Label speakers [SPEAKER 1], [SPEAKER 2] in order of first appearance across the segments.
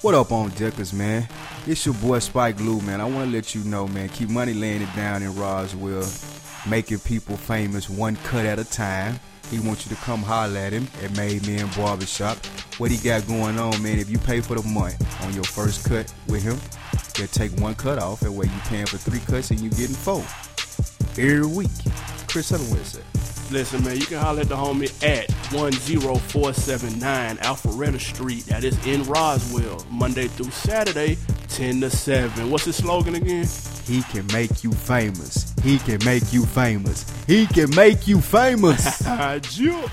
[SPEAKER 1] What up on Dickers, man? It's your boy Spike Lee, man. I want to let you know, man, keep money laying it down in Roswell, making people famous one cut at a time. He wants you to come holler at him at Made Men Barbershop. What he got going on, man, if you pay for the month on your first cut with him, they'll take one cut off, and where you paying for three cuts and you getting four. Every week. Chris Underwood said.
[SPEAKER 2] Listen, man, you can holler at the homie at 10479 Alpharetta Street. That is in Roswell, Monday through Saturday, 10 to 7. What's his slogan again?
[SPEAKER 1] He can make you famous. He can make you famous. He can make you famous.
[SPEAKER 2] I Juke.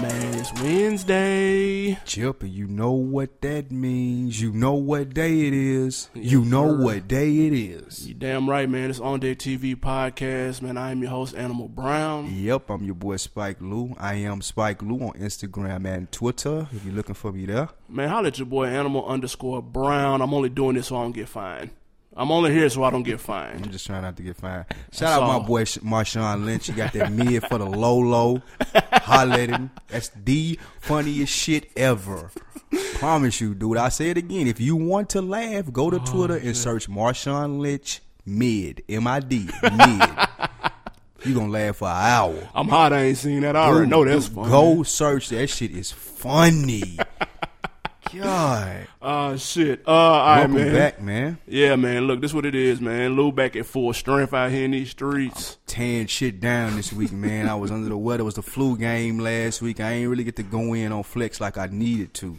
[SPEAKER 2] Man, it's Wednesday.
[SPEAKER 1] Chip, and you know what that means. You know what day it is. you know
[SPEAKER 2] sir.
[SPEAKER 1] what day it is.
[SPEAKER 2] You damn right, man. It's On Day TV podcast, man. I am your host, Animal Brown.
[SPEAKER 1] Yep, I'm your boy Spike Lou. I am Spike Lou on Instagram and Twitter. If you're looking for me there,
[SPEAKER 2] Man, holler at your boy, Animal underscore Brown. I'm only doing this so I don't get fined. I'm only here so I don't get fined.
[SPEAKER 1] I'm just trying not to get fined. Shout out
[SPEAKER 2] all.
[SPEAKER 1] my boy Sh- Marshawn Lynch. He got that mid for the low low. Holla at him. That's the funniest shit ever. Promise you, dude. I say it again. If you want to laugh, go
[SPEAKER 2] Oh,
[SPEAKER 1] to Twitter and search Marshawn Lynch mid. M I D mid. you gonna laugh for an hour.
[SPEAKER 2] I'm hot. I ain't seen that. I already
[SPEAKER 1] Dude,
[SPEAKER 2] know that's
[SPEAKER 1] dude,
[SPEAKER 2] funny.
[SPEAKER 1] Go search that shit. Is funny. God.
[SPEAKER 2] Ah, shit. Uh, all right,
[SPEAKER 1] Welcome
[SPEAKER 2] man.
[SPEAKER 1] back, man.
[SPEAKER 2] Yeah, man. Look, this what it is, man. Lou back at full strength out here in these streets.
[SPEAKER 1] tearing shit down this week, man. I was under the weather. It was the flu game last week. I ain't really get to go in on Flex like I needed to.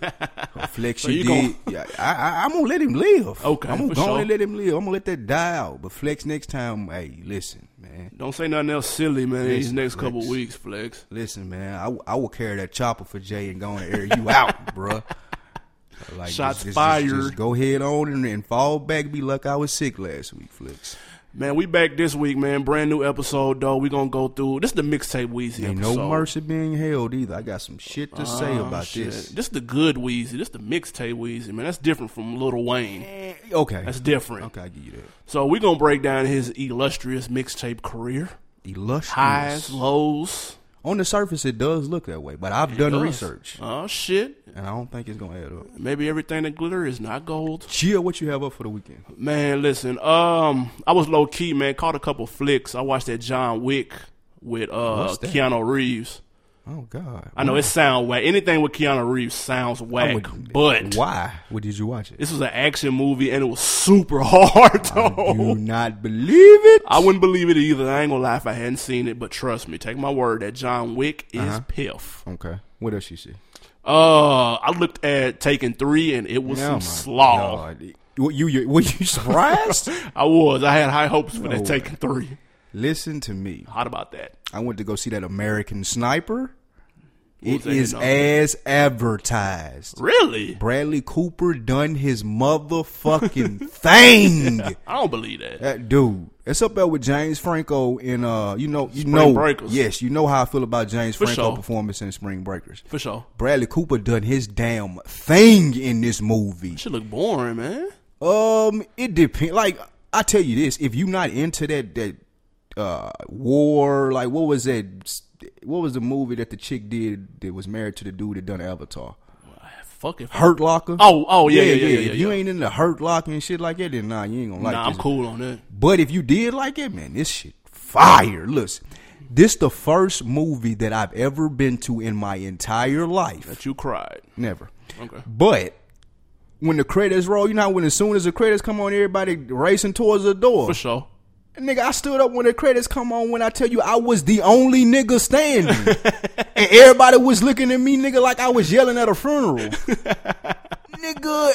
[SPEAKER 1] But Flex,
[SPEAKER 2] So
[SPEAKER 1] you,
[SPEAKER 2] you
[SPEAKER 1] did. yeah, I, I, I'm gonna let him live.
[SPEAKER 2] Okay,
[SPEAKER 1] I'm gonna
[SPEAKER 2] for
[SPEAKER 1] go
[SPEAKER 2] sure.
[SPEAKER 1] and let him live. I'm gonna let that die out. But Flex, next time, hey, listen, man.
[SPEAKER 2] Don't say nothing else silly, man. in These
[SPEAKER 1] Listen,
[SPEAKER 2] next
[SPEAKER 1] Flex.
[SPEAKER 2] couple weeks, flex.
[SPEAKER 1] Listen, man, I, w- I will carry that chopper for Jay and go on and air you out, bruh. Like,
[SPEAKER 2] Shots
[SPEAKER 1] just- just- just-
[SPEAKER 2] fired.
[SPEAKER 1] just go head on and, and fall back. Be like I was sick last week, Flex.
[SPEAKER 2] Man, we back this week, man. Brand new episode, though. We gonna go through. This is the mixtape Weezy
[SPEAKER 1] Ain't
[SPEAKER 2] episode.
[SPEAKER 1] no mercy being held either. I got some shit to say
[SPEAKER 2] Oh,
[SPEAKER 1] about
[SPEAKER 2] shit.
[SPEAKER 1] this.
[SPEAKER 2] This the good Weezy. This the mixtape Weezy, man. That's different from Lil Wayne.
[SPEAKER 1] Eh, Okay.
[SPEAKER 2] That's different.
[SPEAKER 1] okay, I give you that.
[SPEAKER 2] So we gonna break down his illustrious mixtape career,
[SPEAKER 1] Illustrious.
[SPEAKER 2] highs, lows.
[SPEAKER 1] On the surface, it does look that way, but I've done
[SPEAKER 2] Does.
[SPEAKER 1] research,
[SPEAKER 2] Oh shit!
[SPEAKER 1] and I don't think it's gonna add up.
[SPEAKER 2] Maybe everything that glitter is not gold.
[SPEAKER 1] Chia, what you have up for the weekend?
[SPEAKER 2] Man, listen. Um, I was low key, man. Caught a couple flicks. I watched that John Wick with uh
[SPEAKER 1] What's that?
[SPEAKER 2] Keanu Reeves.
[SPEAKER 1] Oh God,
[SPEAKER 2] I know it sound whack. Anything with Keanu Reeves sounds
[SPEAKER 1] I
[SPEAKER 2] whack,
[SPEAKER 1] would-
[SPEAKER 2] but
[SPEAKER 1] why? What did you watch it?
[SPEAKER 2] this was an action movie and it was super hard though.
[SPEAKER 1] Do not believe it.
[SPEAKER 2] I wouldn't believe it either. I ain't gonna lie if I hadn't seen it, but trust me, take my word that John Wick is
[SPEAKER 1] Uh-huh.
[SPEAKER 2] piff.
[SPEAKER 1] Okay, what else you see?
[SPEAKER 2] Uh, I looked at Taken Three and it was
[SPEAKER 1] Oh, my
[SPEAKER 2] some slaw.
[SPEAKER 1] God. What, you, you were you surprised?
[SPEAKER 2] I was. I had high hopes for
[SPEAKER 1] way.
[SPEAKER 2] that Taken Three.
[SPEAKER 1] Listen to me.
[SPEAKER 2] Hot about that.
[SPEAKER 1] I went to go see that American Sniper. It
[SPEAKER 2] that
[SPEAKER 1] is
[SPEAKER 2] hitting on?
[SPEAKER 1] as advertised.
[SPEAKER 2] Really?
[SPEAKER 1] Bradley Cooper done his motherfucking thing.
[SPEAKER 2] I don't believe that.
[SPEAKER 1] That dude. It's up there with James Franco in uh you know you
[SPEAKER 2] Spring
[SPEAKER 1] know
[SPEAKER 2] Breakers.
[SPEAKER 1] Yes, you know how I feel about James Franco
[SPEAKER 2] sure.
[SPEAKER 1] performance in Spring Breakers.
[SPEAKER 2] For sure.
[SPEAKER 1] Bradley Cooper done his damn thing in this movie.
[SPEAKER 2] Should look boring, man.
[SPEAKER 1] Um it depends like I tell you this, if you not into that that uh war, like what was that what was the movie that the chick did that was married to the dude that done Avatar?
[SPEAKER 2] Fuck it.
[SPEAKER 1] Hurt Locker.
[SPEAKER 2] Oh, oh, yeah, yeah, yeah, yeah,
[SPEAKER 1] If
[SPEAKER 2] yeah.
[SPEAKER 1] you ain't into Hurt Locker and shit like that, then nah, you ain't gonna like
[SPEAKER 2] nah, I'm
[SPEAKER 1] this.
[SPEAKER 2] cool on that.
[SPEAKER 1] But if you did like it, man, this shit fire. Listen, this the first movie that I've ever been to in my entire life.
[SPEAKER 2] That you cried.
[SPEAKER 1] Never.
[SPEAKER 2] Okay.
[SPEAKER 1] But when the credits roll, you know how when as soon as the credits come on, everybody racing towards the door.
[SPEAKER 2] For sure.
[SPEAKER 1] Nigga, I stood up when the credits come on. When I tell you, I was the only nigga standing, and everybody was looking at me, nigga, like I was yelling at a funeral. nigga,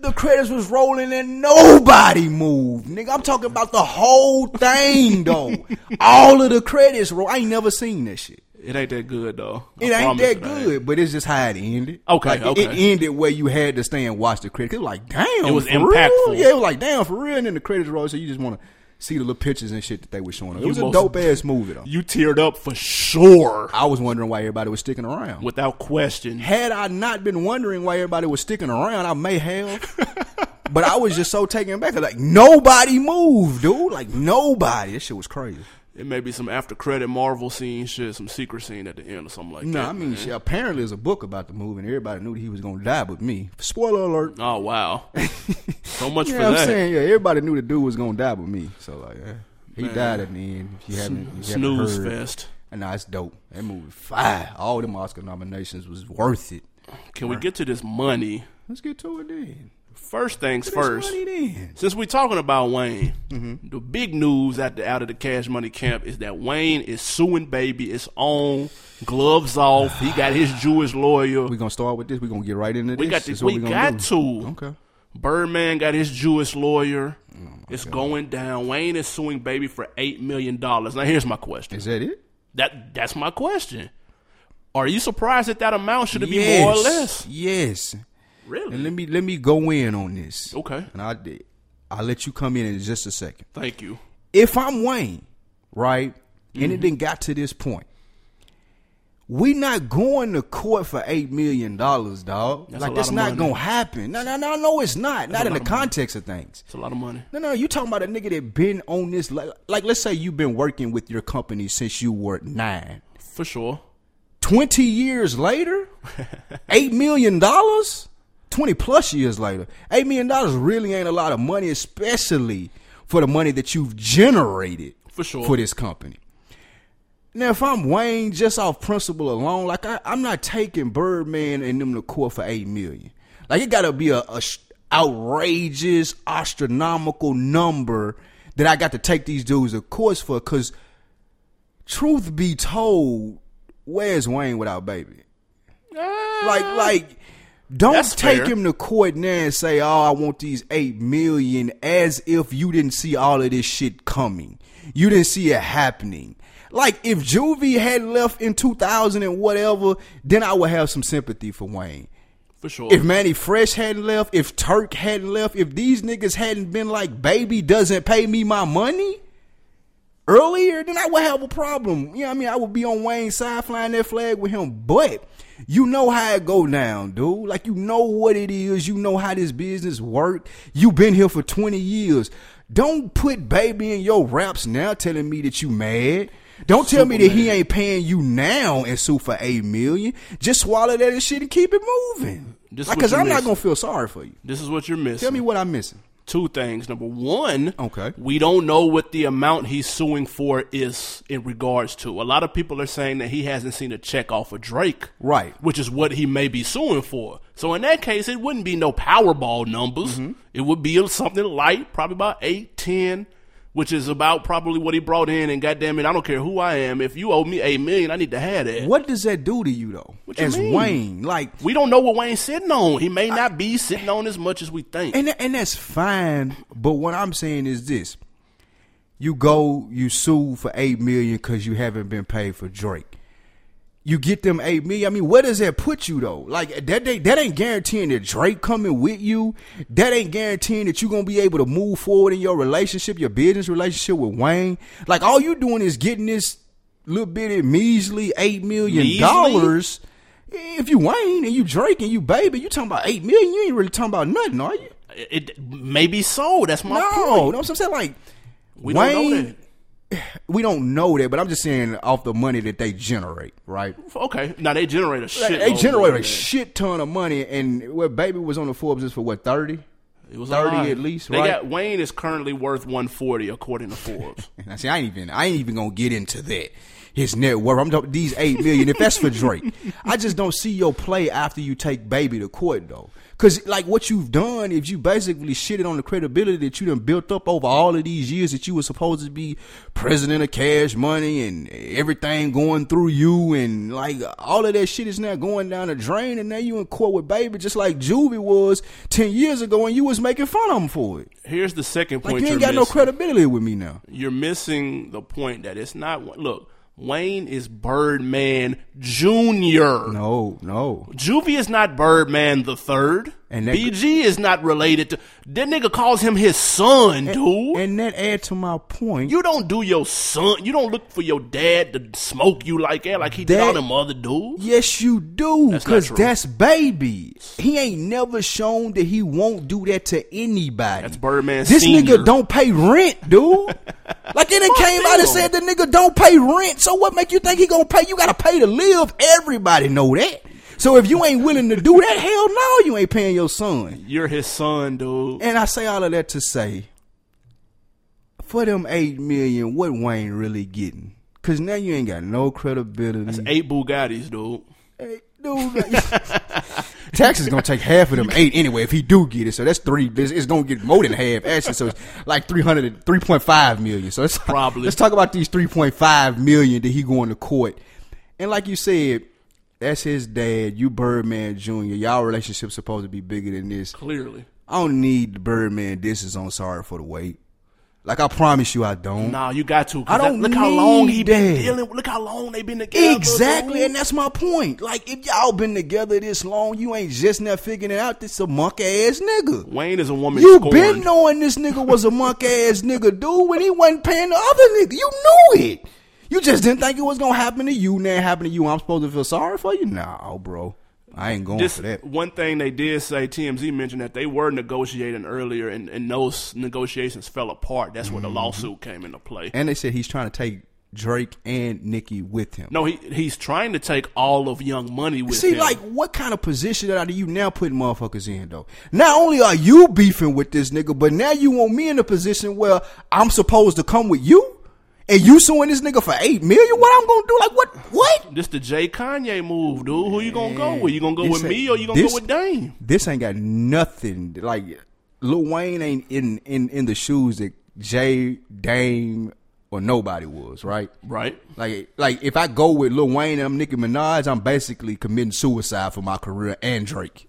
[SPEAKER 1] the credits was rolling and nobody moved. Nigga, I'm talking about the whole thing though. All of the credits roll. I ain't never seen that shit.
[SPEAKER 2] It ain't that good though. I
[SPEAKER 1] It ain't
[SPEAKER 2] promise
[SPEAKER 1] that
[SPEAKER 2] it
[SPEAKER 1] good, but it's just how it ended.
[SPEAKER 2] Okay,
[SPEAKER 1] Like, it- It
[SPEAKER 2] okay.
[SPEAKER 1] ended where you had to stay and watch the credits. It was like, damn.
[SPEAKER 2] It was
[SPEAKER 1] for real?
[SPEAKER 2] impactful.
[SPEAKER 1] Yeah, it was like, damn, for real. And then the credits roll, so you just want to see the little pictures and shit that they were showing. It
[SPEAKER 2] You
[SPEAKER 1] was a
[SPEAKER 2] most-
[SPEAKER 1] dope ass movie, though.
[SPEAKER 2] You teared up for sure.
[SPEAKER 1] I was wondering why everybody was sticking around.
[SPEAKER 2] Without question.
[SPEAKER 1] Had I not been wondering why everybody was sticking around, I may have. But I was just so taken back. Like nobody moved, dude. Like nobody. This shit was crazy.
[SPEAKER 2] It may be some after credit Marvel scene shit, some secret scene at the end or something like
[SPEAKER 1] No,
[SPEAKER 2] that.
[SPEAKER 1] I mean,
[SPEAKER 2] man.
[SPEAKER 1] shit, apparently there's a book about the movie, and everybody knew that he was gonna die, but me. Spoiler alert.
[SPEAKER 2] Oh wow. so much
[SPEAKER 1] You
[SPEAKER 2] for
[SPEAKER 1] know what
[SPEAKER 2] that.
[SPEAKER 1] I'm saying? Yeah, everybody knew the dude was gonna die, but me. So like, yeah. he died at the end. If you haven't, if you
[SPEAKER 2] Snooze
[SPEAKER 1] haven't heard.
[SPEAKER 2] fest.
[SPEAKER 1] And nah, it's dope. That movie fire. All them Oscar nominations was worth it.
[SPEAKER 2] Can we get to this money?
[SPEAKER 1] Let's get to it then.
[SPEAKER 2] First things
[SPEAKER 1] This
[SPEAKER 2] first.
[SPEAKER 1] money Mm-hmm. then.
[SPEAKER 2] Since we're talking about Wayne, the big news at the out of the Cash Money camp is that Wayne is suing Baby. It's on, gloves off. He got his Jewish lawyer.
[SPEAKER 1] We gonna start with this. We gonna get right into this.
[SPEAKER 2] We got
[SPEAKER 1] This
[SPEAKER 2] this.
[SPEAKER 1] what
[SPEAKER 2] We
[SPEAKER 1] gonna
[SPEAKER 2] got
[SPEAKER 1] do.
[SPEAKER 2] to.
[SPEAKER 1] Okay.
[SPEAKER 2] Birdman got his Jewish lawyer.
[SPEAKER 1] Oh,
[SPEAKER 2] it's going down. Wayne is suing Baby for eight million dollars. Now here's my question.
[SPEAKER 1] Is that it?
[SPEAKER 2] That that's my question. Are you surprised that that amount should it be more or less?
[SPEAKER 1] Yes. And
[SPEAKER 2] Really?
[SPEAKER 1] let me let me go in on this.
[SPEAKER 2] Okay.
[SPEAKER 1] And I did. I'll let you come in in just a second.
[SPEAKER 2] Thank you.
[SPEAKER 1] If I'm Wayne, right, and
[SPEAKER 2] Mm-hmm.
[SPEAKER 1] it didn't got to this point, we not going to court for eight million dollars, dog.
[SPEAKER 2] That's a
[SPEAKER 1] like
[SPEAKER 2] lot
[SPEAKER 1] that's
[SPEAKER 2] of
[SPEAKER 1] not
[SPEAKER 2] money.
[SPEAKER 1] gonna happen. No, no, no, no, it's not. not in the context of things.
[SPEAKER 2] It's a lot of money.
[SPEAKER 1] No, no, you talking about a nigga that been on this like, like let's say you've been working with your company since you were nine.
[SPEAKER 2] For sure.
[SPEAKER 1] 20 years later, $8 million? 20 plus years later, $8 million really ain't a lot of money, especially for the money that you've generated
[SPEAKER 2] For sure.
[SPEAKER 1] for this company. Now, if I'm Wayne, just off principle alone, like I, I'm not taking Birdman and them to court for eight million. Like it got to be a, a sh- outrageous, astronomical number that I got to take these dudes to court for. Because truth be told, where's Wayne without baby? Like, like. Don't
[SPEAKER 2] That's
[SPEAKER 1] take
[SPEAKER 2] fair.
[SPEAKER 1] him to court now and say, "Oh, I want these eight million as if you didn't see all of this shit coming. You didn't see it happening. Like if Juvie had left in two thousand and whatever, then I would have some sympathy for Wayne.
[SPEAKER 2] For sure.
[SPEAKER 1] If Manny Fresh hadn't left, if Turk hadn't left, if these niggas hadn't been like, "Baby doesn't pay me my money." earlier, then I would have a problem. You know what I mean? I would be on Wayne's side flying that flag with him. But you know how it go down, dude. Like you know what it is. You know how this business work. you been here for 20 years. Don't put baby in your raps now telling me that you mad. Don't tell me that he ain't paying you now and sue for eight million. Just swallow that and shit and keep it moving.
[SPEAKER 2] This
[SPEAKER 1] Like,
[SPEAKER 2] what
[SPEAKER 1] cause
[SPEAKER 2] you
[SPEAKER 1] I'm not
[SPEAKER 2] missing.
[SPEAKER 1] gonna feel sorry for you.
[SPEAKER 2] this is what you're
[SPEAKER 1] Tell
[SPEAKER 2] missing.
[SPEAKER 1] me what I'm missing.
[SPEAKER 2] Two things. Number one,
[SPEAKER 1] Okay.
[SPEAKER 2] we don't know what the amount he's suing for is in regards to. A lot of people are saying that he hasn't seen a check off of Drake.
[SPEAKER 1] Right.
[SPEAKER 2] Which is what he may be suing for. So in that case, it wouldn't be no Powerball numbers.
[SPEAKER 1] Mm-hmm.
[SPEAKER 2] It would be something light, probably about eight, ten, which is about probably what he brought in. And goddamn it, I don't care who I am. If you owe me eight million, I need to have that.
[SPEAKER 1] What does that do to you though?
[SPEAKER 2] you
[SPEAKER 1] As
[SPEAKER 2] mean?
[SPEAKER 1] Wayne, like
[SPEAKER 2] We don't know what Wayne's sitting on. He may not be sitting on as much as we think.
[SPEAKER 1] And tha- and that's fine. But what I'm saying is this: you go, you sue for eight million because you haven't been paid for Drake. You get them eight million. I mean, where does that put you though? Like that, they, that ain't guaranteeing that Drake coming with you. That ain't guaranteeing that you're gonna be able to move forward in your relationship, your business relationship with Wayne. Like all you doing is getting this little bitty measly eight million
[SPEAKER 2] Measly?
[SPEAKER 1] dollars. If you Wayne and you Drake and you baby, you talking about eight million. You ain't really talking about nothing, are you?
[SPEAKER 2] It, it maybe so. That's my
[SPEAKER 1] No,
[SPEAKER 2] point.
[SPEAKER 1] no, I'm saying like
[SPEAKER 2] We
[SPEAKER 1] Wayne.
[SPEAKER 2] don't know that.
[SPEAKER 1] We don't know that, but I'm just saying off the money that they generate, right?
[SPEAKER 2] Okay, now they generate a shit.
[SPEAKER 1] they
[SPEAKER 2] load
[SPEAKER 1] generate
[SPEAKER 2] of
[SPEAKER 1] a shit ton of money, and what baby was on the Forbes is for what thirty?
[SPEAKER 2] that. It was
[SPEAKER 1] 30
[SPEAKER 2] a lot.
[SPEAKER 1] at least,
[SPEAKER 2] They
[SPEAKER 1] right?
[SPEAKER 2] got Wayne is currently worth one forty according to Forbes.
[SPEAKER 1] And I say I ain't even, I ain't even gonna get into that. His net worth. I'm talking these eight million. if that's for Drake, I just don't see your play after you take baby to court though. Cause like what you've done is you basically shitted on the credibility that you done built up over all of these years that you were supposed to be president of Cash Money and everything going through you and like all of that shit is now going down the drain and now you in court with baby just like Juvie was ten years ago and you was making fun of him for it.
[SPEAKER 2] Here's the second
[SPEAKER 1] Like
[SPEAKER 2] point.
[SPEAKER 1] you
[SPEAKER 2] are
[SPEAKER 1] ain't got no
[SPEAKER 2] missing.
[SPEAKER 1] credibility with me now.
[SPEAKER 2] You're missing the point that it's not. Look, Wayne is Birdman Junior.
[SPEAKER 1] No, no.
[SPEAKER 2] Juvie is not Birdman the third.
[SPEAKER 1] And
[SPEAKER 2] And
[SPEAKER 1] that-
[SPEAKER 2] BG is not related to that nigga calls him his son, dude.
[SPEAKER 1] And that add to my point.
[SPEAKER 2] you don't do your son. You don't look for your dad to smoke you like that, like he did
[SPEAKER 1] That-
[SPEAKER 2] all them other dudes.
[SPEAKER 1] yes, you do,
[SPEAKER 2] That's not
[SPEAKER 1] because
[SPEAKER 2] true.
[SPEAKER 1] that's baby. He ain't never shown that he won't do that to anybody.
[SPEAKER 2] That's Birdman
[SPEAKER 1] This
[SPEAKER 2] Senior.
[SPEAKER 1] nigga don't pay rent, dude. like it done came out
[SPEAKER 2] him.
[SPEAKER 1] and said the nigga don't pay rent. So what make you think he gonna pay? You gotta pay to live. Everybody know that. So if you ain't willing to do that, hell no, you ain't paying your son.
[SPEAKER 2] You're his son, dude.
[SPEAKER 1] And I say all of that to say, for them eight million, what Wayne really getting? Cause now you ain't got no credibility.
[SPEAKER 2] Eight Bugattis, dude.
[SPEAKER 1] Hey, dude, like, tax is gonna take half of them eight anyway if he do get it. So that's three. It's, it's gonna get more than half actually. So it's like 300, and- 3.5 million. So let's
[SPEAKER 2] Probably.
[SPEAKER 1] let's talk about these three point five million that he going to court. And like you said, that's his dad. You Birdman Junior. Y'all relationship supposed to be bigger than this.
[SPEAKER 2] Clearly,
[SPEAKER 1] I don't need the Birdman disses on Sorry for the Wait. Like I promise you, I don't.
[SPEAKER 2] nah, you got to. 'cause
[SPEAKER 1] I don't
[SPEAKER 2] that- Look how long
[SPEAKER 1] need
[SPEAKER 2] he been
[SPEAKER 1] that.
[SPEAKER 2] dealing. Look how long they been together.
[SPEAKER 1] Exactly,
[SPEAKER 2] dude.
[SPEAKER 1] and that's my point. Like, if y'all been together this long, you ain't just now figuring it out. This a monk ass nigga.
[SPEAKER 2] Wayne is a woman.
[SPEAKER 1] You
[SPEAKER 2] scorned.
[SPEAKER 1] been knowing this nigga was a monk ass nigga, dude, when he wasn't paying the other nigga. You knew it. You just didn't think it was gonna happen to you. Now it happened to you. I'm supposed to feel sorry for you? Nah, bro. I ain't going
[SPEAKER 2] This
[SPEAKER 1] for that.
[SPEAKER 2] one thing they did say, TMZ mentioned that they were negotiating earlier, and, and those negotiations fell apart. That's where the
[SPEAKER 1] Mm-hmm.
[SPEAKER 2] lawsuit came into play.
[SPEAKER 1] And they said he's trying to take Drake and Nicki with him.
[SPEAKER 2] No, he he's trying to take all of Young Money with
[SPEAKER 1] See,
[SPEAKER 2] him.
[SPEAKER 1] like, what kind of position are you now putting motherfuckers in, though? Not only are you beefing with this nigga, but now you want me in a position where I'm supposed to come with you? And you suing this nigga for eight million? What I'm gonna do? Like, what? What?
[SPEAKER 2] this the Jay Kanye move, dude. Who you gonna go with? You gonna go
[SPEAKER 1] This
[SPEAKER 2] with
[SPEAKER 1] ain't-
[SPEAKER 2] me or you gonna
[SPEAKER 1] this-
[SPEAKER 2] go with Dame?
[SPEAKER 1] This ain't got nothing. Like, Lil Wayne ain't in in in the shoes that Jay Dame or nobody was, right?
[SPEAKER 2] Right.
[SPEAKER 1] Like, like if I go with Lil Wayne and I'm Nicki Minaj, I'm basically committing suicide for my career and Drake.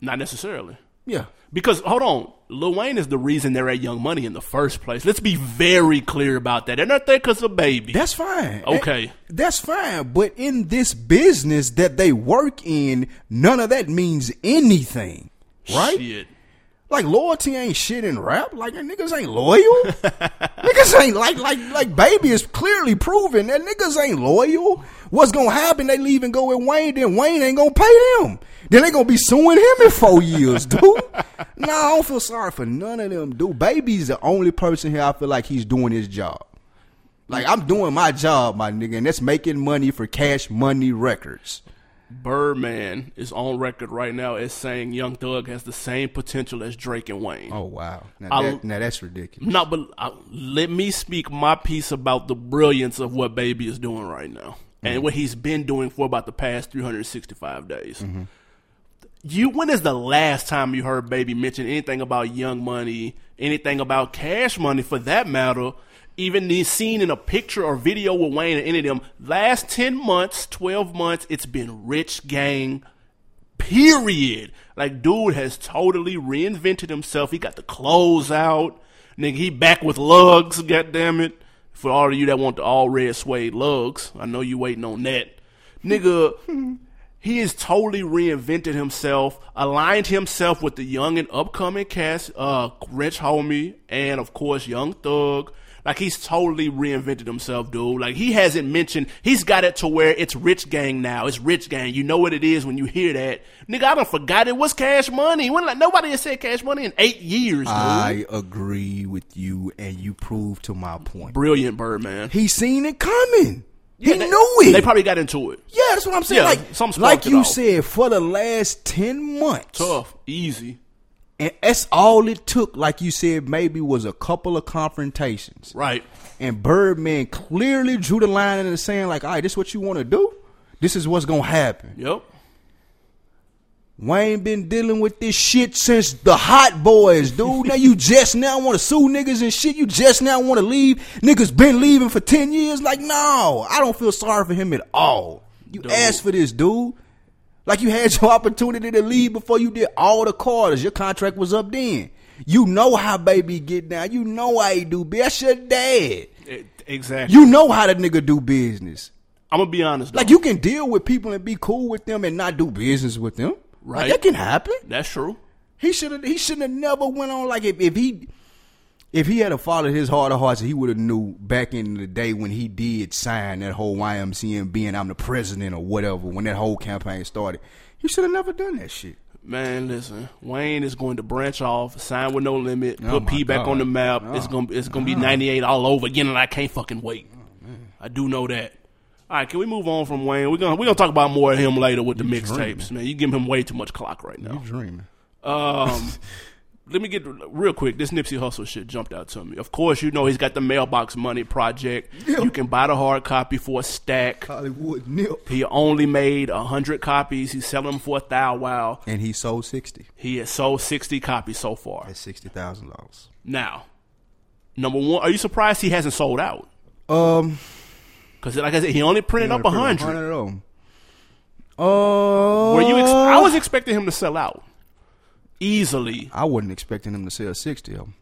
[SPEAKER 2] Not necessarily.
[SPEAKER 1] Yeah.
[SPEAKER 2] Because hold on, Lil Wayne is the reason they're at Young Money in the first place. Let's be very clear about that. They're not there because of baby.
[SPEAKER 1] That's fine.
[SPEAKER 2] Okay.
[SPEAKER 1] That- that's fine. But in this business that they work in, none of that means anything. Right?
[SPEAKER 2] Shit.
[SPEAKER 1] Like loyalty ain't shit in rap. Like niggas ain't loyal. niggas ain't like like like baby is clearly proven that niggas ain't loyal. What's gonna happen? They leave and go with Wayne, then Wayne ain't gonna pay them. Then they gonna be suing him in four years, dude. nah, I don't feel sorry for none of them, dude. Baby's the only person here I feel like he's doing his job. Like I'm doing my job, my nigga, and that's making money for cash money records.
[SPEAKER 2] Birdman is on record right now as saying Young Thug has the same potential as Drake and Wayne.
[SPEAKER 1] Oh wow. Now,
[SPEAKER 2] I-
[SPEAKER 1] that, now that's ridiculous.
[SPEAKER 2] No, but uh, let me speak my piece about the brilliance of what Baby is doing right now and what he's been doing for about the past 365 days. You, when is the last time you heard Baby mention anything about Young Money, anything about Cash Money for that matter? Even the seen in a picture or video with Wayne or any of them. Last ten months, twelve months, it's been Rich Gang. Period. Like, dude has totally reinvented himself. He got the clothes out. Nigga, he back with lugs, goddamn it. For all of you that want the all red suede lugs, I know you waiting on that. Nigga, he has totally reinvented himself, aligned himself with the young and upcoming cast, uh, Rich Homie, and of course Young Thug. Like he's totally reinvented himself, dude. Like he hasn't mentioned he's got it to where it's Rich Gang now. It's Rich Gang. You know what it is when you hear that, nigga. I don't forgot it was Cash Money. When like nobody has said Cash Money in eight years, dude.
[SPEAKER 1] I agree with you, and you prove to my point.
[SPEAKER 2] Brilliant Birdman.
[SPEAKER 1] He seen it coming. he
[SPEAKER 2] They-
[SPEAKER 1] knew it.
[SPEAKER 2] They probably got into it.
[SPEAKER 1] yeah, that's what I'm saying.
[SPEAKER 2] Yeah,
[SPEAKER 1] like,
[SPEAKER 2] something
[SPEAKER 1] like
[SPEAKER 2] sparked it
[SPEAKER 1] you
[SPEAKER 2] off.
[SPEAKER 1] said, for the last ten months,
[SPEAKER 2] Tough, easy,
[SPEAKER 1] and that's all it took. Like you said, maybe was a couple of confrontations,
[SPEAKER 2] right?
[SPEAKER 1] and Birdman clearly drew the line in the sand. Like, all right, this is what you want to do. This is what's gonna happen.
[SPEAKER 2] Yep.
[SPEAKER 1] Wayne been dealing with this shit since the hot boys, dude. now you just now want to sue niggas and shit. You just now want to leave. Niggas been leaving for 10 years. Like, no, I don't feel sorry for him at all. You
[SPEAKER 2] Dude.
[SPEAKER 1] asked for this, dude. Like you had your opportunity to leave before you did all the carters. Your contract was up then. You know how baby get down. You know how he do. Be that's your dad.
[SPEAKER 2] It- E, Exactly.
[SPEAKER 1] You know how that nigga do business.
[SPEAKER 2] I'm gonna be honest. Though.
[SPEAKER 1] Like you can deal with people and be cool with them and not do business with them. Like,
[SPEAKER 2] Right.
[SPEAKER 1] that can happen.
[SPEAKER 2] That's true.
[SPEAKER 1] He should have. He shouldn't have never went on like if, if he if he had a followed his heart of hearts, he would have knew back in the day when he did sign that whole YMCMB and I'm the president or whatever when that whole campaign started. He should have never done that shit.
[SPEAKER 2] Man, listen. Wayne is going to branch off, sign with no limit,
[SPEAKER 1] Oh
[SPEAKER 2] put
[SPEAKER 1] my
[SPEAKER 2] P back
[SPEAKER 1] God. Oh.
[SPEAKER 2] on the map. It's gonna it's gonna be 98 all over again, and I can't fucking wait.
[SPEAKER 1] Oh,
[SPEAKER 2] I do know that. All right, can we move on from Wayne? We're gonna we're gonna talk about more of him later with the mixtapes, man. You giving him way too much clock right now.
[SPEAKER 1] Dreaming.
[SPEAKER 2] Um, let me get real quick. This Nipsey Hustle shit jumped out to me. Of course, you know he's got the mailbox money project. You can buy the hard copy for a stack.
[SPEAKER 1] Hollywood nip.
[SPEAKER 2] He only made a hundred copies. He's selling them for a thou wow.
[SPEAKER 1] And he sold sixty.
[SPEAKER 2] He has sold sixty copies so far.
[SPEAKER 1] That's sixty thousand dollars.
[SPEAKER 2] Now, number one, are you surprised he hasn't sold out?
[SPEAKER 1] Um,
[SPEAKER 2] Because like I said, he only printed up a hundred.
[SPEAKER 1] Hundred of them. Oh,
[SPEAKER 2] Were you? Ex- I was expecting him to sell out easily.
[SPEAKER 1] I wasn't expecting him to sell sixty of them.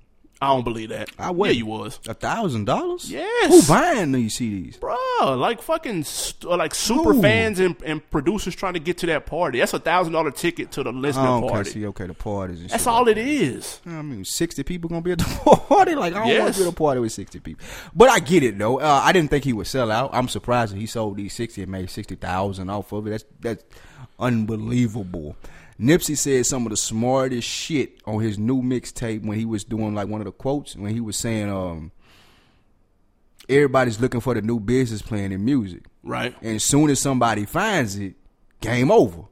[SPEAKER 2] I don't believe that.
[SPEAKER 1] I wouldn't.
[SPEAKER 2] Yeah, you was.
[SPEAKER 1] A thousand dollars?
[SPEAKER 2] Yes.
[SPEAKER 1] Who buying these CDs?
[SPEAKER 2] Bruh, like fucking, st- like super
[SPEAKER 1] Who?
[SPEAKER 2] fans and, and producers trying to get to that party. That's a thousand dollar ticket to the listening
[SPEAKER 1] Oh, okay,
[SPEAKER 2] party.
[SPEAKER 1] see, okay, the parties and
[SPEAKER 2] That's
[SPEAKER 1] shit.
[SPEAKER 2] all it is.
[SPEAKER 1] I mean, sixty people gonna be at the party. Like, I don't want
[SPEAKER 2] Yes.
[SPEAKER 1] to be at a party with sixty people. But I get it though. Uh, I didn't think he would sell out. I'm surprised that he sold these sixty and made sixty thousand off of it. That's that's unbelievable. Nipsey said some of the smartest shit on his new mixtape when he was doing like one of the quotes when he was saying, um, "Everybody's looking for the new business plan in music,
[SPEAKER 2] Right,
[SPEAKER 1] and as soon as somebody finds it, game over."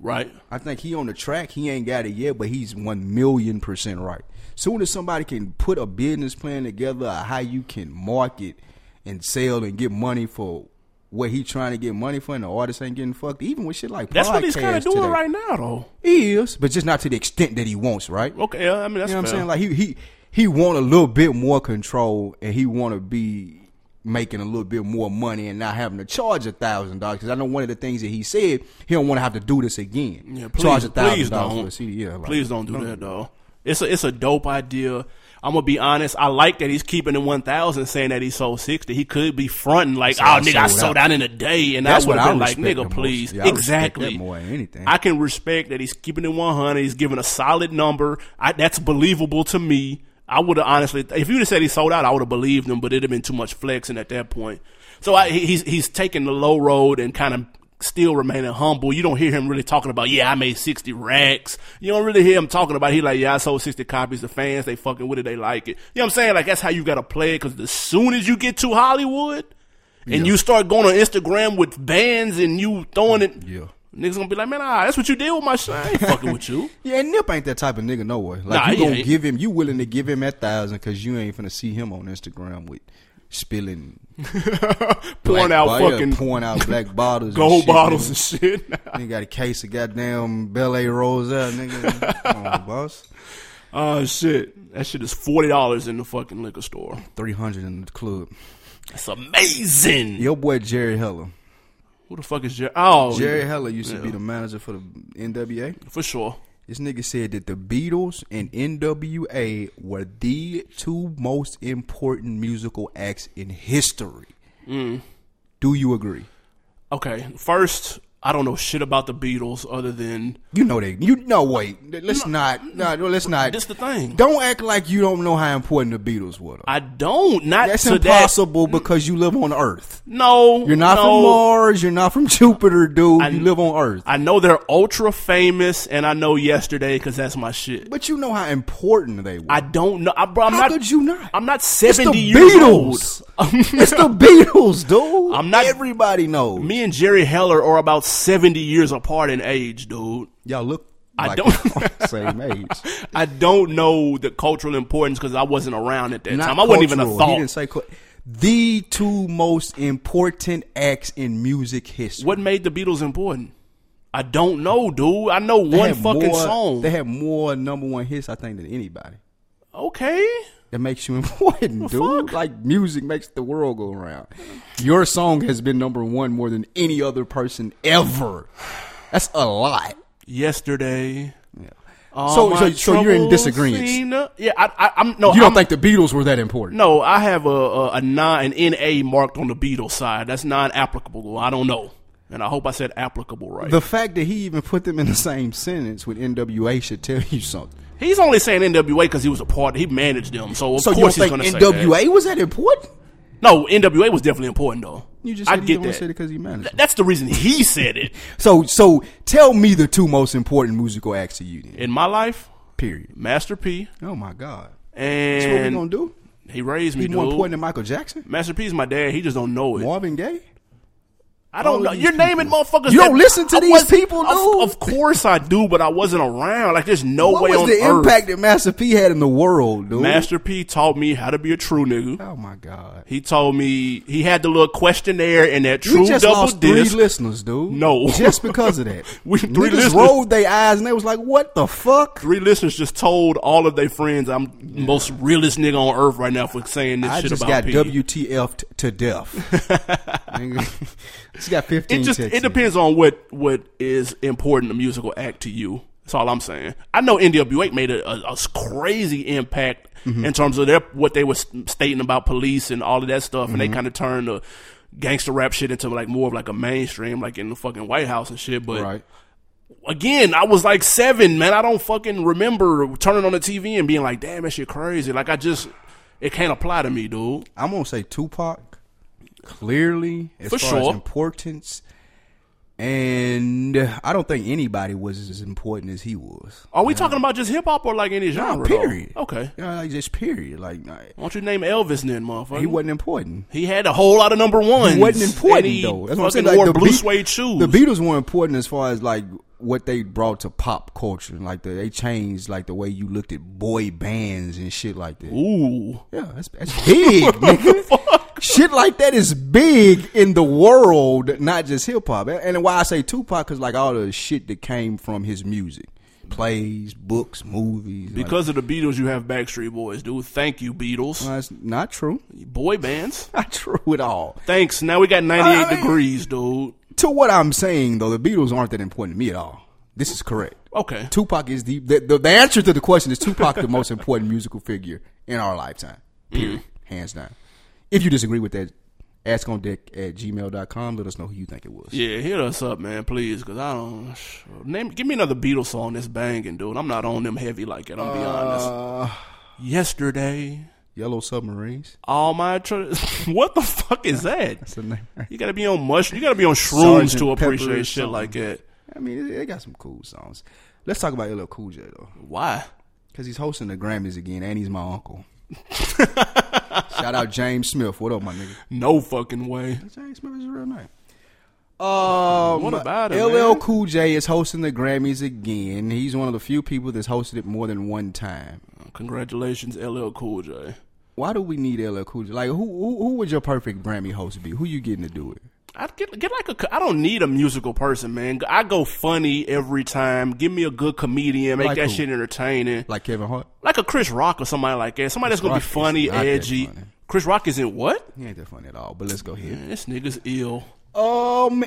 [SPEAKER 2] right.
[SPEAKER 1] I think he on the track. He ain't got it yet, but he's one million percent right. Soon as somebody can put a business plan together, of how you can market and sell and get money for what he trying to get money for, and the artist ain't getting fucked. Even with shit like
[SPEAKER 2] That's what he's
[SPEAKER 1] kind of
[SPEAKER 2] doing right now, though.
[SPEAKER 1] He is, but just not to the extent that he wants. Right?
[SPEAKER 2] Okay, yeah, I mean that's
[SPEAKER 1] You know what I'm
[SPEAKER 2] fair.
[SPEAKER 1] saying? Like he he he want a little bit more control, and he want to be making a little bit more money and not having to charge a thousand dollars. Because I know one of the things that he said, he don't want to have to do this again.
[SPEAKER 2] Yeah, please,
[SPEAKER 1] charge a
[SPEAKER 2] please
[SPEAKER 1] thousand dollars
[SPEAKER 2] don't.
[SPEAKER 1] for a CD. Yeah, like,
[SPEAKER 2] please don't do that though. It's a it's a dope idea. I'm gonna be honest. I like that he's keeping the 1,000, saying that he sold 60. He could be fronting like,
[SPEAKER 1] I
[SPEAKER 2] "Oh, nigga, I
[SPEAKER 1] sold
[SPEAKER 2] sold
[SPEAKER 1] out."
[SPEAKER 2] out in a day," and
[SPEAKER 1] That's
[SPEAKER 2] I would
[SPEAKER 1] what I
[SPEAKER 2] have been like,
[SPEAKER 1] respect the
[SPEAKER 2] "Nigga,
[SPEAKER 1] most.
[SPEAKER 2] please."
[SPEAKER 1] Yeah, I respect
[SPEAKER 2] exactly.
[SPEAKER 1] that more than anything.
[SPEAKER 2] I can respect that he's keeping it 100. He's giving a solid number. I, that's believable to me. I would have honestly, if you'd have said he sold out, I would have believed him, but it'd have been too much flexing at that point. So I, he- he's he's taking the low road and kind of still remaining humble. You don't hear him really talking about, yeah, I made 60 racks. You don't really hear him talking about, he like, yeah, I sold 60 copies. The fans, they fucking with it. They like it. You know what I'm saying? Like, that's how you got to play it because as soon as you get to Hollywood and you start going on Instagram with bands and you throwing it,
[SPEAKER 1] Yeah.
[SPEAKER 2] Niggas gonna be like, man, ah, that's what you did with my shit. I ain't fucking with you.
[SPEAKER 1] Yeah, and Nip ain't that type of nigga no way. Like
[SPEAKER 2] Nah,
[SPEAKER 1] you
[SPEAKER 2] he
[SPEAKER 1] gonna
[SPEAKER 2] ain't.
[SPEAKER 1] give him, you willing to give him that thousand because you ain't finna see him on Instagram with spilling
[SPEAKER 2] Pouring
[SPEAKER 1] black
[SPEAKER 2] out
[SPEAKER 1] bo- yeah,
[SPEAKER 2] fucking
[SPEAKER 1] pouring out black bottles, and
[SPEAKER 2] gold
[SPEAKER 1] shit,
[SPEAKER 2] bottles
[SPEAKER 1] nigga.
[SPEAKER 2] and shit.
[SPEAKER 1] Nigga got a case of goddamn Bel Air Rose out, nigga. Come on, boss.
[SPEAKER 2] oh shit, that shit is forty dollars in the fucking liquor store.
[SPEAKER 1] 300 in the club.
[SPEAKER 2] That's amazing.
[SPEAKER 1] Your boy Jerry Heller.
[SPEAKER 2] Who the fuck is Jerry? Oh,
[SPEAKER 1] Jerry
[SPEAKER 2] yeah,
[SPEAKER 1] Heller used to be the manager for the NWA.
[SPEAKER 2] for sure.
[SPEAKER 1] This nigga said that the Beatles and NWA were the two most important musical acts in history.
[SPEAKER 2] Mm.
[SPEAKER 1] Do you agree?
[SPEAKER 2] Okay, first, I don't know shit about the Beatles other than
[SPEAKER 1] You know they. You no wait. Let's not. No, let's not.
[SPEAKER 2] this. The thing
[SPEAKER 1] Don't act like you don't know how important the Beatles were.
[SPEAKER 2] I don't not
[SPEAKER 1] That's
[SPEAKER 2] to
[SPEAKER 1] impossible because you live on Earth.
[SPEAKER 2] That, no,
[SPEAKER 1] You're not
[SPEAKER 2] no.
[SPEAKER 1] from Mars. You're not from Jupiter, dude. you live on Earth.
[SPEAKER 2] I know they're ultra famous, and I know yesterday because that's my shit.
[SPEAKER 1] but you know how important they were.
[SPEAKER 2] I don't know. I, bro, I'm
[SPEAKER 1] how
[SPEAKER 2] not.
[SPEAKER 1] could you not?
[SPEAKER 2] I'm not
[SPEAKER 1] the
[SPEAKER 2] seventy years
[SPEAKER 1] Beatles.
[SPEAKER 2] old.
[SPEAKER 1] it's the Beatles, dude.
[SPEAKER 2] I'm not-
[SPEAKER 1] Everybody knows.
[SPEAKER 2] Me and Jerry Heller are about 70 years apart in age, dude.
[SPEAKER 1] Y'all look.
[SPEAKER 2] I
[SPEAKER 1] like
[SPEAKER 2] don't-
[SPEAKER 1] same age.
[SPEAKER 2] I don't know the cultural importance because I wasn't around at that time. I wasn't even a
[SPEAKER 1] cultural. He
[SPEAKER 2] thought.
[SPEAKER 1] didn't say cul- the two most important acts in music history.
[SPEAKER 2] What made the Beatles important? I don't know, dude. I know one
[SPEAKER 1] had
[SPEAKER 2] fucking
[SPEAKER 1] more-
[SPEAKER 2] song.
[SPEAKER 1] They had more number one hits, I think, than anybody.
[SPEAKER 2] okay.
[SPEAKER 1] That makes you important, dude. Like music makes the world go around. Your song has been number one more than any other person ever. That's a lot.
[SPEAKER 2] Yesterday.
[SPEAKER 1] Yeah.
[SPEAKER 2] All
[SPEAKER 3] So-
[SPEAKER 2] my
[SPEAKER 3] so- so you're in
[SPEAKER 2] troubles
[SPEAKER 3] disagreement.
[SPEAKER 2] seem to- Yeah, I, I, I'm no.
[SPEAKER 3] You don't
[SPEAKER 2] I'm-
[SPEAKER 3] think the Beatles were that important?
[SPEAKER 2] No, I have a, a, a non an NA marked on the Beatles side. That's non applicable. I don't know. And I hope I said applicable right.
[SPEAKER 1] The fact that he even put them in the same sentence with NWA should tell you something.
[SPEAKER 2] he's only saying NWA because he was a part. He managed them, so of
[SPEAKER 3] So you don't
[SPEAKER 2] course he's
[SPEAKER 3] think
[SPEAKER 2] going to say that.
[SPEAKER 3] NWA was that important?
[SPEAKER 2] No, NWA was definitely important though.
[SPEAKER 1] You just
[SPEAKER 2] I
[SPEAKER 1] said he
[SPEAKER 2] get
[SPEAKER 1] don't say it
[SPEAKER 2] that.
[SPEAKER 1] because he managed.
[SPEAKER 2] Th-
[SPEAKER 1] it.
[SPEAKER 2] That's the reason he said it
[SPEAKER 1] So, so tell me the two most important musical acts to you. Then.
[SPEAKER 2] in my life.
[SPEAKER 1] Period.
[SPEAKER 2] Master P
[SPEAKER 1] Oh my God.
[SPEAKER 2] and
[SPEAKER 1] That's what we gonna do?
[SPEAKER 2] he raised me.
[SPEAKER 1] He more
[SPEAKER 2] dude.
[SPEAKER 1] important than Michael Jackson?
[SPEAKER 2] Master P's my dad. He just don't know it.
[SPEAKER 1] Marvin Gaye?
[SPEAKER 2] I don't
[SPEAKER 1] All
[SPEAKER 2] know.
[SPEAKER 1] these
[SPEAKER 2] You're
[SPEAKER 1] people.
[SPEAKER 2] naming motherfuckers.
[SPEAKER 1] You
[SPEAKER 2] that-
[SPEAKER 1] don't listen to
[SPEAKER 2] I
[SPEAKER 1] these
[SPEAKER 2] wasn't-
[SPEAKER 1] people,
[SPEAKER 2] of-
[SPEAKER 1] dude.
[SPEAKER 2] Of, course I do, but I wasn't around. Like there's no
[SPEAKER 1] What
[SPEAKER 2] way
[SPEAKER 1] was
[SPEAKER 2] on
[SPEAKER 1] the
[SPEAKER 2] earth.
[SPEAKER 1] impact that Master P had in the world, dude?
[SPEAKER 2] Master P taught me how to be a true nigga.
[SPEAKER 1] oh my God.
[SPEAKER 2] He told me he had the little questionnaire and that true
[SPEAKER 1] We just
[SPEAKER 2] double
[SPEAKER 1] lost three
[SPEAKER 2] disc.
[SPEAKER 1] listeners, dude.
[SPEAKER 2] No.
[SPEAKER 1] just because of that,
[SPEAKER 2] We- three
[SPEAKER 1] niggas
[SPEAKER 2] listeners.
[SPEAKER 1] rolled their eyes and they was like, "What the fuck?"
[SPEAKER 2] Three listeners just told all of their friends I'm the most realest nigga on earth right now for saying this
[SPEAKER 1] I
[SPEAKER 2] shit
[SPEAKER 1] just got
[SPEAKER 2] about P.
[SPEAKER 1] WTF'd to death. Nigga, just got fifteen.
[SPEAKER 2] it just
[SPEAKER 1] texts
[SPEAKER 2] it depends on what what is important a musical act to you. That's all I'm saying. I know NWA made a, a, a crazy impact
[SPEAKER 1] Mm-hmm.
[SPEAKER 2] in terms of their what they were stating about police and all of that stuff,
[SPEAKER 1] Mm-hmm.
[SPEAKER 2] and they kind of turned the gangster rap shit into like more of like a mainstream, like in the fucking White House and shit. But
[SPEAKER 1] in. Right.
[SPEAKER 2] again, I was like seven, man. I don't fucking remember turning on the TV and being like, damn, that shit crazy. Like I just it can't apply to me, dude.
[SPEAKER 1] I'm gonna say Tupac clearly as
[SPEAKER 2] For
[SPEAKER 1] far
[SPEAKER 2] sure.
[SPEAKER 1] as importance, and I don't think anybody was as important as he was.
[SPEAKER 2] Are we talking about just hip hop or like any genre? though?
[SPEAKER 1] period.
[SPEAKER 2] Okay.
[SPEAKER 1] You know, like just period. Like like,
[SPEAKER 2] Why don't you name Elvis then, motherfucker?
[SPEAKER 1] he wasn't important.
[SPEAKER 2] He had a whole lot of number ones.
[SPEAKER 1] It wasn't important
[SPEAKER 2] Mm-hmm. And he
[SPEAKER 1] though. That's what I'm
[SPEAKER 2] fucking
[SPEAKER 1] saying. Like,
[SPEAKER 2] wore
[SPEAKER 1] the
[SPEAKER 2] blue
[SPEAKER 1] Beat-
[SPEAKER 2] suede shoes.
[SPEAKER 1] The Beatles were important as far as like what they brought to pop culture. Like the, they changed like the way you looked at boy bands and shit like that.
[SPEAKER 2] Ooh,
[SPEAKER 1] Yeah, that's, that's big, nigga. Shit like that is big in the world, not just hip hop. And and why I say Tupac is like all the shit that came from his music, plays, books, movies. like-
[SPEAKER 2] because of the Beatles, you have Backstreet Boys, dude. Thank you, Beatles.
[SPEAKER 1] Well, that's not true.
[SPEAKER 2] Boy bands.
[SPEAKER 1] Not true at all.
[SPEAKER 2] Thanks. Now we got 98
[SPEAKER 1] I mean-
[SPEAKER 2] degrees, dude.
[SPEAKER 1] To what I'm saying though, the Beatles aren't that important to me at all. This is correct.
[SPEAKER 2] Okay.
[SPEAKER 1] Tupac is the the, the the answer to the question is Tupac the most important musical figure in our lifetime. Period. Hands down. If you disagree with that, ask on deck at gmail.com. Let us know who you think it was.
[SPEAKER 2] Yeah, hit us up, man, please, because I don't. sh- Name, give me another Beatles song that's banging, dude. I'm not on them heavy like that, I'm be honest.
[SPEAKER 1] Uh,
[SPEAKER 2] Yesterday,
[SPEAKER 1] Yellow Submarines.
[SPEAKER 2] all my. Tr- what the fuck is that?
[SPEAKER 1] That's the name.
[SPEAKER 2] You gotta be on mush. You gotta be on shrooms
[SPEAKER 1] Sgt.
[SPEAKER 2] to
[SPEAKER 1] Pepper or
[SPEAKER 2] appreciate shit
[SPEAKER 1] something.
[SPEAKER 2] like that.
[SPEAKER 1] I mean, they got some cool songs. Let's talk about LL Cool J though,
[SPEAKER 2] Why?
[SPEAKER 1] because he's hosting the Grammys again, and he's my uncle. Shout out James Smith. What up, my nigga?
[SPEAKER 2] No fucking way.
[SPEAKER 1] James Smith is a real name. Um,
[SPEAKER 2] What about it,
[SPEAKER 1] LL
[SPEAKER 2] man?
[SPEAKER 1] Cool J is hosting the Grammys again. He's one of the few people that's hosted it more than one time.
[SPEAKER 2] Uh, Congratulations, LL Cool J.
[SPEAKER 1] Why do we need LL Cool J? Like, who who, who would your perfect Grammy host be? Who you getting to do it?
[SPEAKER 2] I'd get get like a. co- I don't need a musical person, man. I go funny every time. Give me a good comedian. Make
[SPEAKER 1] Like
[SPEAKER 2] that
[SPEAKER 1] who?
[SPEAKER 2] shit entertaining.
[SPEAKER 1] Like Kevin Hart?
[SPEAKER 2] Like a Chris Rock or somebody like that. Somebody that's gonna
[SPEAKER 1] Rock is
[SPEAKER 2] be funny,
[SPEAKER 1] not that
[SPEAKER 2] edgy.
[SPEAKER 1] funny.
[SPEAKER 2] Chris Rock isn't what?
[SPEAKER 1] He ain't that funny at all. But let's go ahead.
[SPEAKER 2] Man, this nigga's ill.
[SPEAKER 1] Um,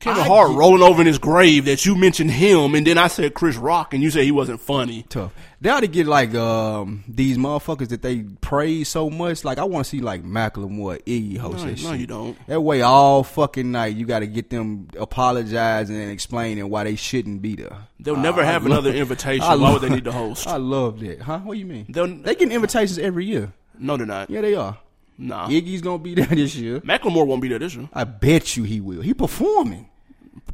[SPEAKER 2] Kevin
[SPEAKER 1] I
[SPEAKER 2] Hart
[SPEAKER 1] get-
[SPEAKER 2] rolling over in his grave that you mentioned him, and then I said Chris Rock, and you said he wasn't funny.
[SPEAKER 1] tough. They ought to get like um these motherfuckers that they praise so much. Like I want to see like Macklemore, Iggy host
[SPEAKER 2] No,
[SPEAKER 1] that
[SPEAKER 2] no,
[SPEAKER 1] shit.
[SPEAKER 2] you don't.
[SPEAKER 1] That way, all fucking night, you got to get them apologizing and explaining why they shouldn't be there.
[SPEAKER 2] They'll never have another invitation. Why would they need to host?
[SPEAKER 1] I love that, huh? What do you mean?
[SPEAKER 2] They'll-
[SPEAKER 1] they get invitations every year.
[SPEAKER 2] No, they're not.
[SPEAKER 1] Yeah, they are.
[SPEAKER 2] Nah.
[SPEAKER 1] Iggy's gonna be there this year.
[SPEAKER 2] Macklemore won't be there this year.
[SPEAKER 1] I bet you he will. He performing.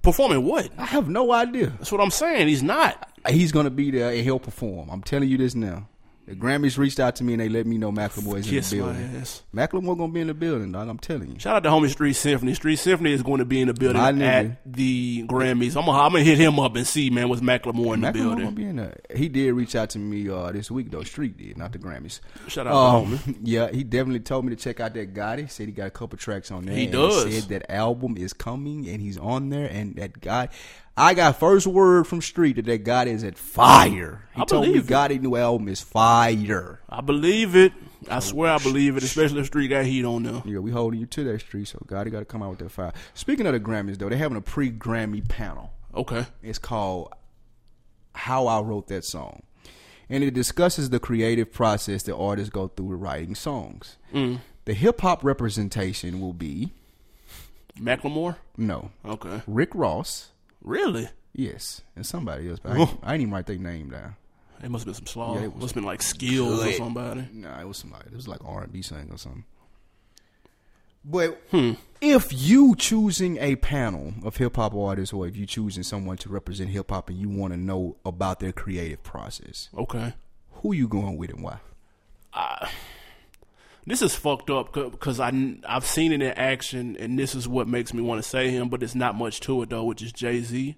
[SPEAKER 2] Performing what?
[SPEAKER 1] I have no idea.
[SPEAKER 2] That's what I'm saying. He's not.
[SPEAKER 1] He's gonna be there and he'll perform. I'm telling you this now. The Grammys reached out to me and they let me know Macklemore is in
[SPEAKER 2] Kiss
[SPEAKER 1] the
[SPEAKER 2] my
[SPEAKER 1] building.
[SPEAKER 2] ass.
[SPEAKER 1] Macklemore gonna be in the building, dog. I'm telling you.
[SPEAKER 2] Shout out to homie Street Symphony. Street Symphony is going to be in the building
[SPEAKER 1] My nigga.
[SPEAKER 2] at the Grammys. I'm gonna, I'm gonna hit him up and see, man, what's Macklemore in the
[SPEAKER 1] Macklemore gonna
[SPEAKER 2] building.
[SPEAKER 1] be in there. He did reach out to me uh, this week though. Street did, not the Grammys. Um,
[SPEAKER 2] Shout out
[SPEAKER 1] Oh.
[SPEAKER 2] to homie.
[SPEAKER 1] Yeah, he definitely told me to check out that Gotti. Said he got a couple tracks on there.
[SPEAKER 2] He
[SPEAKER 1] and
[SPEAKER 2] does.
[SPEAKER 1] Said that album is coming and he's on there. And that guy, I got first word from Street that that Gotti is at fire. He
[SPEAKER 2] I
[SPEAKER 1] told me
[SPEAKER 2] believe it.
[SPEAKER 1] Gotti new album is fire.
[SPEAKER 2] I believe it. I swear I believe it, especially if Street got heat on them.
[SPEAKER 1] Yeah, we holding you to that Street. So Gotti got to come out with that fire. Speaking of the Grammys though, they're having a pre Grammy panel.
[SPEAKER 2] Okay.
[SPEAKER 1] It's called How I Wrote That Song. And it discusses the creative process that artists go through with writing songs. The hip hop representation will be
[SPEAKER 2] Macklemore.
[SPEAKER 1] no
[SPEAKER 2] Okay.
[SPEAKER 1] Rick Ross,
[SPEAKER 2] Really?
[SPEAKER 1] yes, and somebody else, but I ain't, I ain't even write their name down.
[SPEAKER 2] It must have been some slaw. it must have been like skills or somebody.
[SPEAKER 1] Nah, it was somebody. It was like R and B singer or something. But if you choosing a panel of hip hop artists, or if you choosing someone to represent hip hop, and you want to know about their creative process,
[SPEAKER 2] Okay.
[SPEAKER 1] who you going with and why?
[SPEAKER 2] This is fucked up because I I've seen it in action, and this is what makes me want to say him. But it's not much to it though, which is Jay Z,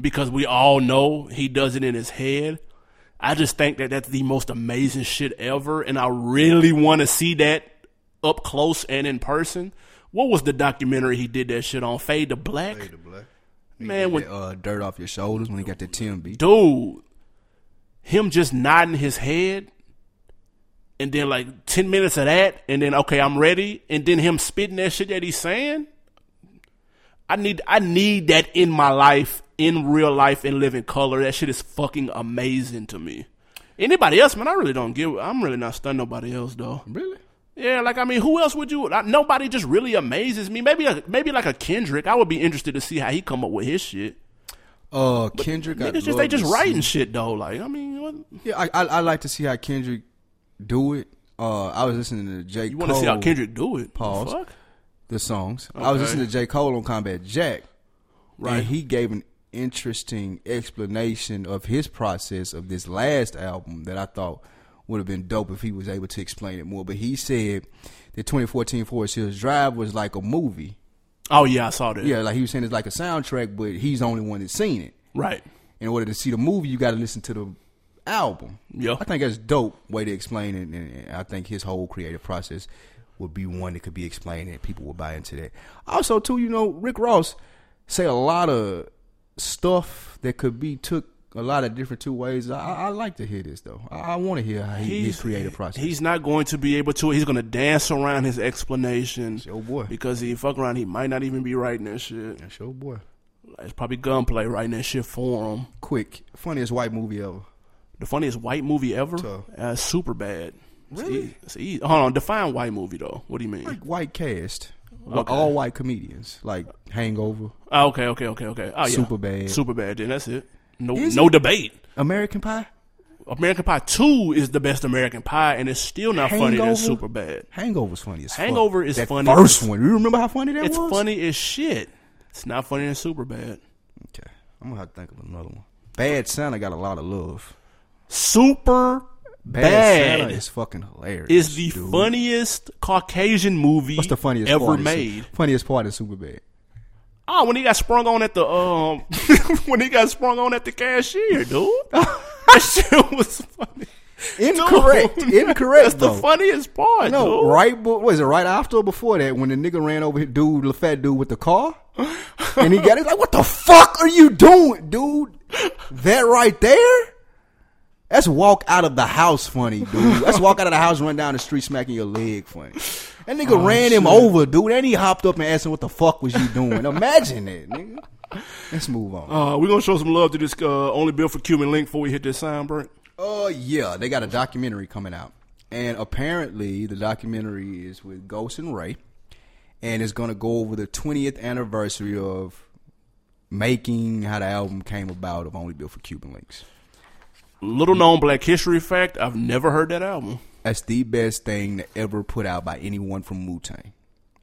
[SPEAKER 2] because we all know he does it in his head. I just think that that's the most amazing shit ever, and I really want to see that up close and in person. What was the documentary he did that shit on? Fade to Black. Man, when
[SPEAKER 1] Get, uh, dirt off your shoulders when he got that Tim beat.
[SPEAKER 2] dude, him just nodding his head, and then like ten minutes of that, and then okay, I'm ready, and then him spitting that shit that he's saying. I need I need that in my life, in real life, in living color. That shit is fucking amazing to me. Anybody else, man? I really don't give. I'm really not stunned nobody else though.
[SPEAKER 1] Really?
[SPEAKER 2] Yeah, like I mean, who else would you? I, nobody just really amazes me. Maybe a, maybe like a Kendrick. I would be interested to see how he come up with his shit.
[SPEAKER 1] Uh, Kendrick. I'd
[SPEAKER 2] Niggas just
[SPEAKER 1] love
[SPEAKER 2] they
[SPEAKER 1] to
[SPEAKER 2] just
[SPEAKER 1] see-
[SPEAKER 2] writing shit though. Like I mean, what,
[SPEAKER 1] Yeah, I, I I like to see how Kendrick do it. Uh, I was listening to Jake.
[SPEAKER 2] you want to see how
[SPEAKER 1] Cole.
[SPEAKER 2] Kendrick do it?
[SPEAKER 1] Pause.
[SPEAKER 2] Fuck?
[SPEAKER 1] the songs. I was
[SPEAKER 2] Okay.
[SPEAKER 1] listening to J. Cole on Combat Jack.
[SPEAKER 2] Right.
[SPEAKER 1] And he gave an interesting explanation of his process of this last album that I thought would have been dope if he was able to explain it more. But he said that 2014 Forest Hills Drive was like a movie.
[SPEAKER 2] Oh yeah, I saw that.
[SPEAKER 1] Yeah, like he was saying it's like a soundtrack, but he's the only one that's seen it.
[SPEAKER 2] Right.
[SPEAKER 1] In order to see the movie, you got to listen to the album.
[SPEAKER 2] Yeah.
[SPEAKER 1] I think that's dope way to explain it, and and I think his whole creative process would be one that could be explained and people would buy into that. Also, too, you know, Rick Ross say a lot of stuff that could be took a lot of different two ways. I, I like to hear this though. I, I want to hear how he, his creative process.
[SPEAKER 2] He's not going to be able to. He's going to dance around his explanation.
[SPEAKER 1] your boy.
[SPEAKER 2] Because he fuck around, he might not even be writing that shit.
[SPEAKER 1] That's your boy.
[SPEAKER 2] It's probably gunplay writing that shit for him.
[SPEAKER 1] Quick, funniest white movie ever.
[SPEAKER 2] The funniest white movie ever.
[SPEAKER 1] Tough.
[SPEAKER 2] Uh, super bad. Really? It's easy. Hold on. Define white movie though. What do you mean?
[SPEAKER 1] Like white cast, all white comedians, like Hangover,
[SPEAKER 2] Ah, okay. Okay. Okay. Okay. Oh yeah.
[SPEAKER 1] Superbad.
[SPEAKER 2] Super bad. Then that's it. No.
[SPEAKER 1] Is
[SPEAKER 2] no debate.
[SPEAKER 1] American Pie,
[SPEAKER 2] American Pie Two is the best American Pie, and it's still not funny.
[SPEAKER 1] Hangover?
[SPEAKER 2] That's super bad.
[SPEAKER 1] Hangover's funny as fuck.
[SPEAKER 2] Hangover is
[SPEAKER 1] that
[SPEAKER 2] funny
[SPEAKER 1] First
[SPEAKER 2] as-
[SPEAKER 1] one, you remember how funny that
[SPEAKER 2] It's
[SPEAKER 1] was?
[SPEAKER 2] funny as shit. It's not funny and super bad.
[SPEAKER 1] Okay. I'm gonna have to think of another one. Bad Santa got a lot of love.
[SPEAKER 2] Super
[SPEAKER 1] Bad,
[SPEAKER 2] bad,
[SPEAKER 1] Santa is fucking hilarious.
[SPEAKER 2] is the
[SPEAKER 1] dude.
[SPEAKER 2] funniest Caucasian movie
[SPEAKER 1] What's the funniest
[SPEAKER 2] ever
[SPEAKER 1] part? is-
[SPEAKER 2] made.
[SPEAKER 1] funniest part is Superbad.
[SPEAKER 2] Oh, when he got sprung on at the um, when he got sprung on at the cashier, dude. that shit was funny.
[SPEAKER 1] Incorrect.
[SPEAKER 2] Dude,
[SPEAKER 1] Incorrect.
[SPEAKER 2] That's the
[SPEAKER 1] though.
[SPEAKER 2] funniest part.
[SPEAKER 1] No,
[SPEAKER 2] dude.
[SPEAKER 1] right. But was it right after or before that when the nigga ran over his dude, the fat dude with the car, and he got it like, "What the fuck are you doing, dude? That right there." That's walk out of the house funny, dude. That's walk out of the house, run down the street, smacking your leg funny. That nigga ran him over, dude. And he hopped up and asked him, "What the fuck was you doing?" Imagine that, nigga. Let's move on.
[SPEAKER 2] Uh, we're gonna show some love to this uh, only built for Cuban link before we hit this sign break.
[SPEAKER 1] Oh yeah, they got a documentary coming out, and apparently the documentary is with Ghost and Ray, and it's gonna go over the 20th anniversary of making how the album came about of Only Built for Cuban Links.
[SPEAKER 2] Little known Black History fact: I've never heard that album.
[SPEAKER 1] That's the best thing ever put out by anyone from Wu Tang.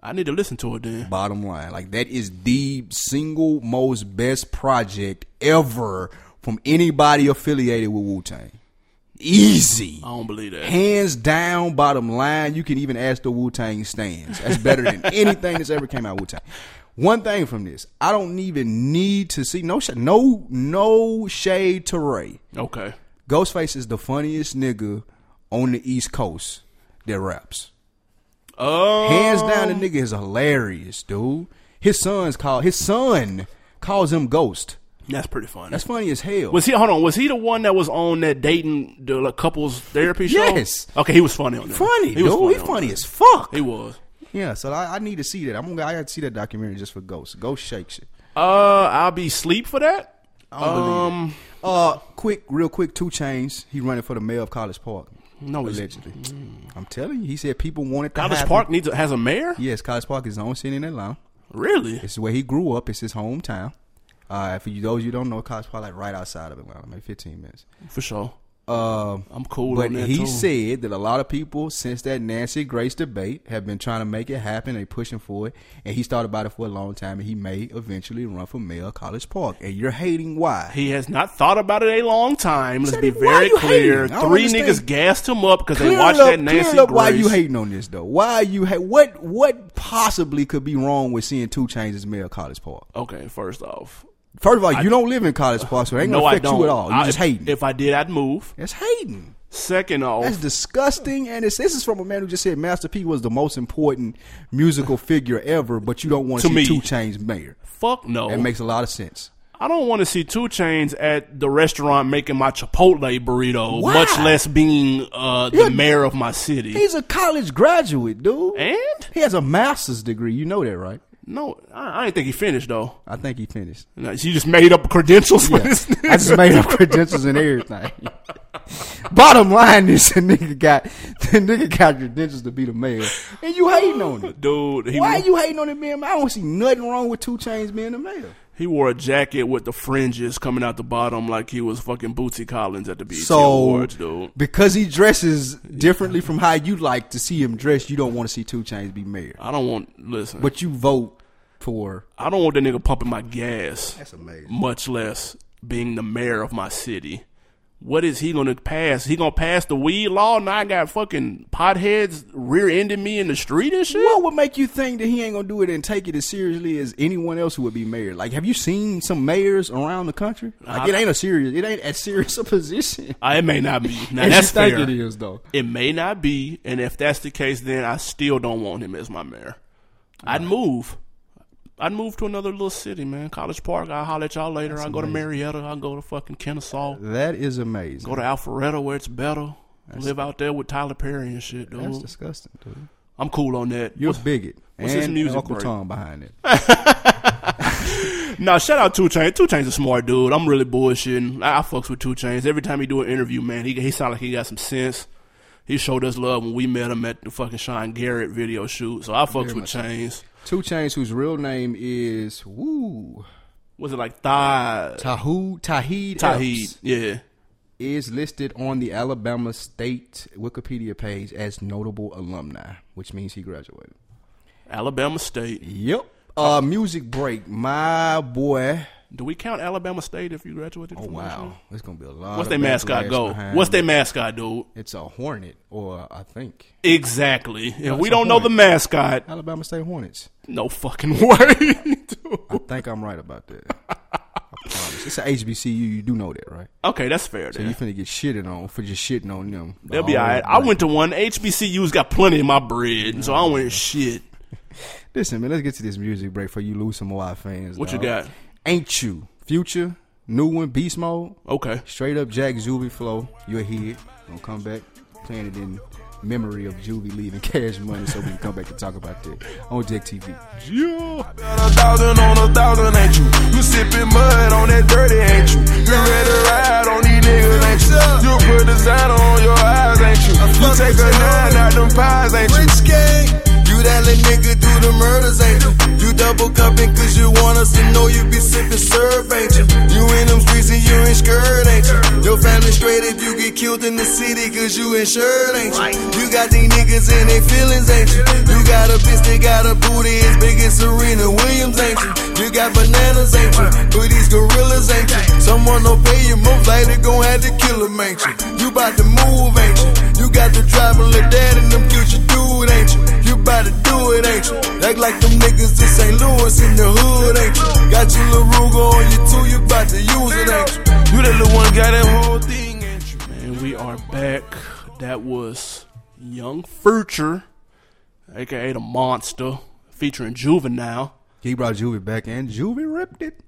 [SPEAKER 2] I need to listen to it then.
[SPEAKER 1] Bottom line, like that is the single most best project ever from anybody affiliated with Wu Tang. Easy.
[SPEAKER 2] I don't believe that.
[SPEAKER 1] hands down, bottom line, you can even ask the Wu Tang stands. That's better than anything that's ever came out Wu Tang. One thing from this, I don't even need to see no sh- no no shade to Ray.
[SPEAKER 2] Okay.
[SPEAKER 1] Ghostface is the funniest nigga on the East Coast that raps.
[SPEAKER 2] Uh,
[SPEAKER 1] Hands down, the nigga is hilarious, dude. His son's called his son calls him Ghost.
[SPEAKER 2] that's pretty funny.
[SPEAKER 1] That's funny as hell.
[SPEAKER 2] was he? Hold on. Was he the one that was on that dating the like, couples therapy show?
[SPEAKER 1] Yes.
[SPEAKER 2] Okay, he was funny on that.
[SPEAKER 1] funny,
[SPEAKER 2] He
[SPEAKER 1] dude.
[SPEAKER 2] was
[SPEAKER 1] he
[SPEAKER 2] on
[SPEAKER 1] funny
[SPEAKER 2] that.
[SPEAKER 1] as fuck.
[SPEAKER 2] He was.
[SPEAKER 1] Yeah, so I, I need to see that. I'm gonna I gotta see that documentary just for Ghost. Ghost shakes it.
[SPEAKER 2] Uh, I'll be sleep for that.
[SPEAKER 1] I don't believe it. Uh, quick, real quick, two chains. He running for the mayor of College Park.
[SPEAKER 2] No, he's-
[SPEAKER 1] allegedly. I'm telling you, he said people wanted to
[SPEAKER 2] Mm. College
[SPEAKER 1] have
[SPEAKER 2] Park
[SPEAKER 1] him.
[SPEAKER 2] needs a, has a mayor.
[SPEAKER 1] Yes, College Park is his own city in Atlanta.
[SPEAKER 2] Really?
[SPEAKER 1] It's where he grew up. It's his hometown. Uh, for you, those you don't know, College Park like right outside of Atlanta, maybe 15 minutes.
[SPEAKER 2] For sure.
[SPEAKER 1] Um,
[SPEAKER 2] I'm cool
[SPEAKER 1] but
[SPEAKER 2] on that
[SPEAKER 1] he
[SPEAKER 2] too.
[SPEAKER 1] said that a lot of people since that Nancy Grace debate have been trying to make it happen. They pushing for it, and he's thought about it for a long time, and he may eventually run for mayor of College Park. And you're hating why?
[SPEAKER 2] He has not thought about it a long time. Let's
[SPEAKER 1] Sonny,
[SPEAKER 2] be
[SPEAKER 1] why
[SPEAKER 2] very
[SPEAKER 1] you
[SPEAKER 2] clear.
[SPEAKER 1] hating? I don't
[SPEAKER 2] Three
[SPEAKER 1] understand.
[SPEAKER 2] niggas gassed him up because they
[SPEAKER 1] Clear
[SPEAKER 2] watched
[SPEAKER 1] it up,
[SPEAKER 2] that Nancy
[SPEAKER 1] clear it up why you
[SPEAKER 2] Grace.
[SPEAKER 1] hating on this though? Why you ha- what what possibly could be wrong with seeing two chains as mayor of College Park?
[SPEAKER 2] Okay, first off,
[SPEAKER 1] First of all, you don't live in College Park, so it ain't
[SPEAKER 2] no,
[SPEAKER 1] gonna
[SPEAKER 2] I
[SPEAKER 1] affect
[SPEAKER 2] don't.
[SPEAKER 1] you at all. You
[SPEAKER 2] I-
[SPEAKER 1] just
[SPEAKER 2] if-
[SPEAKER 1] hating.
[SPEAKER 2] If I did, I'd move.
[SPEAKER 1] That's hating.
[SPEAKER 2] Second
[SPEAKER 1] That's
[SPEAKER 2] off,
[SPEAKER 1] disgusting, and it's, this is from a man who just said Master P was the most important musical figure ever, but you don't want
[SPEAKER 2] To
[SPEAKER 1] to see
[SPEAKER 2] me.
[SPEAKER 1] Two Chains mayor.
[SPEAKER 2] fuck no.
[SPEAKER 1] That makes a lot of sense.
[SPEAKER 2] I don't want to see two chains at the restaurant making my Chipotle burrito,
[SPEAKER 1] Why?
[SPEAKER 2] much less being uh, the
[SPEAKER 1] You're-
[SPEAKER 2] mayor of my city.
[SPEAKER 1] He's a college graduate, dude.
[SPEAKER 2] and
[SPEAKER 1] he has a master's degree. You know that, right?
[SPEAKER 2] no, I, I didn't think he finished though.
[SPEAKER 1] I think he finished.
[SPEAKER 2] No, You just made up credentials for
[SPEAKER 1] Yeah.
[SPEAKER 2] this. nigga.
[SPEAKER 1] I just made up credentials and everything. Bottom line is, the nigga got the nigga got credentials to be the mayor, and you hating on it.
[SPEAKER 2] Dude, he
[SPEAKER 1] Why are you hating on it, man? I don't see nothing wrong with Two Chains being the mayor.
[SPEAKER 2] He wore a jacket with the fringes coming out the bottom like he was fucking Bootsy Collins at the BET
[SPEAKER 1] So
[SPEAKER 2] Awards, dude.
[SPEAKER 1] because he dresses differently from how you like to see him dressed, you don't want to see Two Chains be mayor.
[SPEAKER 2] I don't want listen.
[SPEAKER 1] But you vote for
[SPEAKER 2] I don't want that nigga pumping my gas,
[SPEAKER 1] that's amazing.
[SPEAKER 2] much less being the mayor of my city. What is he gonna pass? He gonna pass the weed law? Now I got fucking potheads rear-ending me in the street and shit.
[SPEAKER 1] What would make you think that he ain't gonna do it and take it as seriously as anyone else who would be mayor? Like, have you seen some mayors around the country? Like, it ain't a serious, it ain't as serious a position.
[SPEAKER 2] Uh, it may not be. Now
[SPEAKER 1] as
[SPEAKER 2] that's
[SPEAKER 1] you think
[SPEAKER 2] fair.
[SPEAKER 1] it is, though.
[SPEAKER 2] It may not be, and if that's the case, then I still don't want him as my mayor. I'd move. I'd move to another little city, man. College Park. I'll holler at y'all later. I'll go to Marietta. I'll go to fucking Kennesaw.
[SPEAKER 1] That is amazing.
[SPEAKER 2] Go to Alpharetta where it's better. Live out there with Tyler Perry and shit, dude.
[SPEAKER 1] That's disgusting, dude.
[SPEAKER 2] I'm cool on that.
[SPEAKER 1] You're a bigot.
[SPEAKER 2] what's
[SPEAKER 1] and
[SPEAKER 2] his music
[SPEAKER 1] Uncle
[SPEAKER 2] break?
[SPEAKER 1] Tom behind it.
[SPEAKER 2] Now, shout out Two Chains. Two Chains a smart dude. I'm really bullshitting. I, I fucks with Two Chains. Every time he do an interview, man, he he sound like he got some sense. He showed us love when we met him at the fucking Sean Garrett video shoot. So I fucks with Chains.
[SPEAKER 1] Two Chains, whose real name is Woo
[SPEAKER 2] Was it like Thigh?
[SPEAKER 1] Tahu Tahid Elps.
[SPEAKER 2] Tahid. Yeah.
[SPEAKER 1] is listed on the Alabama State Wikipedia page as notable alumni, which means he graduated.
[SPEAKER 2] Alabama State.
[SPEAKER 1] Yep. Uh, music break, my boy.
[SPEAKER 2] Do we count Alabama State if you graduated?
[SPEAKER 1] Oh
[SPEAKER 2] from
[SPEAKER 1] wow,
[SPEAKER 2] Michigan?
[SPEAKER 1] it's gonna be a lot.
[SPEAKER 2] What's
[SPEAKER 1] of
[SPEAKER 2] their mascot
[SPEAKER 1] backlash
[SPEAKER 2] go?
[SPEAKER 1] behind
[SPEAKER 2] What's
[SPEAKER 1] it.
[SPEAKER 2] their mascot, dude?
[SPEAKER 1] It's a hornet, or I think
[SPEAKER 2] Exactly. If we
[SPEAKER 1] a
[SPEAKER 2] don't know the
[SPEAKER 1] point.
[SPEAKER 2] mascot,
[SPEAKER 1] Alabama State Hornets.
[SPEAKER 2] no fucking way. dude.
[SPEAKER 1] I think I'm right about that. I promise. It's a HBCU. You do know that, right?
[SPEAKER 2] okay, that's fair. Then.
[SPEAKER 1] You finna get shitted on for just shitting on them.
[SPEAKER 2] They'll be all right. I went to one. HBCU's got plenty of my bread, so I went shit.
[SPEAKER 1] Listen, man. Let's get to this music break for you lose some more fans.
[SPEAKER 2] What you
[SPEAKER 1] dawg.
[SPEAKER 2] got?
[SPEAKER 1] Ain't you future new one beast mode?
[SPEAKER 2] Okay.
[SPEAKER 1] Straight up Jack Juvie flow. You're here. Gonna come back playing it in memory of Juvie leaving Cash Money, so we can come back and talk about that on Jack TV.
[SPEAKER 4] Got a thousand on a thousand, ain't you? You sipping mud on that dirty, ain't you? You ready to ride on these niggas, ain't you? You put designer on your eyes, ain't you? You take a nine out them pies, ain't you?
[SPEAKER 5] Rich gang. You that little nigga do the murders, ain't you? You double cupping cause you want us to know you be sipping serve, ain't you? You in them streets and you in skirt, ain't you? Your family straight if you get killed in the city cause you insured, ain't you? You got these niggas in their feelings, ain't you? You got a bitch that got a booty as big as Serena Williams, ain't you? You got bananas, ain't you? But these gorillas, ain't you? Someone don't pay you most likely gon' have to kill 'em, ain't you? You bout to move, ain't you? You got the drive and look dad and them future dude, ain't you? You bout to do it, ain't you? Act like them niggas in St. Louis in the hood, ain't you? Got you La Ruga on you too, you bout to use it, ain't you?
[SPEAKER 4] You that little one got that whole thing, ain't you?
[SPEAKER 2] And we are back. That was Young Future, aka the Monster, featuring Juvenile.
[SPEAKER 1] He brought Juvie back and Juvie ripped it.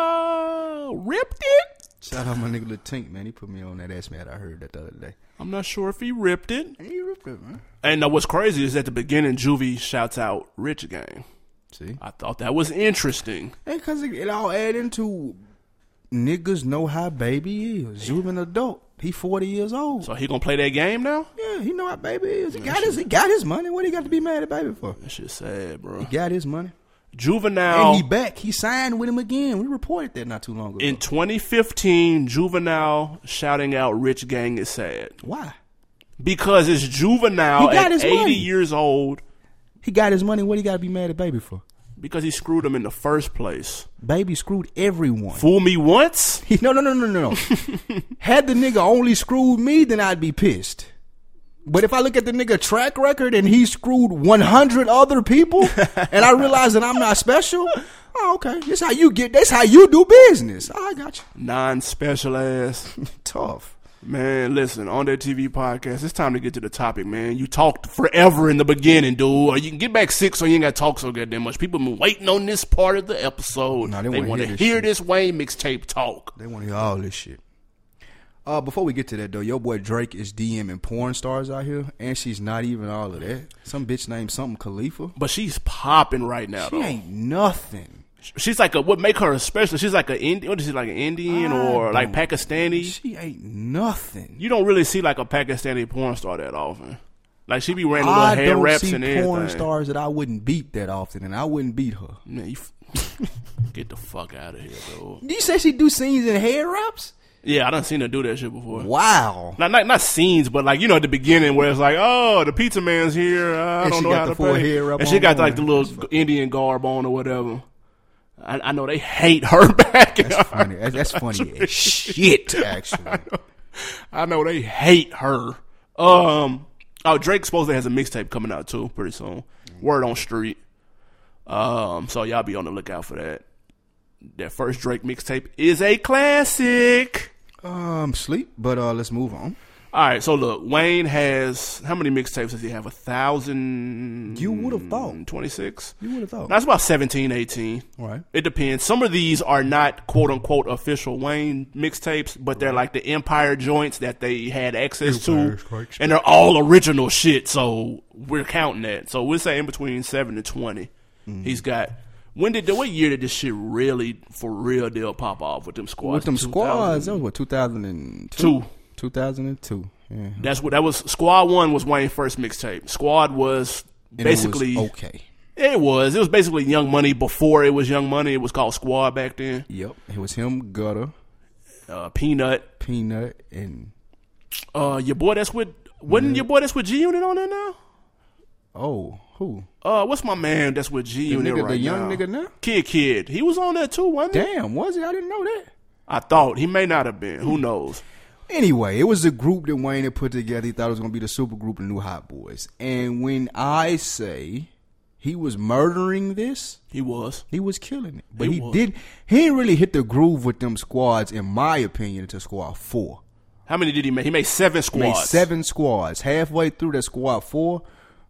[SPEAKER 2] Uh, ripped it.
[SPEAKER 1] Shout out my nigga Lil Tink, man. He put me on that ass man. I heard that the other day.
[SPEAKER 2] I'm not sure if he ripped it.
[SPEAKER 1] He ripped it, man.
[SPEAKER 2] And uh, what's crazy is at the beginning, Juvie shouts out Rich Gang.
[SPEAKER 1] See?
[SPEAKER 2] I thought that was interesting.
[SPEAKER 1] And cause it, it all add into niggas know how baby is. You an adult. He forty years old.
[SPEAKER 2] So he gonna play that game now?
[SPEAKER 1] yeah, he know how baby is. He got his he got his money. What he got to be mad at baby for?
[SPEAKER 2] That shit sad, bro.
[SPEAKER 1] He got his money.
[SPEAKER 2] Juvenile
[SPEAKER 1] And he back. He signed with him again. We reported that not too long ago.
[SPEAKER 2] in 2015, Juvenile shouting out "Rich Gang is sad"
[SPEAKER 1] Why?
[SPEAKER 2] because it's Juvenile
[SPEAKER 1] He got
[SPEAKER 2] at 80
[SPEAKER 1] his money.
[SPEAKER 2] years old
[SPEAKER 1] He got his money. What he got to be mad at baby for?
[SPEAKER 2] because he screwed him in the first place.
[SPEAKER 1] Baby screwed everyone.
[SPEAKER 2] Fool me once,
[SPEAKER 1] He, no, no, no, no, no, no. Had the nigga only screwed me, then I'd be pissed. But if I look at the nigga track record and he screwed 100 other people, and I realize that I'm not special, oh, okay. That's how you get. That's how you do business. Ah, I got you.
[SPEAKER 2] non-special ass.
[SPEAKER 1] Tough.
[SPEAKER 2] Man, listen, on that TV podcast, it's time to get to the topic, man. You talked forever in the beginning, dude. Or you can get back six or you ain't got to talk so goddamn much. People been waiting on this part of the episode.
[SPEAKER 1] Nah, they
[SPEAKER 2] they
[SPEAKER 1] wanna
[SPEAKER 2] want to
[SPEAKER 1] hear
[SPEAKER 2] hear,
[SPEAKER 1] this shit.
[SPEAKER 2] this Wayne mixtape talk.
[SPEAKER 1] They want to hear all this shit. Uh, before we get to that though, your boy Drake is DMing porn stars out here, and she's not even all of that. Some bitch named something Khalifa.
[SPEAKER 2] But she's popping right now,
[SPEAKER 1] She
[SPEAKER 2] though.
[SPEAKER 1] ain't nothing.
[SPEAKER 2] She's like a, what make her a special, she's like an Indian, what is she, like an Indian
[SPEAKER 1] I
[SPEAKER 2] or like
[SPEAKER 1] don't-
[SPEAKER 2] Pakistani?
[SPEAKER 1] She ain't nothing.
[SPEAKER 2] you don't really see like a Pakistani porn star that often. Like she be wearing little
[SPEAKER 1] I
[SPEAKER 2] hair
[SPEAKER 1] don't
[SPEAKER 2] wraps
[SPEAKER 1] see
[SPEAKER 2] and
[SPEAKER 1] porn
[SPEAKER 2] everything.
[SPEAKER 1] stars that I wouldn't beat that often, and I wouldn't beat her.
[SPEAKER 2] Man, you f- get the fuck out of here, dude.
[SPEAKER 1] Did you say she do scenes in hair wraps?
[SPEAKER 2] Yeah, I done seen her do that shit before.
[SPEAKER 1] Wow.
[SPEAKER 2] Not, not not scenes, but like you know at the beginning where it's like, oh, the pizza man's here. I
[SPEAKER 1] And
[SPEAKER 2] don't
[SPEAKER 1] she
[SPEAKER 2] know
[SPEAKER 1] got
[SPEAKER 2] how
[SPEAKER 1] the
[SPEAKER 2] to
[SPEAKER 1] full
[SPEAKER 2] pay.
[SPEAKER 1] hair up
[SPEAKER 2] and she
[SPEAKER 1] on
[SPEAKER 2] got
[SPEAKER 1] her.
[SPEAKER 2] like the little Indian garb on or whatever. I, I know they hate her back.
[SPEAKER 1] That's funny. That's, that's funny as shit, actually.
[SPEAKER 2] I know they hate her. Um, oh, Drake supposedly has a mixtape coming out too pretty soon. Word on street. Um, so y'all be on the lookout for that. That first Drake mixtape is a classic.
[SPEAKER 1] Um, sleep, but uh, let's move on.
[SPEAKER 2] All right, so look, Wayne has how many mixtapes does he have? A thousand.
[SPEAKER 1] You would have thought.
[SPEAKER 2] twenty six.
[SPEAKER 1] You would have thought.
[SPEAKER 2] That's about 17, 18.
[SPEAKER 1] Right.
[SPEAKER 2] It depends. Some of these are not quote unquote official Wayne mixtapes, but they're like the Empire joints that they had access to. And they're all original shit, so we're counting that. So we'll say in between 7 to 20.
[SPEAKER 1] Mm-hmm.
[SPEAKER 2] He's got. When did. What year did this shit really, for real deal, pop off with them squads?
[SPEAKER 1] With them
[SPEAKER 2] 2000.
[SPEAKER 1] squads, that was what, 2002?
[SPEAKER 2] Two.
[SPEAKER 1] 2002, yeah.
[SPEAKER 2] That's what that was. Squad one was Wayne's first mixtape. Squad was
[SPEAKER 1] And it was
[SPEAKER 2] basically
[SPEAKER 1] okay.
[SPEAKER 2] it was it was basically Young Money before it was Young Money. It was called Squad back then.
[SPEAKER 1] Yep. It was him, Gutter,
[SPEAKER 2] Uh, Peanut.
[SPEAKER 1] Peanut, and,
[SPEAKER 2] Uh, your boy that's with wasn't your boy that's with G Unit on there now?
[SPEAKER 1] oh, who?
[SPEAKER 2] Uh, what's my man that's with G Unit
[SPEAKER 1] nigga- the
[SPEAKER 2] right
[SPEAKER 1] young
[SPEAKER 2] now?
[SPEAKER 1] nigga now?
[SPEAKER 2] Kid Kid. He was on there too, wasn't he?
[SPEAKER 1] Damn, was it? I didn't know that.
[SPEAKER 2] I thought he may not have been.
[SPEAKER 1] Mm.
[SPEAKER 2] Who knows?
[SPEAKER 1] Anyway, it was a group that Wayne had put together. He thought it was going to be the super group of New Hot Boys. And when I say he was murdering this,
[SPEAKER 2] He was.
[SPEAKER 1] he was killing it. But
[SPEAKER 2] He
[SPEAKER 1] he
[SPEAKER 2] was.
[SPEAKER 1] did. He didn't really hit the groove with them squads, in my opinion, until squad four.
[SPEAKER 2] How many did he make? He made seven
[SPEAKER 1] He Made
[SPEAKER 2] squads.
[SPEAKER 1] seven squads halfway through that squad four.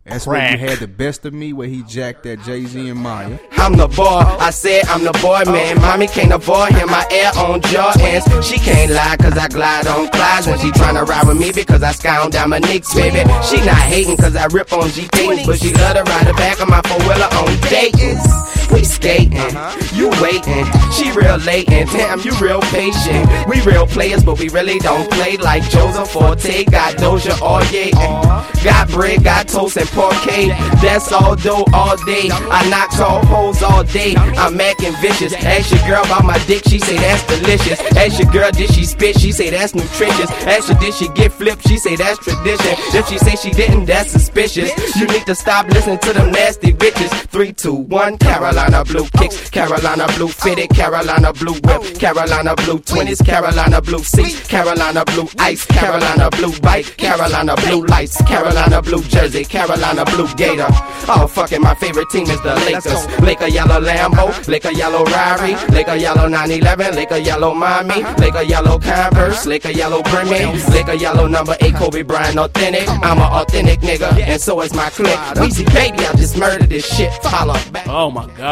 [SPEAKER 1] That's
[SPEAKER 2] Crack.
[SPEAKER 1] when you had the best of me, where he jacked that Jay Z and Maya.
[SPEAKER 6] I'm the boy. I said I'm the boy, man. Mommy can't avoid him. I air on Jordans. She can't lie, cause I glide on Clydes when she tryna ride with me because I sky on Dominique's, baby. She not hating cause I rip on G things, but she love to ride the back of my four wheeler on Dayton's. We skating, you waiting. She real late and damn, you real patient. We real players, but we really don't play like Joseph Forte. Got Doja oh, Oye, and got bread, got toast and parquet. That's all dough all day. I knock tall hoes all day. I'm acting vicious. Ask your girl about my dick, she say that's delicious. Ask your girl did she spit, she say that's nutritious. Ask her did she get flipped, she say that's tradition. If she say she didn't, that's suspicious. You need to stop listening to them nasty bitches. Three, two, one. Carolina blue kicks, Carolina blue fitted, Carolina blue whip, Carolina blue twenties, Carolina blue seats, Carolina blue ice, Carolina blue bike, Carolina blue lights, Carolina blue jersey, Carolina blue gator. Oh fucking my favorite team is the Lakers. Lake a yellow Lambo, Lake a yellow Rari, Lake a yellow 911, Lake a yellow Mommy, Lake a yellow Converse, Lake a yellow Brimmy, Lake a yellow number eight Kobe Bryant authentic. I'm an authentic nigga, and so is my clique. Weezy baby, I just murdered this shit. Follow back.
[SPEAKER 2] Oh my god.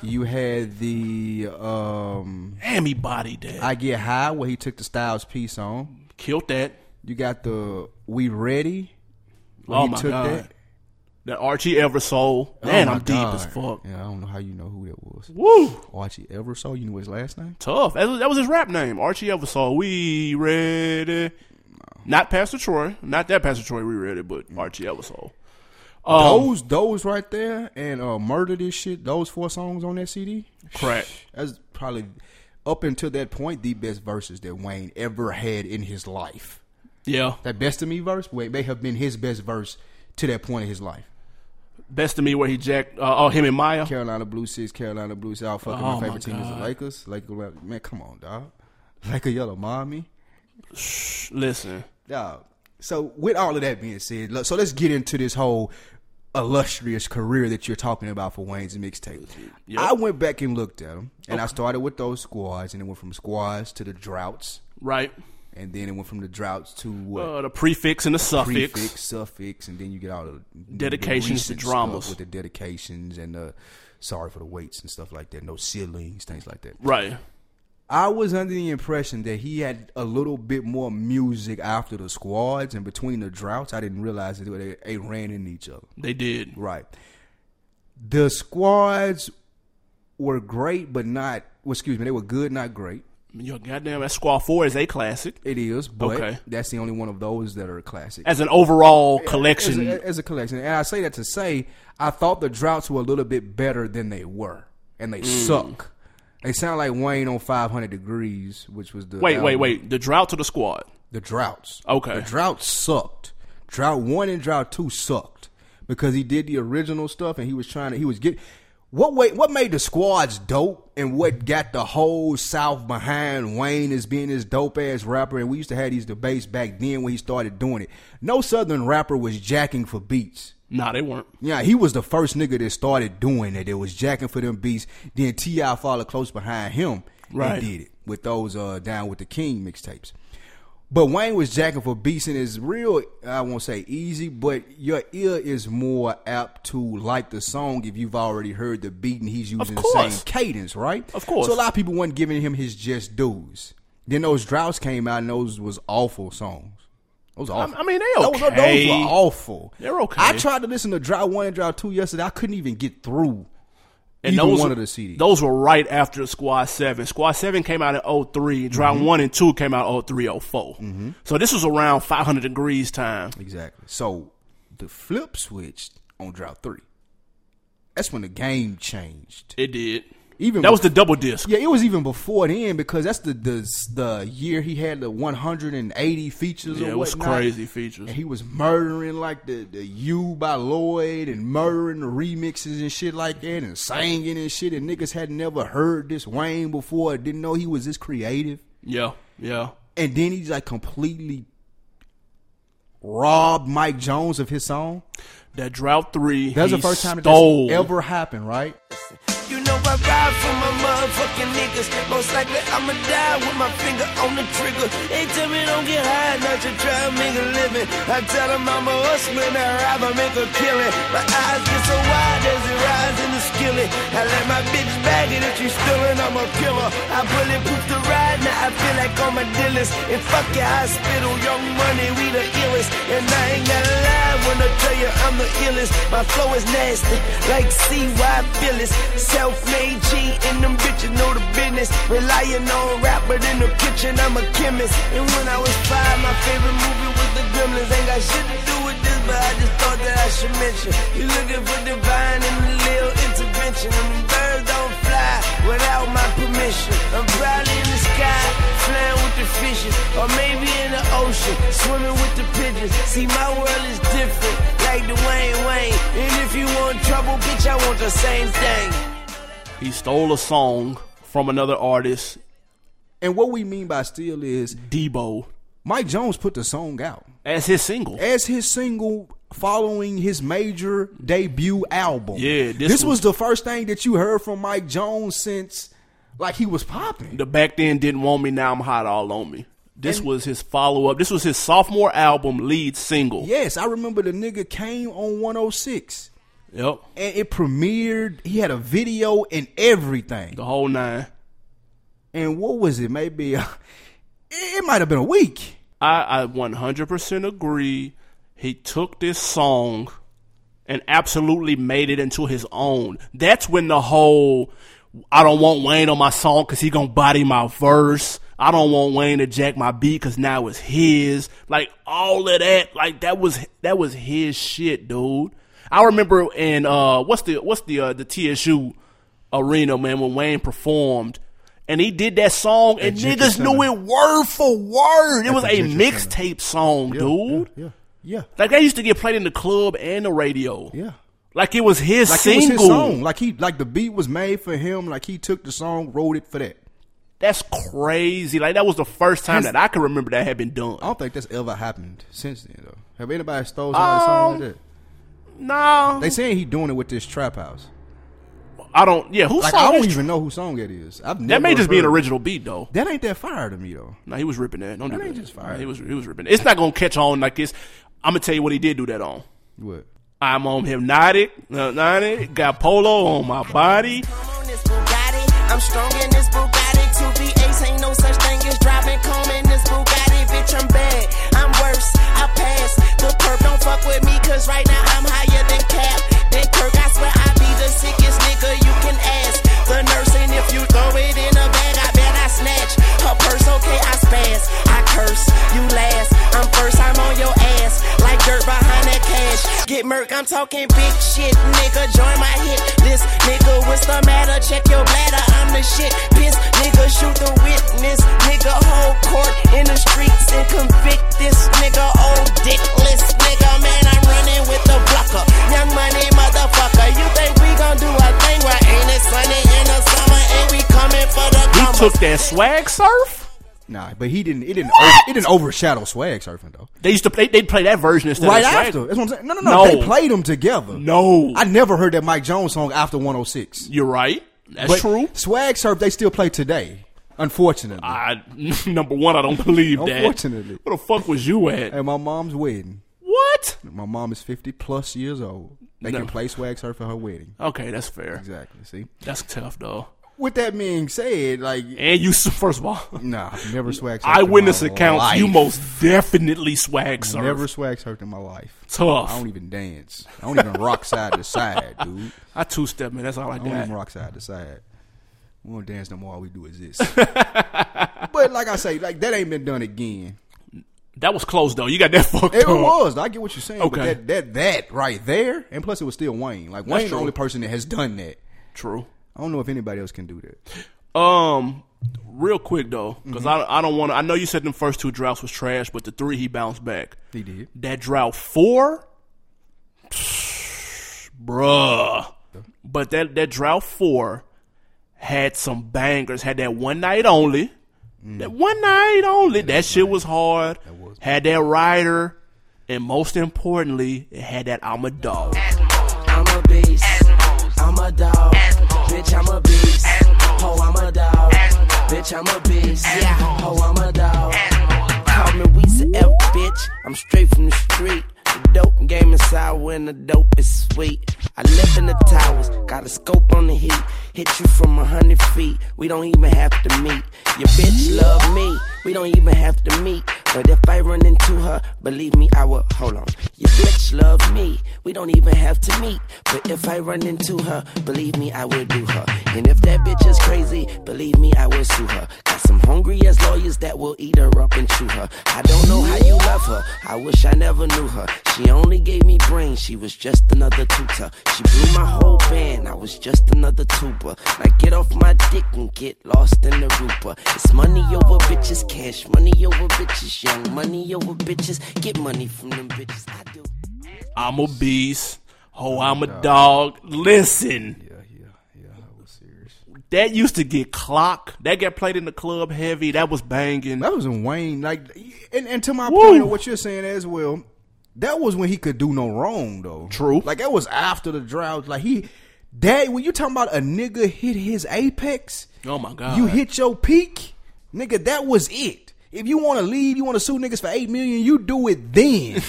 [SPEAKER 1] You had the um,
[SPEAKER 2] Damn, he bodied that.
[SPEAKER 1] I Get High, where he took the Styles piece on.
[SPEAKER 2] Killed that.
[SPEAKER 1] You got the We Ready.
[SPEAKER 2] Oh
[SPEAKER 1] he
[SPEAKER 2] my
[SPEAKER 1] took
[SPEAKER 2] god.
[SPEAKER 1] that.
[SPEAKER 2] that Archie ever sold. Man,
[SPEAKER 1] Oh, my
[SPEAKER 2] I'm
[SPEAKER 1] God.
[SPEAKER 2] deep as fuck.
[SPEAKER 1] Yeah, I don't know how you know who that was.
[SPEAKER 2] Woo,
[SPEAKER 1] Archie Eversole, you know his last name?
[SPEAKER 2] tough. That was, that was his rap name, Archie Eversole. We ready. Not Pastor Troy, not that Pastor Troy. We ready, but Archie Eversole. Oh,
[SPEAKER 1] Those, those right there, and uh, murder this shit. Those four songs on that CD.
[SPEAKER 2] crack.
[SPEAKER 1] That's probably up until that point the best verses that Wayne ever had in his life.
[SPEAKER 2] Yeah,
[SPEAKER 1] That best of me verse wait, may have been his best verse to that point in his life.
[SPEAKER 2] best of me where he jacked. Uh, oh, him and Maya.
[SPEAKER 1] Carolina Blue Six, Carolina Blue Six. All fucking
[SPEAKER 2] Oh,
[SPEAKER 1] my
[SPEAKER 2] my
[SPEAKER 1] favorite team is the
[SPEAKER 2] God.
[SPEAKER 1] Lakers. Like man, come on, dog. Like a yellow mommy,
[SPEAKER 2] Listen,
[SPEAKER 1] dog. So with all of that being said, look, so let's get into this whole illustrious career that you're talking about for Wayne's mixtape.
[SPEAKER 2] Yep.
[SPEAKER 1] I went back and looked at them, and I started with those squads, and it went from squads to the droughts,
[SPEAKER 2] right?
[SPEAKER 1] and then it went from the droughts to what?
[SPEAKER 2] Uh, the prefix and the suffix.
[SPEAKER 1] prefix, suffix, and then you get all the the
[SPEAKER 2] Dedications to
[SPEAKER 1] recent stuff
[SPEAKER 2] dramas.
[SPEAKER 1] with the dedications and the sorry for the weights and stuff like that. No ceilings, things like that.
[SPEAKER 2] Right.
[SPEAKER 1] I was under the impression that he had a little bit more music after the squads and between the droughts. I didn't realize that they, they ran into each other.
[SPEAKER 2] They did.
[SPEAKER 1] Right. The squads were great, but not. Well, excuse me, they were good, not great.
[SPEAKER 2] Your goddamn that squad four is a classic.
[SPEAKER 1] It is, but
[SPEAKER 2] Okay.
[SPEAKER 1] that's the only one of those that are a classic.
[SPEAKER 2] As an overall collection,
[SPEAKER 1] as a, as a collection. And I say that to say I thought the droughts were a little bit better than they were, and
[SPEAKER 2] Mm.
[SPEAKER 1] they suck. They sound like Wayne on 500 Degrees, which was the
[SPEAKER 2] Wait, wait,
[SPEAKER 1] album-
[SPEAKER 2] wait. The drought to the squad.
[SPEAKER 1] the droughts.
[SPEAKER 2] Okay.
[SPEAKER 1] the droughts sucked. Drought one and drought two sucked because he did the original stuff and he was trying to he was get what wait what made the squads dope and what got the whole South behind Wayne as being this dope ass rapper and we used to have these debates back then when he started doing it. No Southern rapper was jacking for beats.
[SPEAKER 2] Nah, they weren't.
[SPEAKER 1] Yeah, he was the first nigga that started doing it. It was jacking for them beats. Then T.I. followed close behind him
[SPEAKER 2] Right.
[SPEAKER 1] and did it with those uh, Down with the King mixtapes. But Wayne was jacking for beats and it's real, I won't say easy, but your ear is more apt to like the song if you've already heard the beat and he's using the same
[SPEAKER 2] course.
[SPEAKER 1] cadence, right?
[SPEAKER 2] Of course.
[SPEAKER 1] So a lot of people weren't giving him his just dues. Then those droughts came out and those was awful songs. Those were awful.
[SPEAKER 2] I mean, they
[SPEAKER 1] Those were-
[SPEAKER 2] okay.
[SPEAKER 1] those were awful.
[SPEAKER 2] They're okay.
[SPEAKER 1] I tried to listen to Drought One and Drought Two yesterday. I couldn't even get through
[SPEAKER 2] And
[SPEAKER 1] either
[SPEAKER 2] those
[SPEAKER 1] one of the CDs.
[SPEAKER 2] Those were right after Squad Seven. Squad Seven came out in 03. Drought
[SPEAKER 1] Mm-hmm.
[SPEAKER 2] One and Two came out oh in 03, 04. So this was around 500 degrees time.
[SPEAKER 1] exactly. So the flip switch on Drought Three. That's when the game changed.
[SPEAKER 2] It did.
[SPEAKER 1] Even
[SPEAKER 2] That was
[SPEAKER 1] bef-
[SPEAKER 2] the double disc.
[SPEAKER 1] yeah. It was even before then because that's the the the year he had the 180 features.
[SPEAKER 2] Yeah,
[SPEAKER 1] or
[SPEAKER 2] it was
[SPEAKER 1] whatnot.
[SPEAKER 2] crazy features.
[SPEAKER 1] And he was murdering like the the U by Lloyd and murdering the remixes and shit like that and singing and shit and niggas had never heard this Wayne before. Didn't know he was this creative.
[SPEAKER 2] Yeah, yeah.
[SPEAKER 1] and then he's like completely robbed Mike Jones of his song.
[SPEAKER 2] That Drought Three.
[SPEAKER 1] That's
[SPEAKER 2] he
[SPEAKER 1] the first time that
[SPEAKER 2] stole.
[SPEAKER 1] that's ever happened, right?
[SPEAKER 5] You know I ride for my motherfucking niggas. Most likely I'ma die with my finger on the trigger. They tell me don't get high, not to try and make a living. I tell them I'm a hustler, I rather make a killing. My eyes get so wide as it rise in the skillet. I let my bitch bag it if she stealing, I'm a killer. I bulletproof the ride, now I feel like on my dealers. And fuck your hospital, young money, we the illest. And I ain't gotta lie when I tell you I'm the illest. My flow is nasty, like CY Phyllis. Self-made G, and them bitches know the business. Relying on rap, but in the kitchen I'm a chemist. And when I was five, my favorite movie was The Gremlins. Ain't got shit to do with this, but I just thought that I should mention. You looking for divine and a little intervention. And them birds don't fly without my permission. I'm probably in the sky, flying with the fishes, or maybe in the ocean, swimming with the pigeons. See, my world is different, like the Wayne Wayne. And if you want trouble, bitch, I want the same thing.
[SPEAKER 2] he stole a song from another artist,
[SPEAKER 1] And what we mean by still is
[SPEAKER 2] Debo,
[SPEAKER 1] Mike Jones put the song out
[SPEAKER 2] as his single.
[SPEAKER 1] as his single following his major debut album.
[SPEAKER 2] Yeah, this
[SPEAKER 1] this, was,
[SPEAKER 2] was-
[SPEAKER 1] the first thing that you heard from Mike Jones since like he was popping.
[SPEAKER 2] the back then didn't want me, now I'm hot all on me. This was his follow up. This was his sophomore album lead single.
[SPEAKER 1] yes, I remember the nigga came on 106
[SPEAKER 2] Yep.
[SPEAKER 1] and it premiered. He had a video and everything.
[SPEAKER 2] The whole nine.
[SPEAKER 1] and what was it? Maybe uh, it, it might have been a week.
[SPEAKER 2] I, I 100% agree. He took this song and absolutely made it into his own. That's when the whole I don't want Wayne on my song because he gonna body my verse. I don't want Wayne to jack my beat because now it's his. Like all of that, like that was that was his shit, dude. I remember in uh, what's the what's the uh, the TSU arena, man, when Wayne performed. And he did that song, and
[SPEAKER 1] Jenkins
[SPEAKER 2] niggas
[SPEAKER 1] Center.
[SPEAKER 2] knew it word for word. It was
[SPEAKER 1] the
[SPEAKER 2] a
[SPEAKER 1] Jenkins Center.
[SPEAKER 2] mixtape song, dude.
[SPEAKER 1] Yeah. Yeah.
[SPEAKER 2] Like that used to get played in the club and the radio.
[SPEAKER 1] Yeah.
[SPEAKER 2] Like it was his
[SPEAKER 1] Like
[SPEAKER 2] single.
[SPEAKER 1] it was his song. Like he like the beat was made for him. Like he took the song, wrote it for that.
[SPEAKER 2] That's crazy. Like that was the first time
[SPEAKER 1] His- Oh.
[SPEAKER 2] that I can remember that had been done.
[SPEAKER 1] I don't think that's ever happened since then though. Have anybody stole somebody's song like
[SPEAKER 2] Um,
[SPEAKER 1] that?
[SPEAKER 2] No,
[SPEAKER 1] They saying he doing it with this trap house.
[SPEAKER 2] I don't. Yeah, who
[SPEAKER 1] Like
[SPEAKER 2] song?
[SPEAKER 1] I don't
[SPEAKER 2] is-
[SPEAKER 1] even know whose song it is. I've never
[SPEAKER 2] that may just be an
[SPEAKER 1] heard-
[SPEAKER 2] original beat though.
[SPEAKER 1] That ain't that fire to me though.
[SPEAKER 2] No, he was ripping that. Don't do
[SPEAKER 1] That
[SPEAKER 2] that.
[SPEAKER 1] ain't just fire.
[SPEAKER 2] He was he was ripping. That. It's not gonna catch on like this. I'm gonna tell you what he did do that on.
[SPEAKER 1] What?
[SPEAKER 2] I'm on hypnotic, uh, hypnotic. Got polo on my body.
[SPEAKER 7] Come on, this Bugatti. I'm strong in this Bugatti. 2V8 ain't no such thing as driving comb in this Bugatti. Bitch, I'm bad. I'm worse. I pass. The perp don't fuck with me, cause right now I'm higher than Cap. Than Kirk, I swear I be the sickest nigga you can ask. The nurse, and if you throw it in a bag, I bet I snatch. Her purse, okay, I spaz. I curse. You last. I'm first, I'm on your ass. Like dirt behind that cash. Get murk, I'm talking big shit, nigga. Join my hit list, nigga. What's the matter? Check your bladder, I'm the shit. Piss, nigga, shoot the witness, nigga. Whole court in the streets and convict this nigga. Old dickless, nigga. Man, I'm running with the blocker. Young money, motherfucker. You think we gon' do a thing? Why ain't it sunny in the summer? And we coming for the
[SPEAKER 2] He
[SPEAKER 7] commas.
[SPEAKER 2] took that swag surf.
[SPEAKER 1] Nah, but he didn't. It didn't. Over, it didn't overshadow swag surfing though.
[SPEAKER 2] They used to play. They play that version instead
[SPEAKER 1] right
[SPEAKER 2] of swag.
[SPEAKER 1] after. That's what I'm saying. No, no, no.
[SPEAKER 2] No.
[SPEAKER 1] They played them together.
[SPEAKER 2] No.
[SPEAKER 1] I never heard that Mike Jones song after 106.
[SPEAKER 2] You're right. That's
[SPEAKER 1] But
[SPEAKER 2] true.
[SPEAKER 1] Swag Surf, they still play today. Unfortunately,
[SPEAKER 2] I number one, I don't believe that.
[SPEAKER 1] Unfortunately.
[SPEAKER 2] where the fuck was you at?
[SPEAKER 1] at my mom's wedding,
[SPEAKER 2] What?
[SPEAKER 1] my mom is 50 plus years old. They
[SPEAKER 2] No.
[SPEAKER 1] can play Swag Surf at her wedding.
[SPEAKER 2] Okay, that's fair.
[SPEAKER 1] Exactly. See.
[SPEAKER 2] That's tough though.
[SPEAKER 1] With that being said, like,
[SPEAKER 2] And you, s- first of all,
[SPEAKER 1] nah, never Swag Surf.
[SPEAKER 2] eyewitness
[SPEAKER 1] in my
[SPEAKER 2] accounts,
[SPEAKER 1] life.
[SPEAKER 2] you most definitely swag surf.
[SPEAKER 1] never Swag Surfed in my life.
[SPEAKER 2] tough.
[SPEAKER 1] I
[SPEAKER 2] I,
[SPEAKER 1] don't even dance. I don't even rock side to side, dude.
[SPEAKER 2] two step man. That's all I
[SPEAKER 1] I don't
[SPEAKER 2] got.
[SPEAKER 1] even rock side to side. We don't dance no more. All we do is this. but like I say, like that ain't been done again.
[SPEAKER 2] That was close though. You got that fucked
[SPEAKER 1] It
[SPEAKER 2] up.
[SPEAKER 1] was. I get what you're saying.
[SPEAKER 2] Okay.
[SPEAKER 1] But that that that right there, and plus it was still Wayne. Like Wayne, the
[SPEAKER 2] true.
[SPEAKER 1] only person that has done that.
[SPEAKER 2] True.
[SPEAKER 1] I don't know if anybody else can do that.
[SPEAKER 2] Um, real quick though, because
[SPEAKER 1] Mm-hmm.
[SPEAKER 2] I I don't want to. I know you said them first two droughts was trash, but the three he bounced back.
[SPEAKER 1] He did.
[SPEAKER 2] That drought four, bruh. But that that drought four had some bangers. Had that one night only. That one night only. Mm. that shit was hard. had that rider, and most importantly, it had that I'm a dog.
[SPEAKER 7] I'm a beast. I'm a dog. Bitch, I'm a beast. Ho, I'm a dog. Bitch, I'm a beast. Yeah, ho, I'm a dog. Call me Weezy F, bitch. I'm straight from the street. The dope game is sour and the dope is sweet. I live in the towers, got a scope on the heat. Hit you from a hundred feet, we don't even have to meet. Your bitch love me, we don't even have to meet. But if I run into her, believe me, I will. Hold on. Your bitch love me, we don't even have to meet. But if I run into her, believe me, I will do her. And if that bitch is crazy, believe me, I will sue her. Got some hungry ass lawyers that will eat her up and chew her. I don't know how you love her, I wish I never knew her. She only gave me brains, she was just another tutor. She blew my whole band, I was just another tuba. Now get off my dick and get lost in the Rupa. It's money over bitches, cash money over bitches, young money over bitches. Get money from them bitches, I do.
[SPEAKER 2] I'm a beast. Oh, I'm a dog. Listen. Yeah, yeah, yeah. I was serious. That used to get clock. That got played in the club heavy. That was banging.
[SPEAKER 1] That was in Wayne. Like, and, and to my
[SPEAKER 2] Woo.
[SPEAKER 1] point of what you're saying as well, that was when he could do no wrong though.
[SPEAKER 2] True.
[SPEAKER 1] Like that was after the drought. Like he, that when you talking about a nigga hit his apex.
[SPEAKER 2] Oh my god.
[SPEAKER 1] You hit your peak, nigga. That was it. If you want to leave, you want to sue niggas for eight million. You do it then.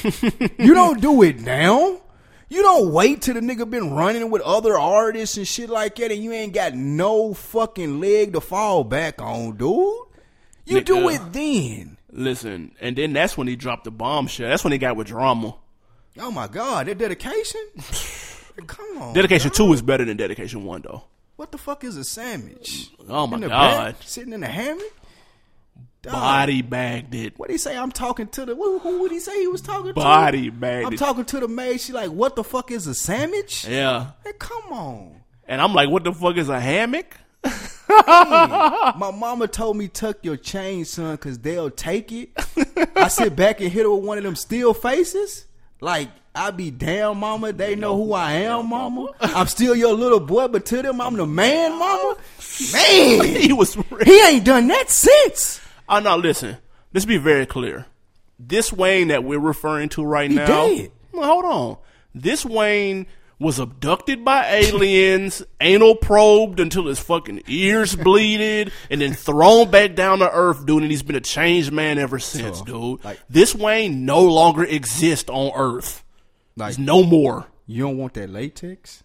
[SPEAKER 1] you don't do it now. You don't wait till the nigga been running with other artists and shit like that, and you ain't got no fucking leg to fall back on, dude. You do
[SPEAKER 2] Nigga.
[SPEAKER 1] it then.
[SPEAKER 2] Listen, and then that's when he dropped the bombshell. That's when he got with drama.
[SPEAKER 1] Oh my God, that dedication? Come on.
[SPEAKER 2] Dedication two is better than dedication one though.
[SPEAKER 1] What the fuck is a sandwich?
[SPEAKER 2] Oh my
[SPEAKER 1] in the
[SPEAKER 2] God.
[SPEAKER 1] Bed, sitting in the hammock? Dog,
[SPEAKER 2] Body bagged it.
[SPEAKER 1] What did he say? I'm talking to the. Who, who would he say he was talking
[SPEAKER 2] Body
[SPEAKER 1] to?
[SPEAKER 2] bagged
[SPEAKER 1] I'm
[SPEAKER 2] it.
[SPEAKER 1] talking to the maid. She like, what the fuck is a sandwich?
[SPEAKER 2] Yeah.
[SPEAKER 1] Man, come on.
[SPEAKER 2] And I'm like, what the fuck is a hammock?
[SPEAKER 1] My mama told me tuck your chain, son, cause they'll take it. I sit back and hit her with one of them steel faces. Like I be damn, mama. They know who I am, mama. I'm still your little boy, but to them I'm the man, mama. Man,
[SPEAKER 2] he was
[SPEAKER 1] he ain't done that since.
[SPEAKER 2] Oh now listen. Let's be very clear. This Wayne that we're referring to right
[SPEAKER 1] He
[SPEAKER 2] now.
[SPEAKER 1] dead.
[SPEAKER 2] Well, Hold on. This Wayne was abducted by aliens, anal probed until his fucking ears bleeded, and then thrown back down to earth, dude. And he's been a changed man ever since, dude. this Wayne no longer exists on Earth.
[SPEAKER 1] Like-
[SPEAKER 2] He's no more.
[SPEAKER 1] You don't want that latex.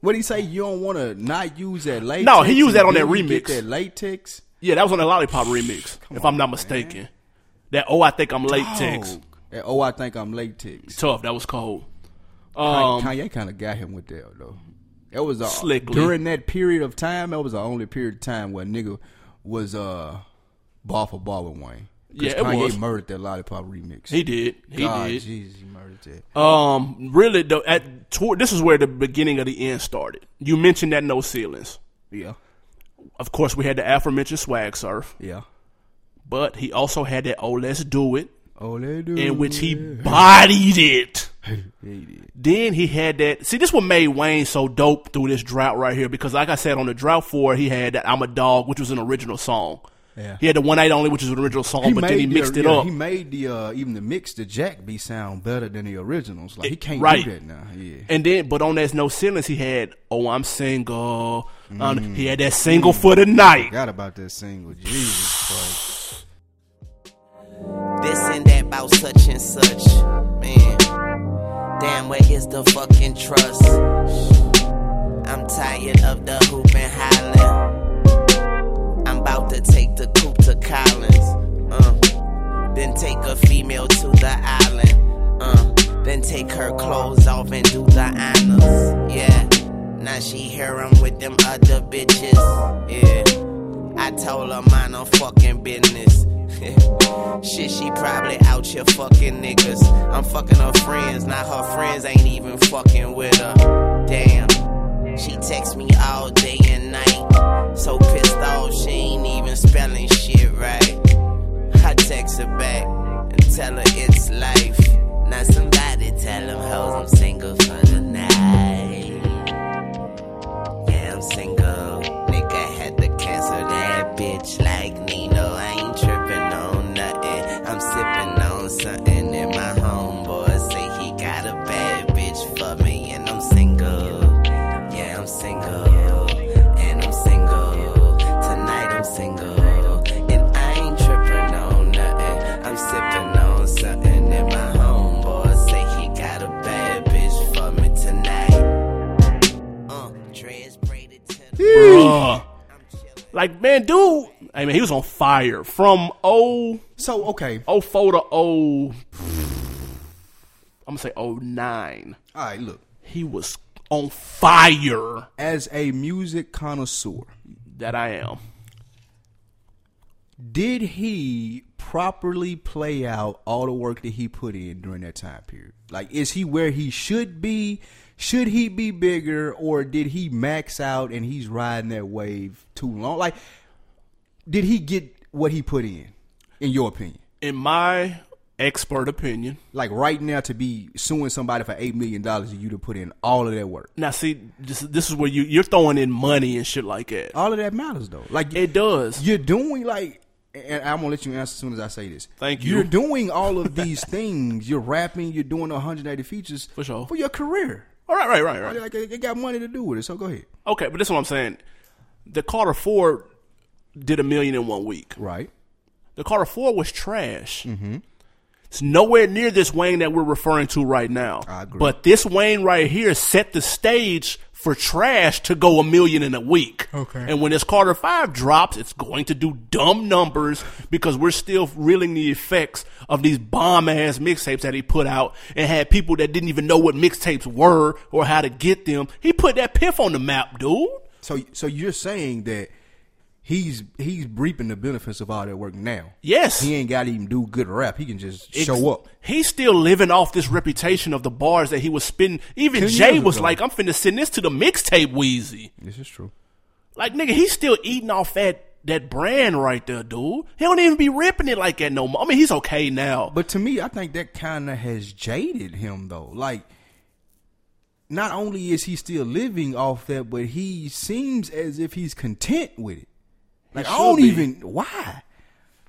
[SPEAKER 1] What did he say? You don't want to not use that latex.
[SPEAKER 2] No, he used that
[SPEAKER 1] and
[SPEAKER 2] on that
[SPEAKER 1] then you get
[SPEAKER 2] remix.
[SPEAKER 1] that latex.
[SPEAKER 2] Yeah, that was on the Lollipop remix, if I'm not mistaken. That oh, I think I'm late text.
[SPEAKER 1] Oh, that- oh, I think I'm latex.
[SPEAKER 2] Tough. That was cold.
[SPEAKER 1] Kanye-
[SPEAKER 2] Um,
[SPEAKER 1] Kanye kind of got him with that though. That was uh,
[SPEAKER 2] Slickly.
[SPEAKER 1] during that period of time. That was the only period of time where nigga was uh ball for ball with Wayne. 'Cause
[SPEAKER 2] Yeah, it
[SPEAKER 1] Kanye
[SPEAKER 2] was.
[SPEAKER 1] murdered that lollipop remix.
[SPEAKER 2] he did. He
[SPEAKER 1] God,
[SPEAKER 2] did.
[SPEAKER 1] Jesus, he murdered that.
[SPEAKER 2] Um, really, though, at toward, this is where the beginning of the end started. You mentioned that no ceilings.
[SPEAKER 1] yeah,
[SPEAKER 2] Of course, we had the aforementioned swag surf,
[SPEAKER 1] yeah.
[SPEAKER 2] but he also had that oh let's do it,
[SPEAKER 1] Oh, they do.
[SPEAKER 2] in which he bodied it.
[SPEAKER 1] Mm. He did.
[SPEAKER 2] Then he had that. See, this what made Wayne so dope through this drought right here. Because, like I said, on the drought four, he had that "I'm a Dog," which was an original song.
[SPEAKER 1] Yeah.
[SPEAKER 2] He had the "One Night Only," which was an original song, but then he
[SPEAKER 1] the-
[SPEAKER 2] mixed it
[SPEAKER 1] yeah,
[SPEAKER 2] up.
[SPEAKER 1] He made the uh, even the mix, the Jack B sound better than the originals. Like he can't
[SPEAKER 2] right.
[SPEAKER 1] do that now. Yeah,
[SPEAKER 2] and then, but on that "No Ceilings," he had "Oh I'm Single." Um, he had
[SPEAKER 1] Mm.
[SPEAKER 2] that single for the night.
[SPEAKER 1] forgot about that single. Jesus Christ.
[SPEAKER 8] This and that about such and such. Man, damn, where is the fucking trust? I'm tired of the hoop and hollering. I'm about to take the coupe to Collins. Uh, then take a female to the island. Uh, then take her clothes off and do the honors. Yeah, now she hear 'em with them other bitches. Yeah. I told her mind her fucking business. Shit, she probably out here fucking niggas. I'm fucking her friends, now her friends ain't even fucking with her. Damn. She texts me all day and night. So pissed off, she ain't even spelling shit right. I text her back and tell her it's life. Now somebody tell them hoes I'm single for the night. Yeah, I'm single. Nigga had to cancel that bitch like Nino. I ain't tripping on nothing. I'm sipping on something, and my homeboy say he got a bad bitch for me, and I'm single. Yeah, I'm single, and I'm single. Tonight I'm single, and I ain't tripping on nothing. I'm sipping on something, and my homeboy say he got a bad bitch for me tonight. Uh, dreads braided to the
[SPEAKER 2] Bruh. Uh. Like, man, dude, I mean, he was on fire from 0,
[SPEAKER 1] So okay,
[SPEAKER 2] 04 to 0, I'm going to say 09.
[SPEAKER 1] all right. Look,
[SPEAKER 2] He was on fire
[SPEAKER 1] as a music connoisseur,
[SPEAKER 2] that I am.
[SPEAKER 1] did he properly play out all the work that he put in during that time period? Like, is he where he should be? Should he be bigger, or did he max out and he's riding that wave too long? Like, did he get what he put in? In your opinion,
[SPEAKER 2] In my expert opinion.
[SPEAKER 1] like right now to be suing somebody for eight million dollars, you to put in all of that work,
[SPEAKER 2] Now, see, this, this is where you, you're throwing in money and shit like that.
[SPEAKER 1] all of that matters though. Like,
[SPEAKER 2] It does.
[SPEAKER 1] you're doing like and I'm gonna let you answer as soon as I say this.
[SPEAKER 2] Thank you.
[SPEAKER 1] You're doing all of these things. You're rapping. You're doing 180 features
[SPEAKER 2] For sure.
[SPEAKER 1] for your career.
[SPEAKER 2] All right, right, right, right.
[SPEAKER 1] Like it it got money to do with it. So go ahead.
[SPEAKER 2] Okay, but this is what I'm saying. The Carter Ford did a million in one week.
[SPEAKER 1] Right.
[SPEAKER 2] The Carter Four was trash.
[SPEAKER 1] Mm-hmm.
[SPEAKER 2] It's nowhere near this Wayne that we're referring to right now.
[SPEAKER 1] I agree.
[SPEAKER 2] But this Wayne right here set the stage for trash to go a million in a week.
[SPEAKER 9] Okay.
[SPEAKER 2] And when this Carter Five drops, it's going to do dumb numbers because we're still reeling the effects of these bomb ass mixtapes that he put out and had people that didn't even know what mixtapes were or how to get them. He put that piff on the map, dude.
[SPEAKER 1] So so you're saying that he's he's reaping the benefits of all that work now.
[SPEAKER 2] Yes.
[SPEAKER 1] He ain't got to even do good rap. He can just
[SPEAKER 2] Ex-
[SPEAKER 1] show up.
[SPEAKER 2] He's still living off this reputation of the bars that he was spitting. Even
[SPEAKER 1] Ten
[SPEAKER 2] Jay
[SPEAKER 1] years
[SPEAKER 2] was
[SPEAKER 1] ago.
[SPEAKER 2] like, I'm finna send this to the mixtape Wheezy.
[SPEAKER 1] This is true.
[SPEAKER 2] Like, nigga, he's still eating off that, that brand right there, dude. He don't even be ripping it like that no more. I mean, he's okay now.
[SPEAKER 1] But to me, I think that kind of has jaded him though. Like not only is he still living off that, but he seems as if he's content with it. Like I
[SPEAKER 2] should
[SPEAKER 1] don't
[SPEAKER 2] be.
[SPEAKER 1] even why.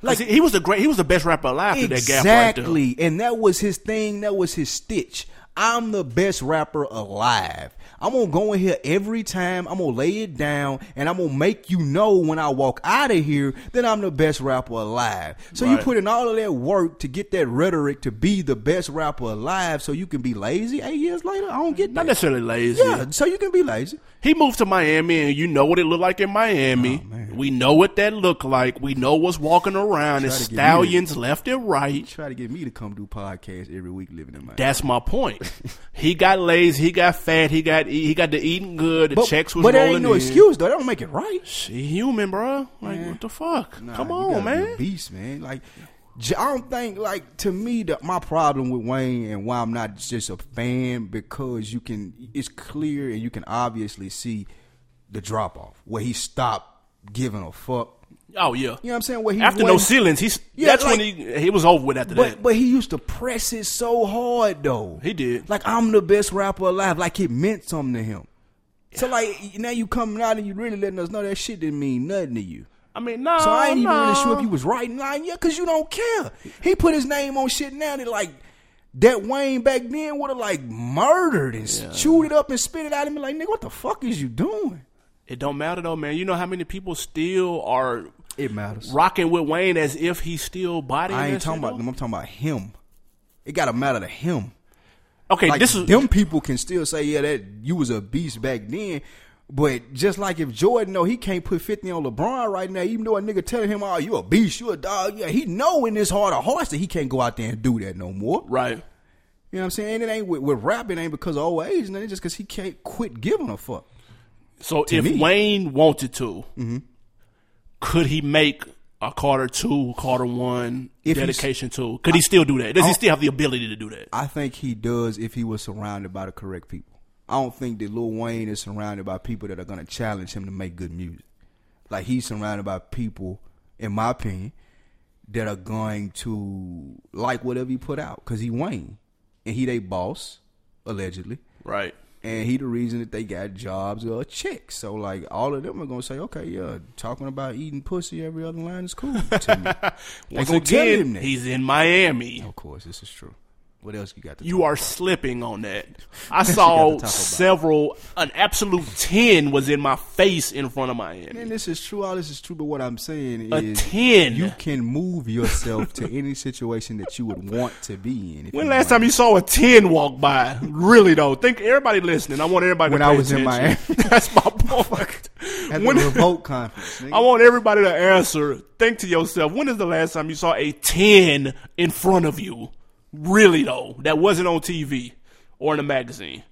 [SPEAKER 2] Like, he he was the great, he was the best rapper alive through that gap right there.
[SPEAKER 1] Exactly. and that was his thing. That was his stitch. I'm the best rapper alive. I'm going to go in here every time. I'm going to lay it down and I'm going to make you know when I walk out of here that I'm the best rapper alive. So you
[SPEAKER 2] Right.
[SPEAKER 1] put in all of that work to get that rhetoric to be the best rapper alive so you can be lazy eight years later. I don't get
[SPEAKER 2] Not
[SPEAKER 1] that.
[SPEAKER 2] necessarily lazy.
[SPEAKER 1] Yeah, so you can be lazy.
[SPEAKER 2] He moved to Miami, and you know what it looked like in
[SPEAKER 1] Oh,
[SPEAKER 2] Miami. we know what that looked like. We know what's walking around.
[SPEAKER 1] to
[SPEAKER 2] It's
[SPEAKER 1] get me to-
[SPEAKER 2] stallions left and right.
[SPEAKER 1] Try to get me to come do podcasts every week living in my
[SPEAKER 2] That's my point. he got lazy. He got fat. He got e- he got to eating good. The checks was
[SPEAKER 1] but that
[SPEAKER 2] rolling
[SPEAKER 1] ain't no
[SPEAKER 2] in.
[SPEAKER 1] excuse though. That don't make it right.
[SPEAKER 2] She human, bro. Like what the fuck?
[SPEAKER 1] Nah,
[SPEAKER 2] Come
[SPEAKER 1] you
[SPEAKER 2] on,
[SPEAKER 1] gotta be a
[SPEAKER 2] man.
[SPEAKER 1] beast, man. Like, j- I don't think like to me that my problem with Wayne and why I'm not just a fan because you can it's clear and you can obviously see the drop off where he stopped giving a fuck.
[SPEAKER 2] oh yeah.
[SPEAKER 1] You know what I'm saying? Where he
[SPEAKER 2] after no
[SPEAKER 1] wasn't-
[SPEAKER 2] ceilings, he's
[SPEAKER 1] Yeah,
[SPEAKER 2] that's
[SPEAKER 1] like-
[SPEAKER 2] when he he was over with after
[SPEAKER 1] But
[SPEAKER 2] that.
[SPEAKER 1] but he used to press it so hard though.
[SPEAKER 2] He did.
[SPEAKER 1] Like I'm the best rapper alive. Like it meant something to him. So like now you coming out and you really letting us know that shit didn't mean nothing to you.
[SPEAKER 2] I mean, no.
[SPEAKER 1] So I ain't even
[SPEAKER 2] no.
[SPEAKER 1] really sure if you was right in line yet, cause you don't care. He put his name on shit now that like that Wayne back then would have like murdered and s chewed it up and spit it out and be like, nigga, what the fuck is you doing?
[SPEAKER 2] It don't matter though, man. You know how many people still are
[SPEAKER 1] It matters.
[SPEAKER 2] rocking with Wayne as if he's still bodying.
[SPEAKER 1] I
[SPEAKER 2] that
[SPEAKER 1] ain't
[SPEAKER 2] shit,
[SPEAKER 1] talking about
[SPEAKER 2] though?
[SPEAKER 1] them. I'm talking about him. It gotta matter to him.
[SPEAKER 2] Okay,
[SPEAKER 1] Like
[SPEAKER 2] this is
[SPEAKER 1] them people can still say, yeah, that you was a beast back then. But just like if Jordan know he can't put 50 on LeBron right now, even though a nigga telling him, oh, you a beast, you a dog. Yeah, he know in his heart of hearts that he can't go out there and do that no more.
[SPEAKER 2] right.
[SPEAKER 1] You know what I'm saying? And it ain't with, with rap, it ain't because of old age, and it's just because he can't quit giving a fuck.
[SPEAKER 2] So if
[SPEAKER 1] me. Mm-hmm.
[SPEAKER 2] Wayne wanted to, could he make a Carter two, Carter one
[SPEAKER 1] If he's-
[SPEAKER 2] dedication to? Could he still do that? Does he still have the ability to do that?
[SPEAKER 1] I think he does if he was surrounded by the correct people. I don't think that Lil Wayne is surrounded by people that are going to challenge him to make good music. Like he's surrounded by people, in my opinion, that are going to like whatever he put out because he Wayne and he they boss allegedly.
[SPEAKER 2] Right.
[SPEAKER 1] and he the reason that they got jobs or chicks. So like all of them are gonna say, okay, yeah, talking about eating pussy every other line is cool to me. they
[SPEAKER 2] Once
[SPEAKER 1] gonna tell
[SPEAKER 2] again,
[SPEAKER 1] him that.
[SPEAKER 2] he's in Miami.
[SPEAKER 1] of course, this is true. What else you got to?
[SPEAKER 2] You
[SPEAKER 1] talk
[SPEAKER 2] are
[SPEAKER 1] about?
[SPEAKER 2] slipping on that. I
[SPEAKER 1] got to
[SPEAKER 2] saw
[SPEAKER 1] talk about.
[SPEAKER 2] several, an absolute ten was in my face in front of Miami.
[SPEAKER 1] And this is true. All this is true. But what I'm saying
[SPEAKER 2] A
[SPEAKER 1] is,
[SPEAKER 2] ten.
[SPEAKER 1] you can move yourself to any situation that you would want to be in. if
[SPEAKER 2] when
[SPEAKER 1] you want.
[SPEAKER 2] last time you saw a ten walk by? Really though, think everybody listening. I want everybody
[SPEAKER 1] When
[SPEAKER 2] to
[SPEAKER 1] I
[SPEAKER 2] pay
[SPEAKER 1] was in
[SPEAKER 2] attention. That's my point.
[SPEAKER 1] at the
[SPEAKER 2] When-
[SPEAKER 1] revolt conference, nigga.
[SPEAKER 2] I want everybody to answer. Think to yourself, when is the last time you saw a 10 in front of you? Really, though, that wasn't on TV or in a magazine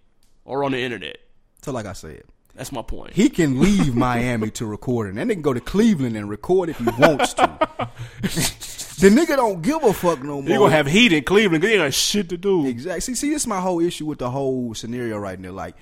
[SPEAKER 2] or on the internet.
[SPEAKER 1] so like I said.
[SPEAKER 2] That's my point.
[SPEAKER 1] He can leave Miami to record, and then they can go to Cleveland and record if he wants to. the nigga don't give a fuck no more.
[SPEAKER 2] You're going to have heat in Cleveland 'cause you ain't got shit to do.
[SPEAKER 1] Exactly. See, see, this is my whole issue with the whole scenario right now. Like,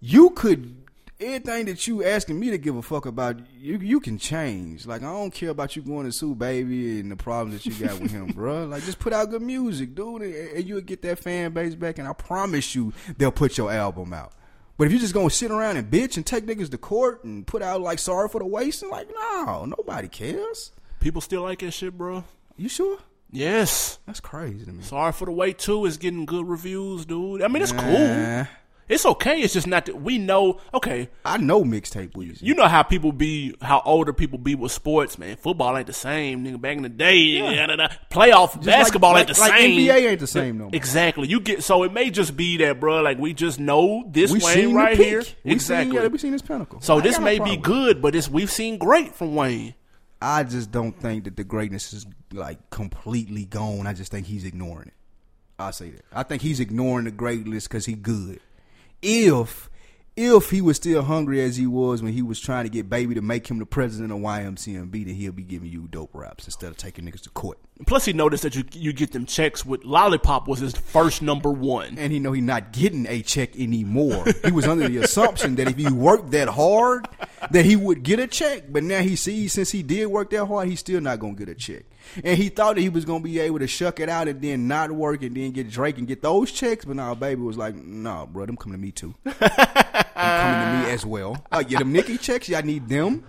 [SPEAKER 1] you could everything that you asking me to give a fuck about, you you can change. Like, I don't care about you going to sue baby and the problems that you got with him, bruh. Like, just put out good music, dude, and, and you'll get that fan base back. And I promise you, they'll put your album out. But if you just gonna sit around and bitch and take niggas to court and put out like sorry for the waste and like, no, nobody cares.
[SPEAKER 2] People still like that shit, bro.
[SPEAKER 1] You sure?
[SPEAKER 2] Yes.
[SPEAKER 1] That's crazy to me.
[SPEAKER 2] Sorry for the wait, too. It's getting good reviews, dude. I mean, it's cool.
[SPEAKER 1] Nah.
[SPEAKER 2] It's okay. It's just not that we know. Okay,
[SPEAKER 1] I know mixtape Weezy.
[SPEAKER 2] you know how people be, how older people be with sports, man. Football ain't the same, nigga. Back in the day, da, da, da. playoff basketball
[SPEAKER 1] like-
[SPEAKER 2] ain't the
[SPEAKER 1] like
[SPEAKER 2] same.
[SPEAKER 1] NBA ain't the same no more.
[SPEAKER 2] Exactly. You get so it may just be that, bro. Like we just know this
[SPEAKER 1] we
[SPEAKER 2] Wayne
[SPEAKER 1] seen the
[SPEAKER 2] right
[SPEAKER 1] peak.
[SPEAKER 2] here.
[SPEAKER 1] We
[SPEAKER 2] exactly.
[SPEAKER 1] Seen, yeah, we seen his pinnacle.
[SPEAKER 2] so
[SPEAKER 1] I
[SPEAKER 2] this
[SPEAKER 1] got no
[SPEAKER 2] may be
[SPEAKER 1] problem.
[SPEAKER 2] good, but it's we've seen great from Wayne.
[SPEAKER 1] I just don't think that the greatness is like completely gone. I just think he's ignoring it. I say that. I think he's ignoring the greatness because he good. If if he was still hungry as he was when he was trying to get baby to make him the president of YMCMB, then he'll be giving you dope raps instead of taking niggas to court.
[SPEAKER 2] Plus, he noticed that you you get them checks with Lollipop was his first number one.
[SPEAKER 1] And he know he not getting a check anymore. he was under the assumption that if you worked that hard, that he would get a check. But now he sees since he did work that hard, he's still not gonna get a check. And he thought that he was gonna be able to shuck it out and then not work and then get Drake and get those checks. But now baby was like, no, nah, bro, them coming to me too. them coming to me as well. Oh yeah, them Nicki checks, y'all need them.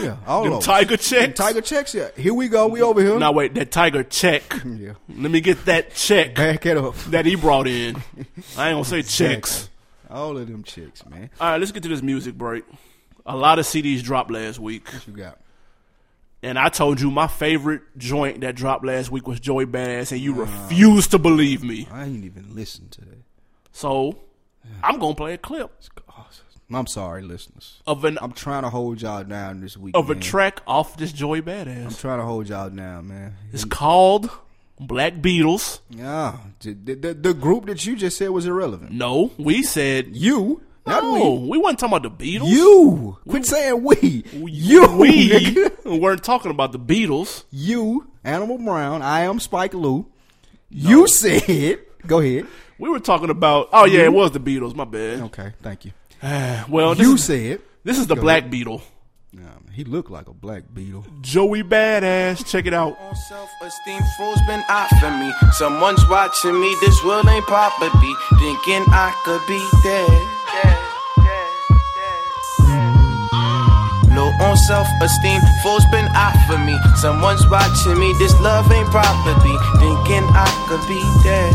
[SPEAKER 1] Yeah, all
[SPEAKER 2] Them
[SPEAKER 1] of us.
[SPEAKER 2] Tiger
[SPEAKER 1] Them
[SPEAKER 2] checks.
[SPEAKER 1] Tiger checks. Yeah, here we go. We over here.
[SPEAKER 2] Now wait, that Tiger check.
[SPEAKER 1] Yeah.
[SPEAKER 2] Let me get that check.
[SPEAKER 1] Back it up.
[SPEAKER 2] that he brought in. I ain't gonna say chicks.
[SPEAKER 1] All of them chicks, man.
[SPEAKER 2] All right, let's get to this music break. A lot of CDs dropped last week,
[SPEAKER 1] You got.
[SPEAKER 2] and I told you my favorite joint that dropped last week was Joey Badass, and you refused to believe me.
[SPEAKER 1] I ain't even listen to that.
[SPEAKER 2] So I'm gonna play a clip
[SPEAKER 1] I'm sorry, listeners.
[SPEAKER 2] of an
[SPEAKER 1] I'm trying to hold y'all down this week.
[SPEAKER 2] of a
[SPEAKER 1] man.
[SPEAKER 2] track off this Joey
[SPEAKER 1] I'm
[SPEAKER 2] Badass.
[SPEAKER 1] trying to hold y'all down, man.
[SPEAKER 2] It's called Black Beatles.
[SPEAKER 1] Yeah, the, the, the group that you just said was irrelevant.
[SPEAKER 2] No, we said
[SPEAKER 1] You, not
[SPEAKER 2] no. We wasn't talking about the Beatles.
[SPEAKER 1] we. You quit saying we. You,
[SPEAKER 2] we
[SPEAKER 1] nigga.
[SPEAKER 2] weren't talking about the Beatles.
[SPEAKER 1] you, Animal Brown. I am Spike Lou. You said. Go ahead.
[SPEAKER 2] We were talking about oh yeah, it was the Beatles. My bad.
[SPEAKER 1] Okay, thank you.
[SPEAKER 2] Well, this
[SPEAKER 1] You
[SPEAKER 2] is-
[SPEAKER 1] said.
[SPEAKER 2] This is the
[SPEAKER 1] Go
[SPEAKER 2] Black Beetle.
[SPEAKER 1] Nah, man, he looked like a black beetle.
[SPEAKER 2] Joey Badass. Check it out.
[SPEAKER 9] On self-esteem froze been out for me. Someone's watching me. This world ain't proper. Be thinking I could be dead. Low on self-esteem, fools been out for me. Someone's watching me. This love ain't proper. Be thinking I could be dead.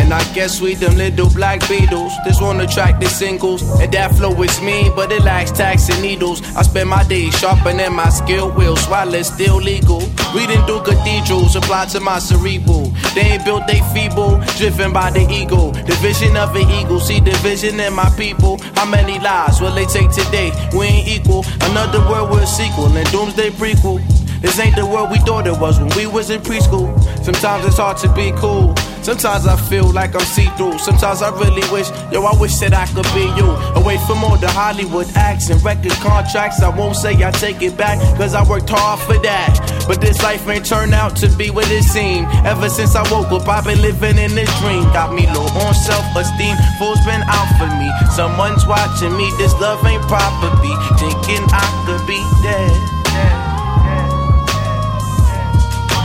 [SPEAKER 9] And I guess we them little black beetles. This one attract the singles. And that flow is mean, but it lacks tax and needles. I spend my days sharpening my skill wheels while it's still legal. Reading through cathedrals, applied to my cerebral. They ain't built they feeble, driven by the ego. The vision of an eagle, see the vision in my people. How many lives will they take today? We ain't equal. Another world with a sequel and doomsday prequel. This ain't the world we thought it was when we was in preschool. Sometimes it's hard to be cool. Sometimes I feel like I'm see through. Sometimes I really wish, yo, I wish that I could be you. Away from all the Hollywood acts and record contracts. I won't say I take it back, cause I worked hard for that. But this life ain't turned out to be what it seemed. Ever since I woke up, I've been living in this dream. Got me low on self esteem. Fools been out for me. Someone's watching me. This love ain't proper. Be thinking I could be dead.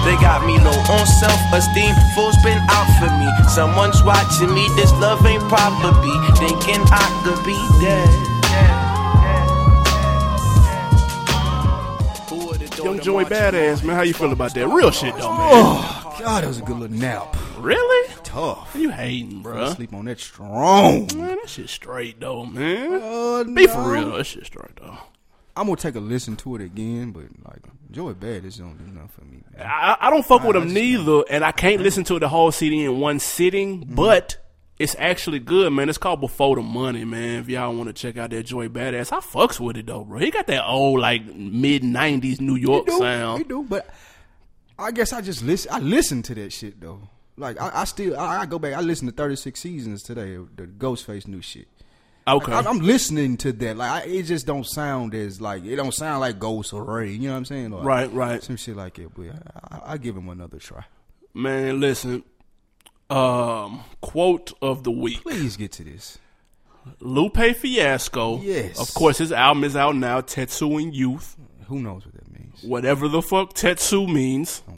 [SPEAKER 9] They got me low on self esteem. Fools been out for me. Someone's watching me. This love ain't proper. Be thinking I could be dead. Who would've thought
[SPEAKER 2] Young
[SPEAKER 9] a
[SPEAKER 2] Joey
[SPEAKER 9] marching
[SPEAKER 2] Badass,
[SPEAKER 9] on?
[SPEAKER 2] man. How you feel about that? Real shit though, man.
[SPEAKER 1] Oh God, that was a good little nap.
[SPEAKER 2] Really?
[SPEAKER 1] Tough.
[SPEAKER 2] You hating, bro?
[SPEAKER 1] Sleep on that strong.
[SPEAKER 2] Man, that shit straight though, man.
[SPEAKER 1] Uh,
[SPEAKER 2] Be
[SPEAKER 1] no.
[SPEAKER 2] for real, that shit straight though.
[SPEAKER 1] I'm gonna take a listen to it again, but like Joey Bad is don't do nothing for me. Man.
[SPEAKER 2] I, I don't fuck with him neither, and I can't listen to the whole CD in one sitting,
[SPEAKER 1] Mm-hmm.
[SPEAKER 2] but it's actually good, man. It's called Before the Money, man. If y'all want to check out that Joey Badass, I fucks with it though, bro. He got that old like mid '90s New York
[SPEAKER 1] do,
[SPEAKER 2] sound.
[SPEAKER 1] you do, but I guess I just listen. I listen to that shit though. Like I, I still, I, I go back. I listen to 36 seasons today. The Ghostface new shit.
[SPEAKER 2] Okay,
[SPEAKER 1] I, I'm listening to that. Like I, it just don't sound as like it don't sound like Ghost or Ray. You know what I'm saying? Like,
[SPEAKER 2] Right, right.
[SPEAKER 1] Some shit like it. But I, I, I give him another try.
[SPEAKER 2] man. Listen, um, quote of the week.
[SPEAKER 1] Please get to this.
[SPEAKER 2] Lupe Fiasco.
[SPEAKER 1] Yes.
[SPEAKER 2] Of course, his album is out now, Tetsu and Youth,
[SPEAKER 1] Who knows what that means?
[SPEAKER 2] whatever the fuck Tetsu means.
[SPEAKER 1] Okay.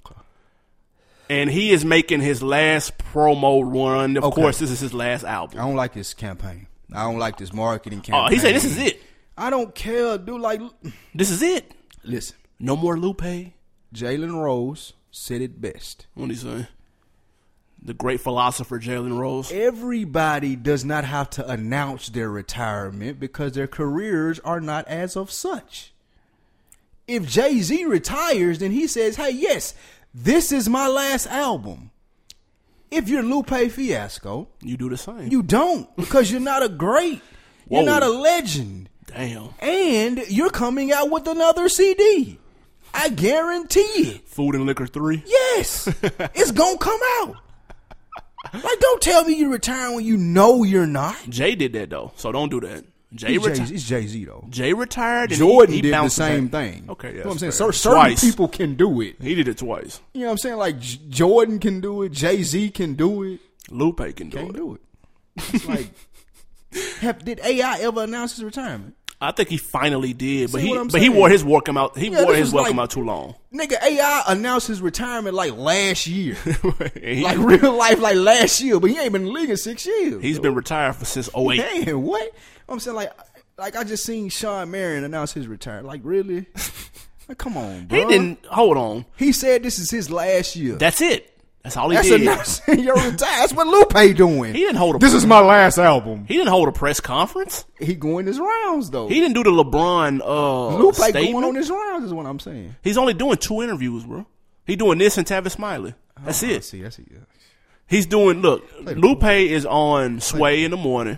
[SPEAKER 2] And he is making his last promo run. Of
[SPEAKER 1] Okay.
[SPEAKER 2] course, this is his last
[SPEAKER 1] I
[SPEAKER 2] album.
[SPEAKER 1] don't like this campaign. I don't like this marketing campaign.
[SPEAKER 2] Oh, he said, This is it.
[SPEAKER 1] I don't care, dude. Like, l-
[SPEAKER 2] This is it.
[SPEAKER 1] listen,
[SPEAKER 2] No more Lupe.
[SPEAKER 1] Jalen Rose said it best.
[SPEAKER 2] What he say? the great philosopher Jalen Rose.
[SPEAKER 1] Everybody does not have to announce their retirement because their careers are not as of such. If Jay Z retires, then he says, hey, yes, this is my last album. If you're Lupe Fiasco,
[SPEAKER 2] You do the same.
[SPEAKER 1] you don't because you're not a great, you're
[SPEAKER 2] Whoa.
[SPEAKER 1] not a legend,
[SPEAKER 2] Damn.
[SPEAKER 1] and you're coming out with another CD. I guarantee it.
[SPEAKER 2] Food and Liquor 3.
[SPEAKER 1] Yes, it's gonna come out. Like, don't tell me you retiring when you know you're not.
[SPEAKER 2] Jay did that, though, so don't do that. Jay,
[SPEAKER 1] It's
[SPEAKER 2] retired.
[SPEAKER 1] Jay- it's Jay Z though.
[SPEAKER 2] Jay retired. And
[SPEAKER 1] Jordan
[SPEAKER 2] he, he
[SPEAKER 1] did the
[SPEAKER 2] bounced
[SPEAKER 1] same
[SPEAKER 2] back.
[SPEAKER 1] thing.
[SPEAKER 2] Okay,
[SPEAKER 1] you
[SPEAKER 2] yeah,
[SPEAKER 1] know what I'm saying.
[SPEAKER 2] that's
[SPEAKER 1] Cer-
[SPEAKER 2] fair.
[SPEAKER 1] certain
[SPEAKER 2] Twice.
[SPEAKER 1] people can do it.
[SPEAKER 2] He did it twice.
[SPEAKER 1] You know what I'm saying? Like J- Jordan can do it. Jay Z can do it.
[SPEAKER 2] Lupe can do
[SPEAKER 1] Can't
[SPEAKER 2] it.
[SPEAKER 1] do it. It's like, have, did AI ever announce his retirement?
[SPEAKER 2] I think he finally did, but
[SPEAKER 1] See
[SPEAKER 2] he
[SPEAKER 1] what I'm
[SPEAKER 2] but he
[SPEAKER 1] saying?
[SPEAKER 2] wore his welcome out. He
[SPEAKER 1] Yeah,
[SPEAKER 2] wore
[SPEAKER 1] this
[SPEAKER 2] his
[SPEAKER 1] is
[SPEAKER 2] welcome
[SPEAKER 1] like-
[SPEAKER 2] out too long.
[SPEAKER 1] Nigga, AI announced his retirement like last year,
[SPEAKER 2] And he,
[SPEAKER 1] like real life, like last year. But he ain't been in the league in six years.
[SPEAKER 2] has been retired for since 08.
[SPEAKER 1] Damn, what? I'm saying like, like I just seen Sean Marion announce his retirement. Like, really? like, come on, bro.
[SPEAKER 2] He didn't. Hold on.
[SPEAKER 1] He said this is his last year.
[SPEAKER 2] That's it. That's all he
[SPEAKER 1] That's
[SPEAKER 2] did.
[SPEAKER 1] announcing your retirement. That's what Lupe doing.
[SPEAKER 2] He didn't hold a.
[SPEAKER 3] This is my last album.
[SPEAKER 2] he didn't hold a press conference.
[SPEAKER 1] He going his rounds though.
[SPEAKER 2] He didn't do the LeBron uh
[SPEAKER 1] Lupe
[SPEAKER 2] statement.
[SPEAKER 1] going on his rounds is what I'm saying.
[SPEAKER 2] He's only doing two interviews, bro. He doing this and Tavis Smiley. That's it.
[SPEAKER 1] See, that's it.
[SPEAKER 2] He's doing. Look, Lupe is on Sway in the morning,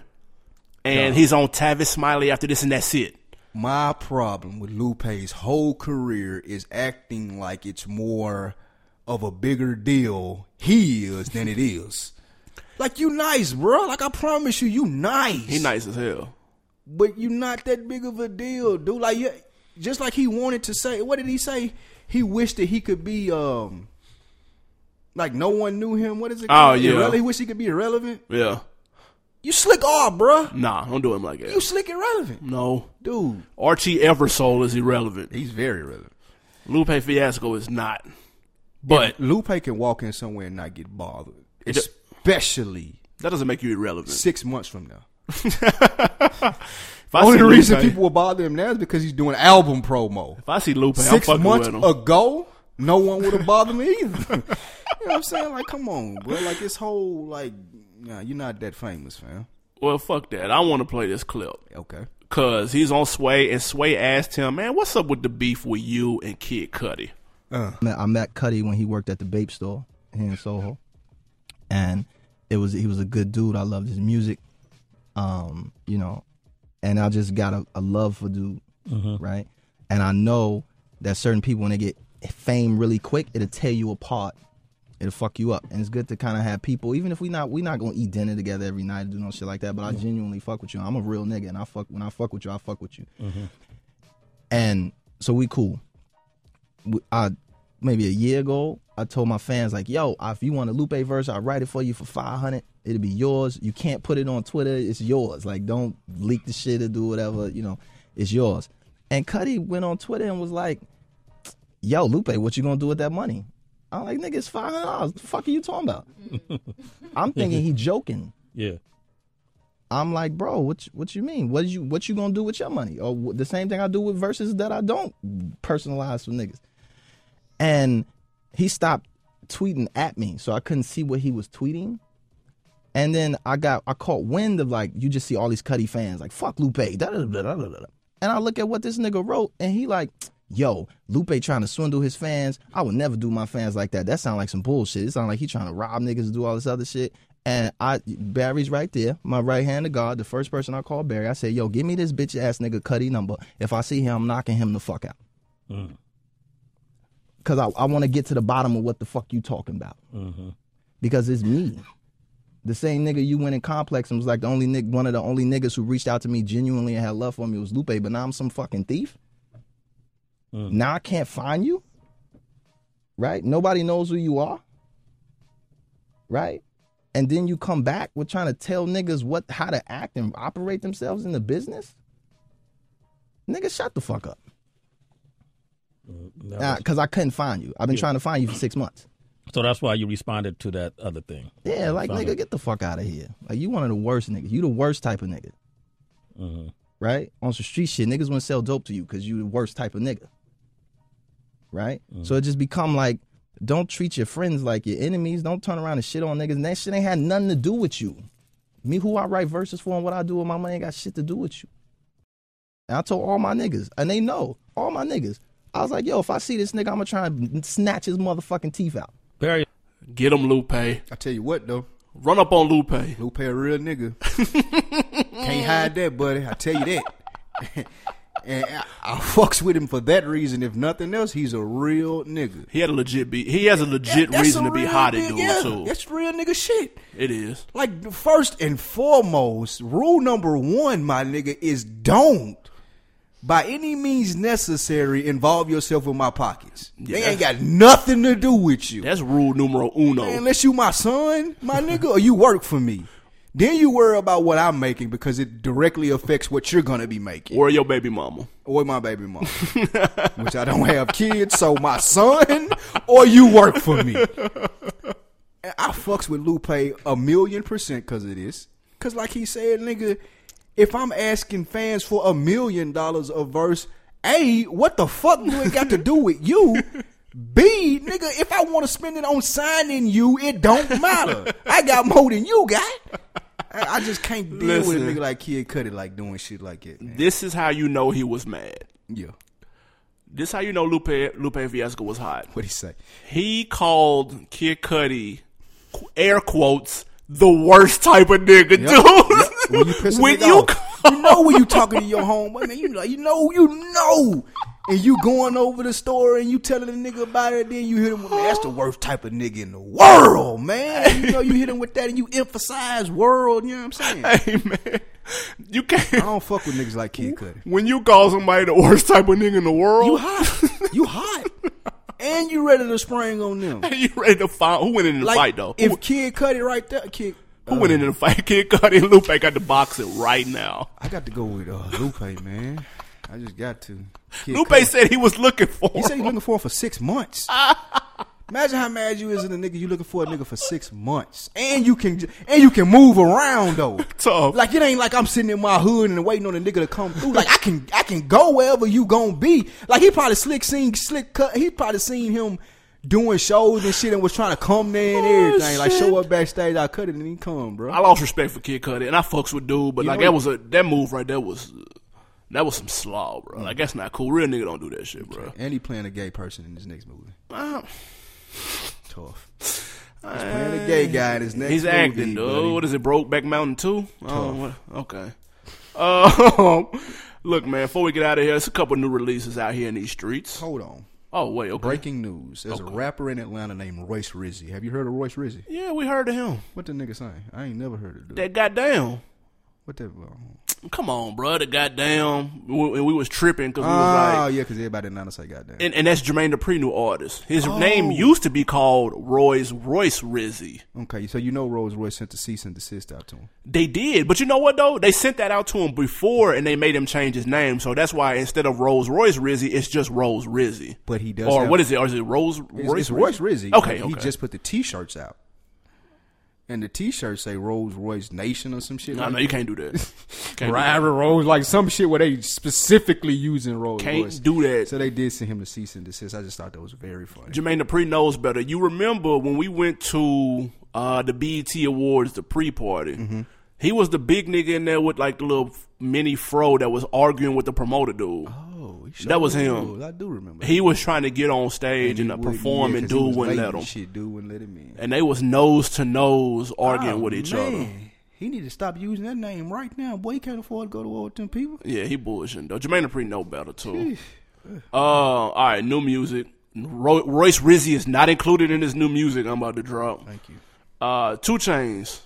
[SPEAKER 2] and he's on Tavis Smiley after this, and that's it.
[SPEAKER 1] My problem with Lupe's whole career is acting like it's more of a bigger deal he is than it is. Like you nice, bro. Like I promise you, you nice.
[SPEAKER 2] He nice as hell.
[SPEAKER 1] but you not that big of a deal, dude. Like, yeah, just like he wanted to say, what did he say? He wished that he could be, um, like no one knew him. What is it? called?
[SPEAKER 2] Oh, yeah.
[SPEAKER 1] Irrele- he wished he could be irrelevant.
[SPEAKER 2] Yeah.
[SPEAKER 1] You slick off, bruh.
[SPEAKER 2] Nah, don't do him like
[SPEAKER 1] You
[SPEAKER 2] that.
[SPEAKER 1] slick irrelevant,
[SPEAKER 2] No.
[SPEAKER 1] dude.
[SPEAKER 2] Archie Eversole is irrelevant.
[SPEAKER 1] He's very relevant.
[SPEAKER 2] Lupe Fiasco is not. But
[SPEAKER 1] Lupe can walk in somewhere and not get bothered, especially
[SPEAKER 2] that doesn't make you irrelevant.
[SPEAKER 1] six months from now.
[SPEAKER 2] If I
[SPEAKER 1] Only
[SPEAKER 2] see
[SPEAKER 1] reason
[SPEAKER 2] Lupe-
[SPEAKER 1] people will bother him now is because he's doing album promo.
[SPEAKER 2] If I see Lupe, i I'm
[SPEAKER 1] six
[SPEAKER 2] fucking
[SPEAKER 1] months
[SPEAKER 2] with him.
[SPEAKER 1] ago, no one would have bothered me either. you know what I'm saying? Like, come on, bro. Like this whole like, nah, you're not that famous, fam.
[SPEAKER 2] Well, fuck that. I want to play this clip
[SPEAKER 1] Okay.
[SPEAKER 2] because he's on Sway, and Sway asked him, "Man, what's up with the beef with you and Kid Cudi?"
[SPEAKER 10] met, I met Cuddy when he worked at the Bape store here in Soho, and it was he was a good dude. I loved his music, um, you know, and I just got a, a love for dude, right? And I know that certain people when they get fame really quick, it'll tear you apart. It'll fuck you up, and it's good to kind of have people. Even if we not we not gonna eat dinner together every night and do no shit like that, but I genuinely fuck with you. I'm a real nigga, and I fuck when I fuck with you, I fuck with you. And so we cool. We- I maybe a year ago, I told my fans like, "Yo, if you want a Lupe verse, I'll write it for you for 500. It'll be yours. You can't put it on Twitter. It's yours. Like, don't leak the shit or do whatever. You know, it's yours." And Cuddy went on Twitter and was like, "Yo, Lupe, what you gonna do with that money?" I'm like, "Nigga, it's five hundred dollars. The fuck are you talking about?" I'm thinking he joking.
[SPEAKER 11] Yeah.
[SPEAKER 10] I'm like, bro, what you, what you mean? What you what you gonna do with your money? Or wh- the same thing I do with verses that I don't personalize for niggas. And he stopped tweeting at me, so I couldn't see what he was tweeting. And then I got I caught wind of like you just see all these Cuddy fans like fuck Lupe, da da da da da da. And I look at what this nigga wrote, and he like, yo, Lupe trying to swindle his fans. I would never do my fans like that. That sound like some bullshit. It sound like he trying to rob niggas and do all this other shit. And I Barry's right there, my right hand of God, the first person I called Barry. I said, yo, give me this bitch ass nigga Cuddy number. If I see him, I'm knocking him the fuck out. Cause I, I want to get to the bottom of what the fuck you talking about. Because it's me the same nigga you went in complex and was like the only nigga, one of the only niggas who reached out to me genuinely and had love for me was Lupe, but now I'm some fucking thief. Now I can't find you. Right? Nobody knows who you are. Right? And then you come back with trying to tell niggas what how to act and operate themselves in the business. Nigga, shut the fuck up.
[SPEAKER 11] That was-
[SPEAKER 10] Because I couldn't find you. I've been trying to find you for six months.
[SPEAKER 11] so that's why you responded to that other thing.
[SPEAKER 10] Yeah, like
[SPEAKER 11] Found
[SPEAKER 10] nigga,
[SPEAKER 11] it.
[SPEAKER 10] get the fuck out of here. Like you one of the worst niggas. You the worst type of nigga. Mm-hmm. Right? On some street shit, niggas Mm-hmm. wouldn't sell dope to you because you the worst type of nigga. Right? So it just become like Don't treat your friends like your enemies. Don't turn around and shit on niggas. And that shit ain't had nothing to do with you. Me, who I write verses for and what I do with my money ain't got shit to do with you. And I told all my niggas, and they know, all my niggas. I was like, yo, if I see this nigga, I'm gonna try and snatch his motherfucking teeth out.
[SPEAKER 2] Get him Lupe. I
[SPEAKER 1] tell you what though.
[SPEAKER 2] Run up on Lupe.
[SPEAKER 1] Lupe a real nigga. Can't hide that, buddy. I tell you that. and I, I fucks with him for that reason. If nothing else, he's a real nigga.
[SPEAKER 2] He had a legit be. He has a legit
[SPEAKER 1] That's
[SPEAKER 2] reason
[SPEAKER 1] a
[SPEAKER 2] to be
[SPEAKER 1] real
[SPEAKER 2] hot at
[SPEAKER 1] nigga,
[SPEAKER 2] dude
[SPEAKER 1] yeah.
[SPEAKER 2] too.
[SPEAKER 1] That's real nigga shit.
[SPEAKER 2] It is.
[SPEAKER 1] Like first and foremost, rule number one, my nigga, is don't by any means necessary involve yourself with my pockets. They ain't got nothing to do with you.
[SPEAKER 2] That's rule numero uno.
[SPEAKER 1] Man, unless you my son, my nigga, or you work for me. Then you worry about what I'm making because it directly affects what you're gonna be making.
[SPEAKER 2] or your baby mama.
[SPEAKER 1] Or my baby mom. Which I don't have kids, so my son or you work for me. And I fucks with Lupe a million percent because of this. Cause like he said, nigga, if I'm asking fans for a million dollars a verse, A, what the fuck do it got to do with you? B, nigga, if I want to spend it on signing you, it don't matter. I got more than you got. I, I just can't deal with a
[SPEAKER 2] Listen.
[SPEAKER 1] nigga like Kid Cudi like doing shit like it. Man.
[SPEAKER 2] This is how you know he was mad.
[SPEAKER 1] Yeah.
[SPEAKER 2] This how you know Lupe Lupe Fiasco was hot.
[SPEAKER 1] What he say?
[SPEAKER 2] He called Kid Cudi, qu- air quotes, the worst type of nigga, dude.
[SPEAKER 1] When you pissing
[SPEAKER 2] When
[SPEAKER 1] it
[SPEAKER 2] you
[SPEAKER 1] off, you know when you talking to your homeboy, man. You like, you know, you know, and you going over the store and you telling the nigga about it. Then you hit him with, man, that's the worst type of nigga in the world, man. You know, you hit him with that and you emphasize world. You know what I'm saying? I
[SPEAKER 2] Hey man, you can't.
[SPEAKER 1] don't fuck with niggas like Kid Cudi.
[SPEAKER 2] When you call somebody the worst type of nigga in the world,
[SPEAKER 1] You hot, you hot, and you ready to spring on them.
[SPEAKER 2] you ready to fight? Who went in the
[SPEAKER 1] Like
[SPEAKER 2] fight though?
[SPEAKER 1] if
[SPEAKER 2] who,
[SPEAKER 1] Kid Cudi right there, Kid.
[SPEAKER 2] who went in the fight? Kid Cudi and Lupe got to box it right now.
[SPEAKER 1] I got to go with uh, Lupe, man. I just got to. Kid
[SPEAKER 2] Lupe
[SPEAKER 1] Cudi.
[SPEAKER 2] said he was looking for.
[SPEAKER 1] He
[SPEAKER 2] him.
[SPEAKER 1] said he's looking for him for six months. Imagine how mad you is in a nigga. You looking for a nigga for six months, and you can and you can move around though.
[SPEAKER 2] Tough.
[SPEAKER 1] Like it ain't like I'm sitting in my hood and waiting on a nigga to come through. Like I can I can go wherever you gonna be. Like he probably slick seen slick cut. He probably seen him doing shows and shit and was trying to come there and everything. Like show up backstage. I cut it and he come, bro.
[SPEAKER 2] Oh, I lost respect for Kid Cudi, and I fucks with dude, but like
[SPEAKER 1] know-
[SPEAKER 2] that was a that move right there was that was some slaw, bro. Like that's not cool. Real nigga don't do that shit, bro.
[SPEAKER 1] and he playing a gay person in his next movie.
[SPEAKER 2] Uh,
[SPEAKER 1] Tough. He's playing a gay guy in his next.
[SPEAKER 2] He's
[SPEAKER 1] movie,
[SPEAKER 2] acting, dude.
[SPEAKER 1] buddy.
[SPEAKER 2] What is it, Brokeback Mountain Two? Oh, what- okay. Uh, look, man. Before we get out of here, it's a couple new releases out here in these streets.
[SPEAKER 1] Hold on.
[SPEAKER 2] Oh wait, okay.
[SPEAKER 1] Breaking news. There's a rapper in Atlanta named Royce Rizzy. Have you heard of Royce Rizzy?
[SPEAKER 2] Yeah, we heard of him.
[SPEAKER 1] What the nigga saying? I ain't never heard of dude.
[SPEAKER 2] That goddamn.
[SPEAKER 1] What that? Oh,
[SPEAKER 2] Come on, bro. The goddamn. We, we was tripping because we was
[SPEAKER 1] oh
[SPEAKER 2] like,
[SPEAKER 1] yeah, because everybody in Atlanta say goddamn.
[SPEAKER 2] and, and that's Jermaine Dupri, new artist. His
[SPEAKER 1] Oh.
[SPEAKER 2] name used to be called Royce Royce Rizzy.
[SPEAKER 1] okay, so you know Rolls Royce sent the cease and desist out to him.
[SPEAKER 2] They did, but you know what though? They sent that out to him before, and they made him change his name. So that's why instead of Rolls Royce Rizzy, it's just Rolls Rizzy.
[SPEAKER 1] But he does
[SPEAKER 2] Or
[SPEAKER 1] have-
[SPEAKER 2] what is it? Or is it Rolls
[SPEAKER 1] It's
[SPEAKER 2] Royce?
[SPEAKER 1] Royce, it's Royce Rizzy.
[SPEAKER 2] Okay,
[SPEAKER 1] he
[SPEAKER 2] okay.
[SPEAKER 1] just put the T-shirts out, and the T-shirts say Rolls Royce Nation or some shit.
[SPEAKER 2] No,
[SPEAKER 1] like
[SPEAKER 2] no,
[SPEAKER 1] that.
[SPEAKER 2] you can't do that. Can't do
[SPEAKER 1] Rival Rolls, like some shit where they specifically using Rolls
[SPEAKER 2] Can't
[SPEAKER 1] Royce.
[SPEAKER 2] do that.
[SPEAKER 1] So they did send him the cease and desist. I just thought that was very funny.
[SPEAKER 2] that. Jermaine Dupri knows better. You remember when we went to uh, the BET Awards, the pre-party?
[SPEAKER 1] Mm-hmm.
[SPEAKER 2] He was the big nigga in there with like the little mini fro that was arguing with the promoter dude.
[SPEAKER 1] Oh, he
[SPEAKER 2] That was
[SPEAKER 1] sure
[SPEAKER 2] him.
[SPEAKER 1] was. I do remember.
[SPEAKER 2] He was trying to get on stage and, uh,
[SPEAKER 1] wouldn't,
[SPEAKER 2] perform,
[SPEAKER 1] yeah,
[SPEAKER 2] and
[SPEAKER 1] 'cause he
[SPEAKER 2] dude
[SPEAKER 1] was
[SPEAKER 2] wouldn't
[SPEAKER 1] late
[SPEAKER 2] let
[SPEAKER 1] and
[SPEAKER 2] him.
[SPEAKER 1] Shit, dude wouldn't let him in.
[SPEAKER 2] And they was nose to nose arguing
[SPEAKER 1] Oh,
[SPEAKER 2] with each other.
[SPEAKER 1] man. He need to stop using that name right now, boy. He can't afford to go to war with them people.
[SPEAKER 2] Yeah, he bullshitting though. Jermaine Dupri know better too. Uh, all right, new music. Roy, Royce Rizzy is not included in this new music I'm about to drop.
[SPEAKER 1] Thank you.
[SPEAKER 2] Uh, Two Chains.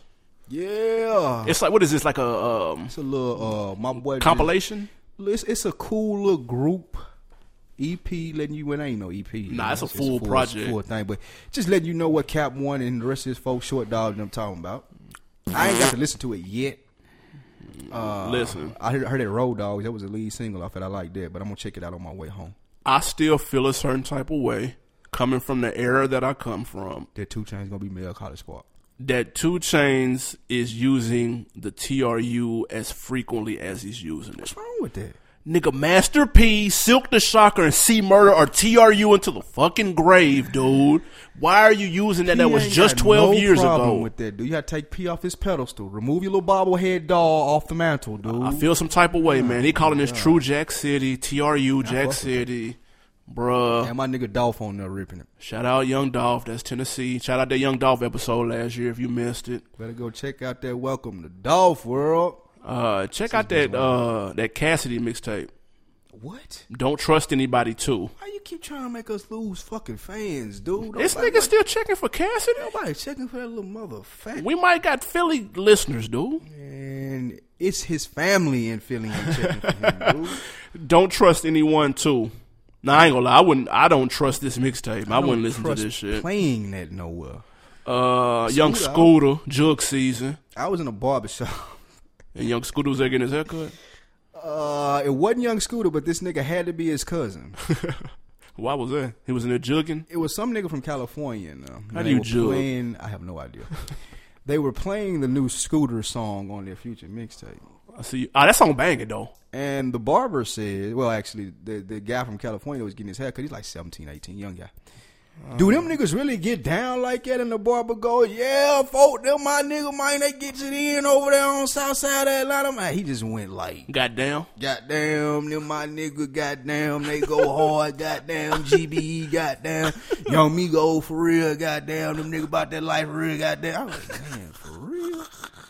[SPEAKER 1] Yeah,
[SPEAKER 2] It's like what is this like a um,
[SPEAKER 1] it's a little uh, my boy.
[SPEAKER 2] compilation?
[SPEAKER 1] It's, it's a cool little group EP letting you. Well, it ain't no E EP.
[SPEAKER 2] Nah, it's a full
[SPEAKER 1] full
[SPEAKER 2] project.
[SPEAKER 1] full thing. But just letting you know what Cap One and the rest of his folks, Short Dog, and them talking about. I ain't got to listen to it yet. Uh,
[SPEAKER 2] Listen,
[SPEAKER 1] I heard, I heard that Road Dogs. That was the lead single off it. I like that, but I'm gonna check it out on my way home.
[SPEAKER 2] I still feel a certain type of way coming from the era that I come from.
[SPEAKER 1] That two chains gonna be male college squad.
[SPEAKER 2] That Two Chains is using the TRU as frequently as he's using it.
[SPEAKER 1] What's wrong with that?
[SPEAKER 2] Nigga, Master P, Silk the Shocker, and C Murder are TRU into the fucking grave, dude. Why are you using that?
[SPEAKER 1] He
[SPEAKER 2] That was
[SPEAKER 1] ain't
[SPEAKER 2] just
[SPEAKER 1] got
[SPEAKER 2] 12
[SPEAKER 1] no
[SPEAKER 2] years
[SPEAKER 1] problem
[SPEAKER 2] ago.
[SPEAKER 1] With that, dude, you got to take P off his pedestal. Remove your little bobblehead doll off the mantle, dude.
[SPEAKER 2] I feel some type of way, man. He calling this True Jack City, TRU Jack City. Bruh.
[SPEAKER 1] And my nigga Dolph on there ripping him.
[SPEAKER 2] Shout out Young Dolph. That's Tennessee. Shout out that Young Dolph episode last year if you missed it.
[SPEAKER 1] Better go check out that Welcome to Dolph World.
[SPEAKER 2] Uh, check out that uh, that Cassidy mixtape.
[SPEAKER 1] What?
[SPEAKER 2] Don't trust anybody too.
[SPEAKER 1] Why you keep trying to make us lose fucking fans, dude?
[SPEAKER 2] This
[SPEAKER 1] Nobody-
[SPEAKER 2] nigga still checking for Cassidy.
[SPEAKER 1] Nobody checking for that little motherfucker.
[SPEAKER 2] We might got Philly listeners, dude.
[SPEAKER 1] And it's his family in Philly ain't checking for him, dude.
[SPEAKER 2] Don't trust anyone too. Nah, I ain't gonna lie. I wouldn't. I don't trust this mixtape. I,
[SPEAKER 1] don't
[SPEAKER 2] wouldn't listen to
[SPEAKER 1] trust
[SPEAKER 2] this shit.
[SPEAKER 1] Playing that nowhere.
[SPEAKER 2] uh, Young
[SPEAKER 1] Scooter.
[SPEAKER 2] Scooter, Jug Season,
[SPEAKER 1] I was in a barbershop.
[SPEAKER 2] and Young Scooter was there getting his haircut.
[SPEAKER 1] Uh, it wasn't Young Scooter, but this nigga had to be his cousin.
[SPEAKER 2] Why was that? He was in there jugging.
[SPEAKER 1] It was some nigga from California. and, uh,
[SPEAKER 2] How
[SPEAKER 1] they
[SPEAKER 2] do you
[SPEAKER 1] were
[SPEAKER 2] jug?
[SPEAKER 1] Playing, I have no idea. they were playing the new Scooter song on their future mixtape.
[SPEAKER 2] I see. You. Ah, that song banging though.
[SPEAKER 1] And the barber said, well, actually, the, the guy from California that was getting his haircut, he's like 17, 18, young guy. Do
[SPEAKER 2] Oh.
[SPEAKER 1] them niggas really get down like that? And the barber goes, yeah, folk, them my nigga, man, they get it in over there on south side of Atlanta. Man, he just went like,
[SPEAKER 2] Goddamn.
[SPEAKER 1] Goddamn, them my nigga, goddamn, they go hard, goddamn, GBE, goddamn, young me go for real, goddamn, them nigga about that life for real, goddamn. I was like, man, for real?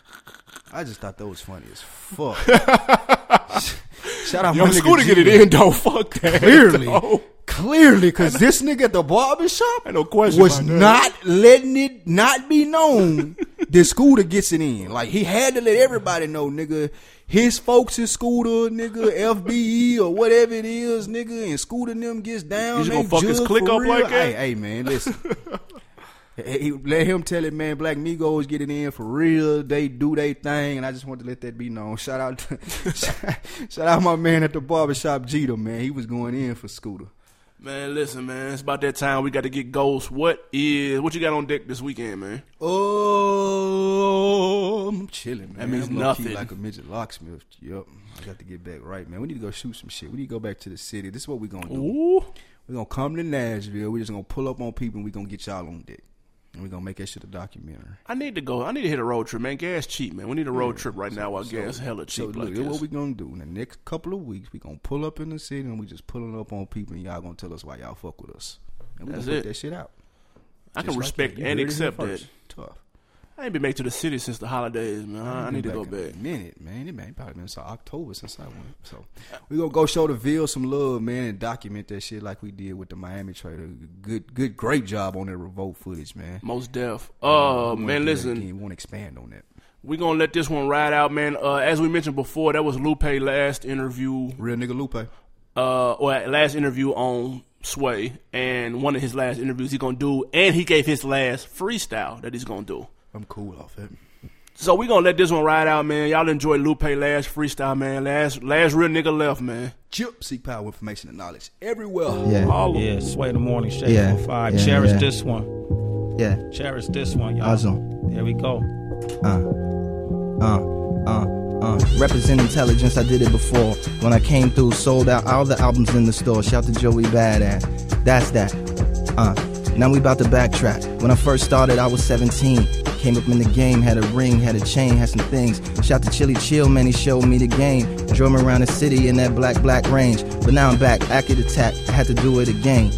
[SPEAKER 1] I just thought that was funny as fuck. Shout out
[SPEAKER 2] Young
[SPEAKER 1] my nigga
[SPEAKER 2] Scooter get it
[SPEAKER 1] G-Bee.
[SPEAKER 2] in though. Fuck that.
[SPEAKER 1] Clearly,
[SPEAKER 2] though.
[SPEAKER 1] clearly, because this nigga at the barbershop
[SPEAKER 2] no question
[SPEAKER 1] was
[SPEAKER 2] about that.
[SPEAKER 1] not letting it not be known that Scooter gets it in. Like, he had to let everybody know, nigga. His folks is Scooter, nigga, FBE or whatever it is, nigga, and Scooter and them gets down.
[SPEAKER 2] You just
[SPEAKER 1] they
[SPEAKER 2] gonna fuck his
[SPEAKER 1] jug
[SPEAKER 2] clique
[SPEAKER 1] for
[SPEAKER 2] up
[SPEAKER 1] real.
[SPEAKER 2] like that?
[SPEAKER 1] Hey, hey, man, listen. Hey, hey, let him tell it, man. Black Migos get it in for real. They do their thing, and I just want to let that be known. Shout out, to, shout out, my man at the barbershop, Jeter, man. He was going in for Scooter.
[SPEAKER 2] Man, listen, man. It's about that time we got to get ghosts. What is what you got on deck this weekend, man?
[SPEAKER 1] Oh, I'm chilling, man.
[SPEAKER 2] That means
[SPEAKER 1] I'm low-key
[SPEAKER 2] nothing.
[SPEAKER 1] Like a midget locksmith. Yep. I got to get back right, man. We need to go shoot some shit. We need to go back to the city. This is what we're going to do.
[SPEAKER 2] Ooh,
[SPEAKER 1] We're going to come to Nashville. We're just going to pull up on people and we're going to get y'all on deck. And we're going to make that shit a documentary.
[SPEAKER 2] I need to go. I need to hit a road trip, man. Gas cheap, man. We need a road trip right now. While gas hella
[SPEAKER 1] So,
[SPEAKER 2] cheap.
[SPEAKER 1] look,
[SPEAKER 2] like
[SPEAKER 1] this
[SPEAKER 2] this.
[SPEAKER 1] what we're going to do. In the next couple of weeks, we're going to pull up in the city and we just pulling up on people and y'all going to tell us why y'all fuck with us. And we're going
[SPEAKER 2] That's
[SPEAKER 1] to put
[SPEAKER 2] it.
[SPEAKER 1] that shit out.
[SPEAKER 2] I
[SPEAKER 1] Just
[SPEAKER 2] can
[SPEAKER 1] like
[SPEAKER 2] respect
[SPEAKER 1] that. You heard
[SPEAKER 2] and
[SPEAKER 1] it here
[SPEAKER 2] accept that.
[SPEAKER 1] first. Tough.
[SPEAKER 2] I ain't been back to the city since the holidays, man. I, I need to
[SPEAKER 1] been
[SPEAKER 2] go
[SPEAKER 1] in
[SPEAKER 2] back.
[SPEAKER 1] a minute, man. It man, probably been since October since I went. So we gonna go show the Ville some love, man, and document that shit like we did with the Miami trader. Good, good, great job on that revolt footage, man.
[SPEAKER 2] Most deaf. Oh man, listen.
[SPEAKER 1] we won't expand on that.
[SPEAKER 2] We're gonna let this one ride out, man. Uh, as we mentioned before, that was Lupe last interview
[SPEAKER 1] Real nigga Lupe.
[SPEAKER 2] uh, or at last interview on Sway, and one of his last interviews he gonna do, and he gave his last freestyle that he's gonna do.
[SPEAKER 1] I'm cool off it.
[SPEAKER 2] So we gonna let this one ride out, man. Y'all enjoy Lupe last freestyle, man. Last last real nigga left, man.
[SPEAKER 1] Chip, seek power, information, and knowledge everywhere.
[SPEAKER 10] Yeah,
[SPEAKER 11] All yeah, sway the morning shake
[SPEAKER 10] Yeah,
[SPEAKER 11] yeah. five.
[SPEAKER 10] yeah,
[SPEAKER 11] Cherish
[SPEAKER 10] yeah.
[SPEAKER 11] this one.
[SPEAKER 10] yeah.
[SPEAKER 11] Cherish this one, y'all.
[SPEAKER 10] Awesome.
[SPEAKER 11] There we go.
[SPEAKER 10] uh, uh, uh. Represent intelligence, I did it before. When I came through, sold out all the albums in the store. Shout to Joey Badass. That's that. Uh, now we about to backtrack. When I first started, I was 17. Came up in the game, had a ring, had a chain, had some things. Shout to Chili Chill, man, he showed me the game. Drove me around the city in that black, black range. But now I'm back, acid attack, I had to do it again.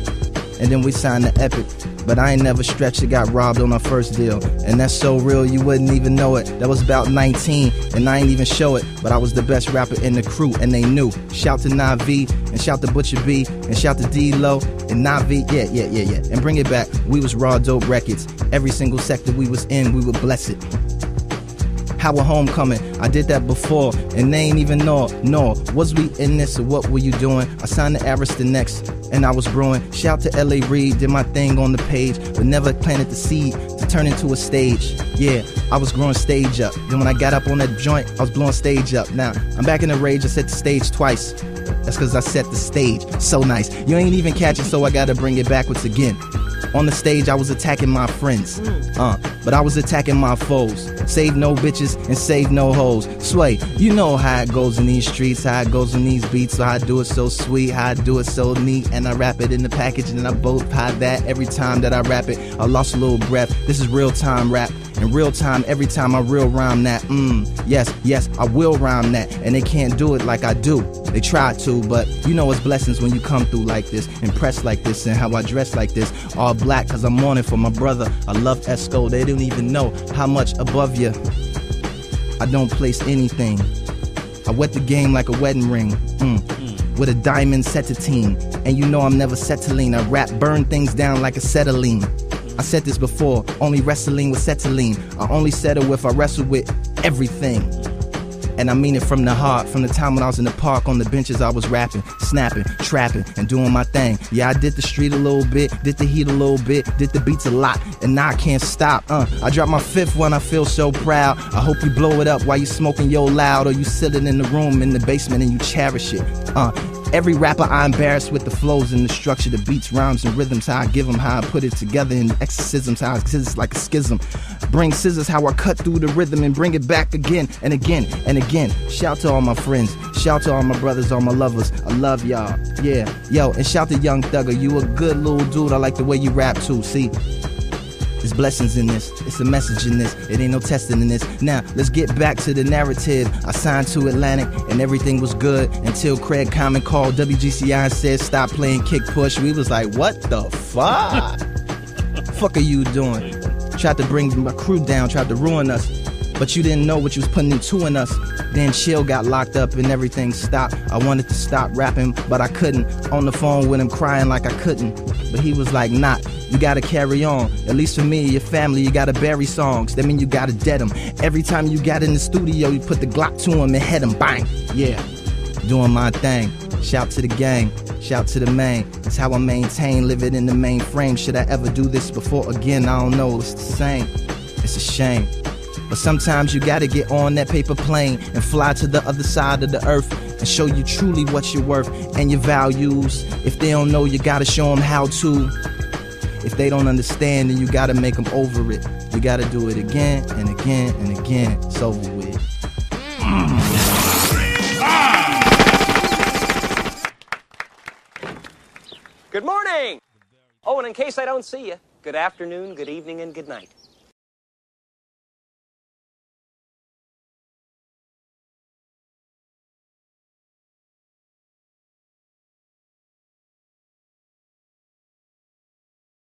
[SPEAKER 10] And then we signed the Epic. But I ain't never stretched it, got robbed on my first deal. And that's so real, you wouldn't even know it. That was about 19, and I ain't even show it. But I was the best rapper in the crew, and they knew. Shout to Navi, and shout to Butcher B, and shout to D Lo, and Navi, yeah, yeah, yeah, yeah. And bring it back, we was raw dope records. Every single sector we was in, we would bless it. How a homecoming. I did that before, and they ain't even know. No, was we in this or what were you doing? I signed to Aris the next, and I was brewing. Shout to LA Reid, did my thing on the page, but never planted the seed to turn into a stage. Yeah, I was growing stage up. Then when I got up on that joint, I was blowing stage up. Now I'm back in the rage. I set the stage twice. That's cause I set the stage so nice. You ain't even catching, so I gotta bring it backwards again. On the stage, I was attacking my friends, uh, but I was attacking my foes. Save no bitches and save no hoes. Sway, you know how it goes in these streets, how it goes in these beats, so I do it so sweet, how I do it so neat, and I wrap it in the package, and I both pie that every time that I rap it. I lost a little breath. This is real time rap. In real time, every time I real rhyme that, mm, yes, yes, I will rhyme that. And they can't do it like I do. They try to, but you know it's blessings when you come through like this, and press like this, and how I dress like this. All black, cause I'm on it for my brother. I love Esco, they don't even know how much above you. I don't place anything. I wet the game like a wedding ring. Mm. With a diamond set to team. And you know I'm never settling. I rap, burn things down like acetylene. I said this before, only wrestling with settling. I only settle if I wrestle with everything. And I mean it from the heart. From the time when I was in the park on the benches, I was rapping, snapping, trapping, and doing my thing. Yeah, I did the street a little bit, did the heat a little bit, did the beats a lot, and now I can't stop. Uh, I dropped my fifth one, I feel so proud. I hope you blow it up while you smoking yo loud, or you sitting in the room in the basement and you cherish it. Uh, every rapper I embarrass with the flows and the structure, the beats, rhymes, and rhythms, how I give them, how I put it together, and exorcisms, how it's like a schism. Bring scissors, how I cut through the rhythm and bring it back again and again and again. Shout to all my friends, shout to all my brothers, all my lovers. I love y'all. Yeah, yo, and shout to Young Thugger, you a good little dude. I like the way you rap too. See, there's blessings in this. It's a message in this. It ain't no testing in this. Now, let's get back to the narrative. I signed to Atlantic and everything was good until Craig Common called WGCI and said, Stop playing kick push. We was like, What the fuck? fuck are you doing? Tried to bring my crew down, tried to ruin us. But you didn't know what you was putting into in us. Then Chill got locked up and everything stopped. I wanted to stop rapping, but I couldn't. On the phone with him crying like I couldn't. But he was like, nah, you gotta carry on. At least for me, your family, you gotta bury songs. That mean you gotta dead them. Every time you got in the studio, you put the Glock to him and head him. Bang. Yeah doing my thing. Shout to the gang, shout to the main. That's how I maintain, live it in the mainframe. Should I ever do this before again? I don't know, it's the same. It's a shame. But sometimes you gotta get on that paper plane and fly to the other side of the earth and show you truly what you're worth and your values. If they don't know, you gotta show them how to. If they don't understand, then you gotta make them over it. You gotta do it again and again and again. It's over with.
[SPEAKER 12] Good morning. Oh, and in case I don't see you, good afternoon, good evening, and good night.